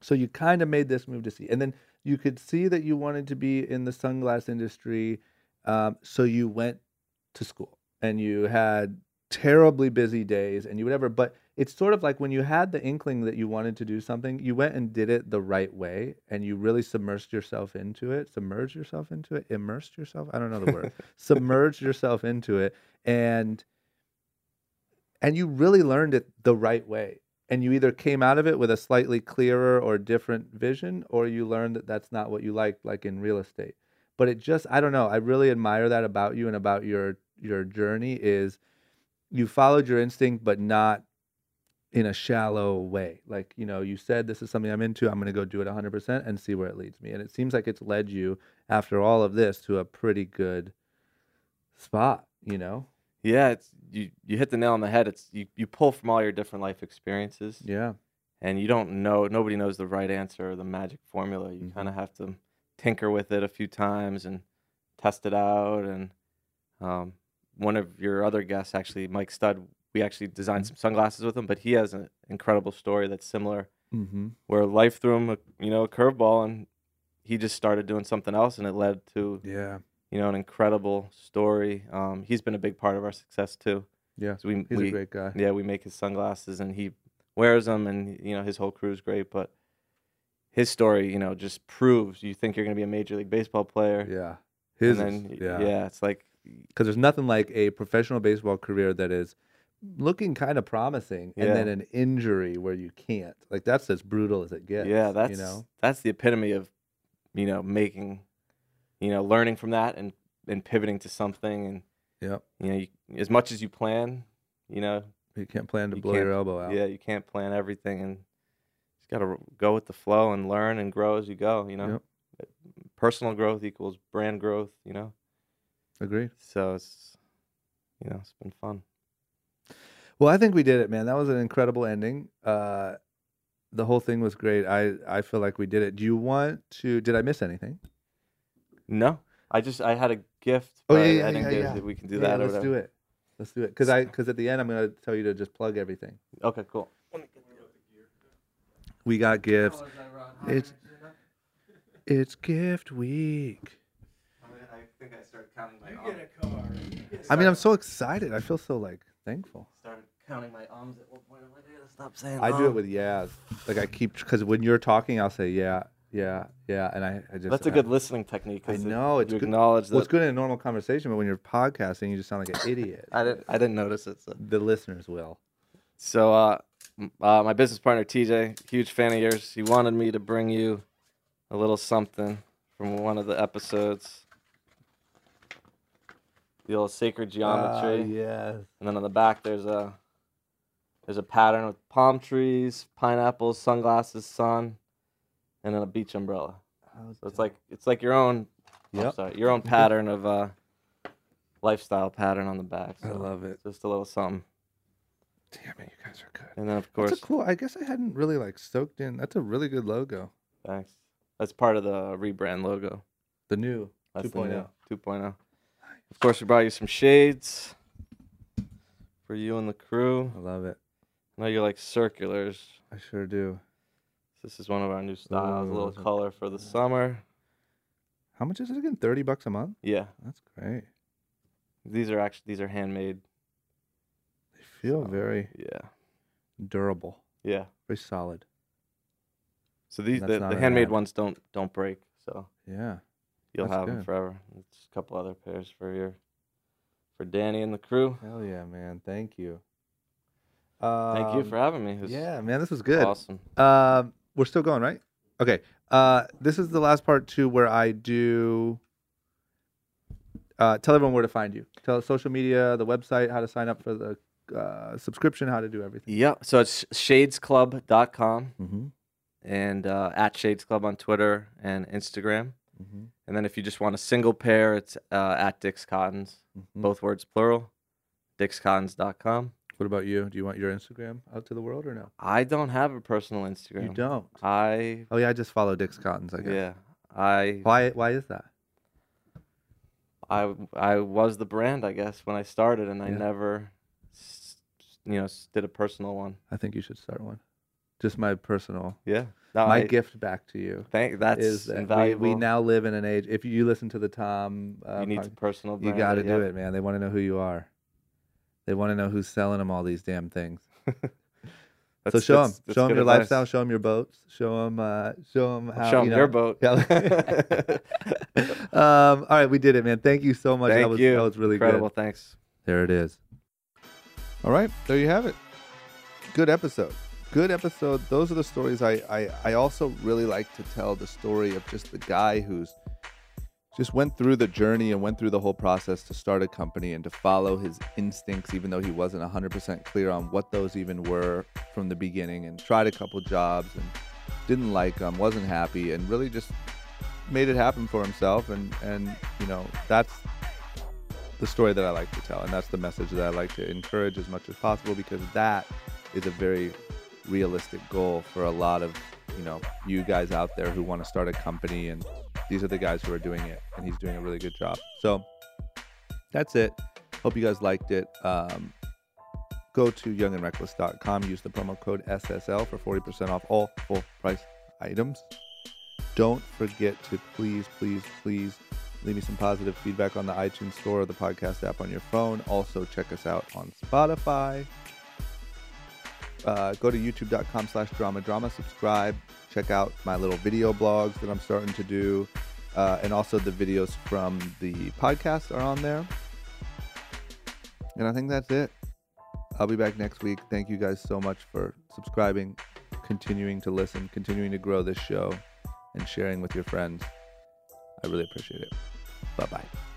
S2: so you kind of made this move to see, and then you could see that you wanted to be in the sunglass industry." Um, so you went to school and you had terribly busy days and you whatever but it's sort of like when you had the inkling that you wanted to do something you went and did it the right way and you really submerged yourself into it submerged yourself into it immersed yourself i don't know the word submerged yourself into it and and you really learned it the right way and you either came out of it with a slightly clearer or different vision or you learned that that's not what you liked like in real estate but it just i don't know i really admire that about you and about your your journey is you followed your instinct but not in a shallow way. Like, you know, you said this is something I'm into. I'm going to go do it 100% and see where it leads me. And it seems like it's led you after all of this to a pretty good spot, you know?
S1: Yeah, it's you. You hit the nail on the head. It's you. You pull from all your different life experiences,
S2: Yeah.
S1: and you don't know. Nobody knows the right answer or the magic formula. You
S2: Mhm.
S1: kind of have to tinker with it a few times and test it out. And um, one of your other guests, actually, Mike Stud, we actually designed some sunglasses with him, but he has an incredible story that's similar,
S2: Mm-hmm.
S1: where life threw him, a, you know, a curveball, and he just started doing something else, and it led to
S2: Yeah.
S1: you know an incredible story. Um, he's been a big part of our success too.
S2: Yeah.
S1: So we,
S2: He's
S1: we
S2: a great guy.
S1: yeah, we make his sunglasses and he wears them, and you know his whole crew is great. But his story, you know, just proves you think you're going to be a major league baseball player.
S2: Yeah. His,
S1: and then,
S2: is- yeah.
S1: yeah. yeah, it's like
S2: because there's nothing like a professional baseball career that is looking kind of promising and
S1: Yeah.
S2: then an injury where you can't like that's as brutal as it gets
S1: yeah, that's
S2: you know
S1: that's the epitome of you know making you know learning from that and and pivoting to something and
S2: Yep.
S1: you know you, as much as you plan, you know,
S2: you can't plan to
S1: You
S2: blow
S1: can't-
S2: your elbow out
S1: yeah, you can't plan everything and just got to go with the flow and learn and grow as you go, you know.
S2: Yep.
S1: Personal growth equals brand growth, you know.
S2: agreed
S1: So it's you know, it's been fun.
S2: well i think we did it man that was an incredible ending uh the whole thing was great i i feel like we did it do you want to did i miss anything
S1: No. I just I had a gift
S2: Oh,
S1: but
S2: yeah, yeah,
S1: I didn't
S2: yeah,
S1: get
S2: yeah.
S1: if we can do
S2: Yeah,
S1: that or
S2: let's
S1: whatever.
S2: do it let's do it because i because at the end i'm going to tell you to just plug everything
S1: Okay, cool.
S2: we got gifts it's it's gift week
S1: I think I started counting my
S2: I mean, I'm so excited. I feel so like thankful.
S1: started counting my ums at one point. I'm like, I gotta stop saying
S2: I do it with yeahs. Like I keep because when you're talking, I'll say yeah, yeah, yeah, and I, I just
S1: That's a
S2: I-
S1: good listening technique. 'cause
S2: I
S1: it-
S2: know, it's
S1: you
S2: good-
S1: acknowledge that.
S2: Well, it's good in a normal conversation, but when you're podcasting, you just sound like an idiot.
S1: I didn't. I didn't notice it. So,
S2: the listeners will.
S1: so uh, m- uh, my business partner TJ, huge fan of yours. He wanted me to bring you a little something from one of the episodes. The old sacred
S2: Uh,
S1: geometry.
S2: yes.
S1: And then on the back there's a there's a pattern with palm trees, pineapples, sunglasses, sun, and then a beach umbrella. So it's like it's like your own I'm
S2: Yep.
S1: sorry, your own pattern of uh lifestyle pattern on the back.
S2: I
S1: so
S2: love it.
S1: Just a little something.
S2: Damn it, you guys are good.
S1: And then of course
S2: That's a cool. I guess I hadn't really like soaked in. That's a really good logo.
S1: thanks. That's part of the rebrand logo.
S2: The new oh.
S1: That's
S2: 2.0.
S1: 2.0. oh. Of course we brought you some shades for you and the crew.
S2: I love it.
S1: I know you like circulars.
S2: I sure do.
S1: This is one of our new styles, a
S2: Ooh,
S1: little
S2: those are
S1: color for the summer.
S2: How much is it again? Thirty bucks a month.
S1: Yeah,
S2: That's great.
S1: these are actually these are handmade.
S2: They feel
S1: So-
S2: very
S1: Yeah,
S2: durable,
S1: yeah.
S2: very solid.
S1: So these
S2: That's
S1: the,
S2: not
S1: the
S2: an
S1: handmade
S2: ad.
S1: ones don't don't break, so
S2: Yeah.
S1: you'll
S2: That's
S1: have them
S2: good.
S1: forever. It's a couple other pairs for your for Danny and the crew.
S2: Hell yeah, man! Thank you.
S1: Thank you for having me. It was
S2: Um, Yeah, man, this was good.
S1: Awesome.
S2: Um, we're still going, right? Okay. Uh, this is the last part too, where I do. Uh, tell everyone where to find you. Tell us social media, the website, how to sign up for the uh, subscription, how to do everything.
S1: Yeah. So it's shadesclub.com
S2: Mm-hmm.
S1: and uh, at Shades Club on Twitter and Instagram.
S2: Mm-hmm.
S1: And then if you just want a single pair, it's uh, at Dick's Cottons,
S2: Mm.
S1: both words plural, dickscottons.com.
S2: What about you? Do you want your Instagram out to the world or no?
S1: I don't have a personal Instagram.
S2: You don't.
S1: I
S2: Oh yeah, I just follow Dick's Cottons. I guess.
S1: yeah. I
S2: Why? Why is that?
S1: I I was the brand, I guess, when I started, and I
S2: Yeah.
S1: never, s- you know, s- did a personal one.
S2: I think you should start one. Just my personal,
S1: Yeah. No,
S2: my
S1: I
S2: gift back to you.
S1: Thank. That's
S2: is that we,
S1: invaluable.
S2: we now live in an age. If you listen to the Tom, uh,
S1: you need
S2: pod-
S1: to personal.
S2: you
S1: Brand
S2: got to do
S1: yeah.
S2: it, man. They want to know who you are. They want to know who's selling them all these damn things. so
S1: That's-
S2: show them,
S1: that's- that's
S2: show them
S1: good
S2: your
S1: advice.
S2: lifestyle, show them your boats, show them, uh, show them how.
S1: Show 'em
S2: you know.
S1: your boat.
S2: Yeah. um, all right, we did it, man. Thank you so much.
S1: Thank
S2: that was
S1: you.
S2: that was really
S1: Incredible.
S2: good.
S1: Thanks.
S2: There it is. All right, there you have it. Good episode. Good episode. Those are the stories I I, I also really like to tell the story of just the guy who's just went through the journey and went through the whole process to start a company and to follow his instincts, even though he wasn't 100% clear on what those even were from the beginning, and tried a couple jobs and didn't like them, wasn't happy, and really just made it happen for himself. And, and you know, that's the story that I like to tell. And that's the message that I like to encourage as much as possible because that is a very realistic goal for a lot of, you know, you guys out there who want to start a company and these are the guys who are doing it and he's doing a really good job. So that's it. Hope you guys liked it. Um, go to youngandreckless.com, use the promo code SSL for 40% off all full price items. Don't forget to please, please, please leave me some positive feedback on the iTunes store or the podcast app on your phone. Also, check us out on Spotify. Uh, go to youtube.com slash drama drama, subscribe, check out my little video blogs that I'm starting to do. Uh, and also, the videos from the podcast are on there. And I think that's it. I'll be back next week. Thank you guys so much for subscribing, continuing to listen, continuing to grow this show, and sharing with your friends. I really appreciate it. Bye bye.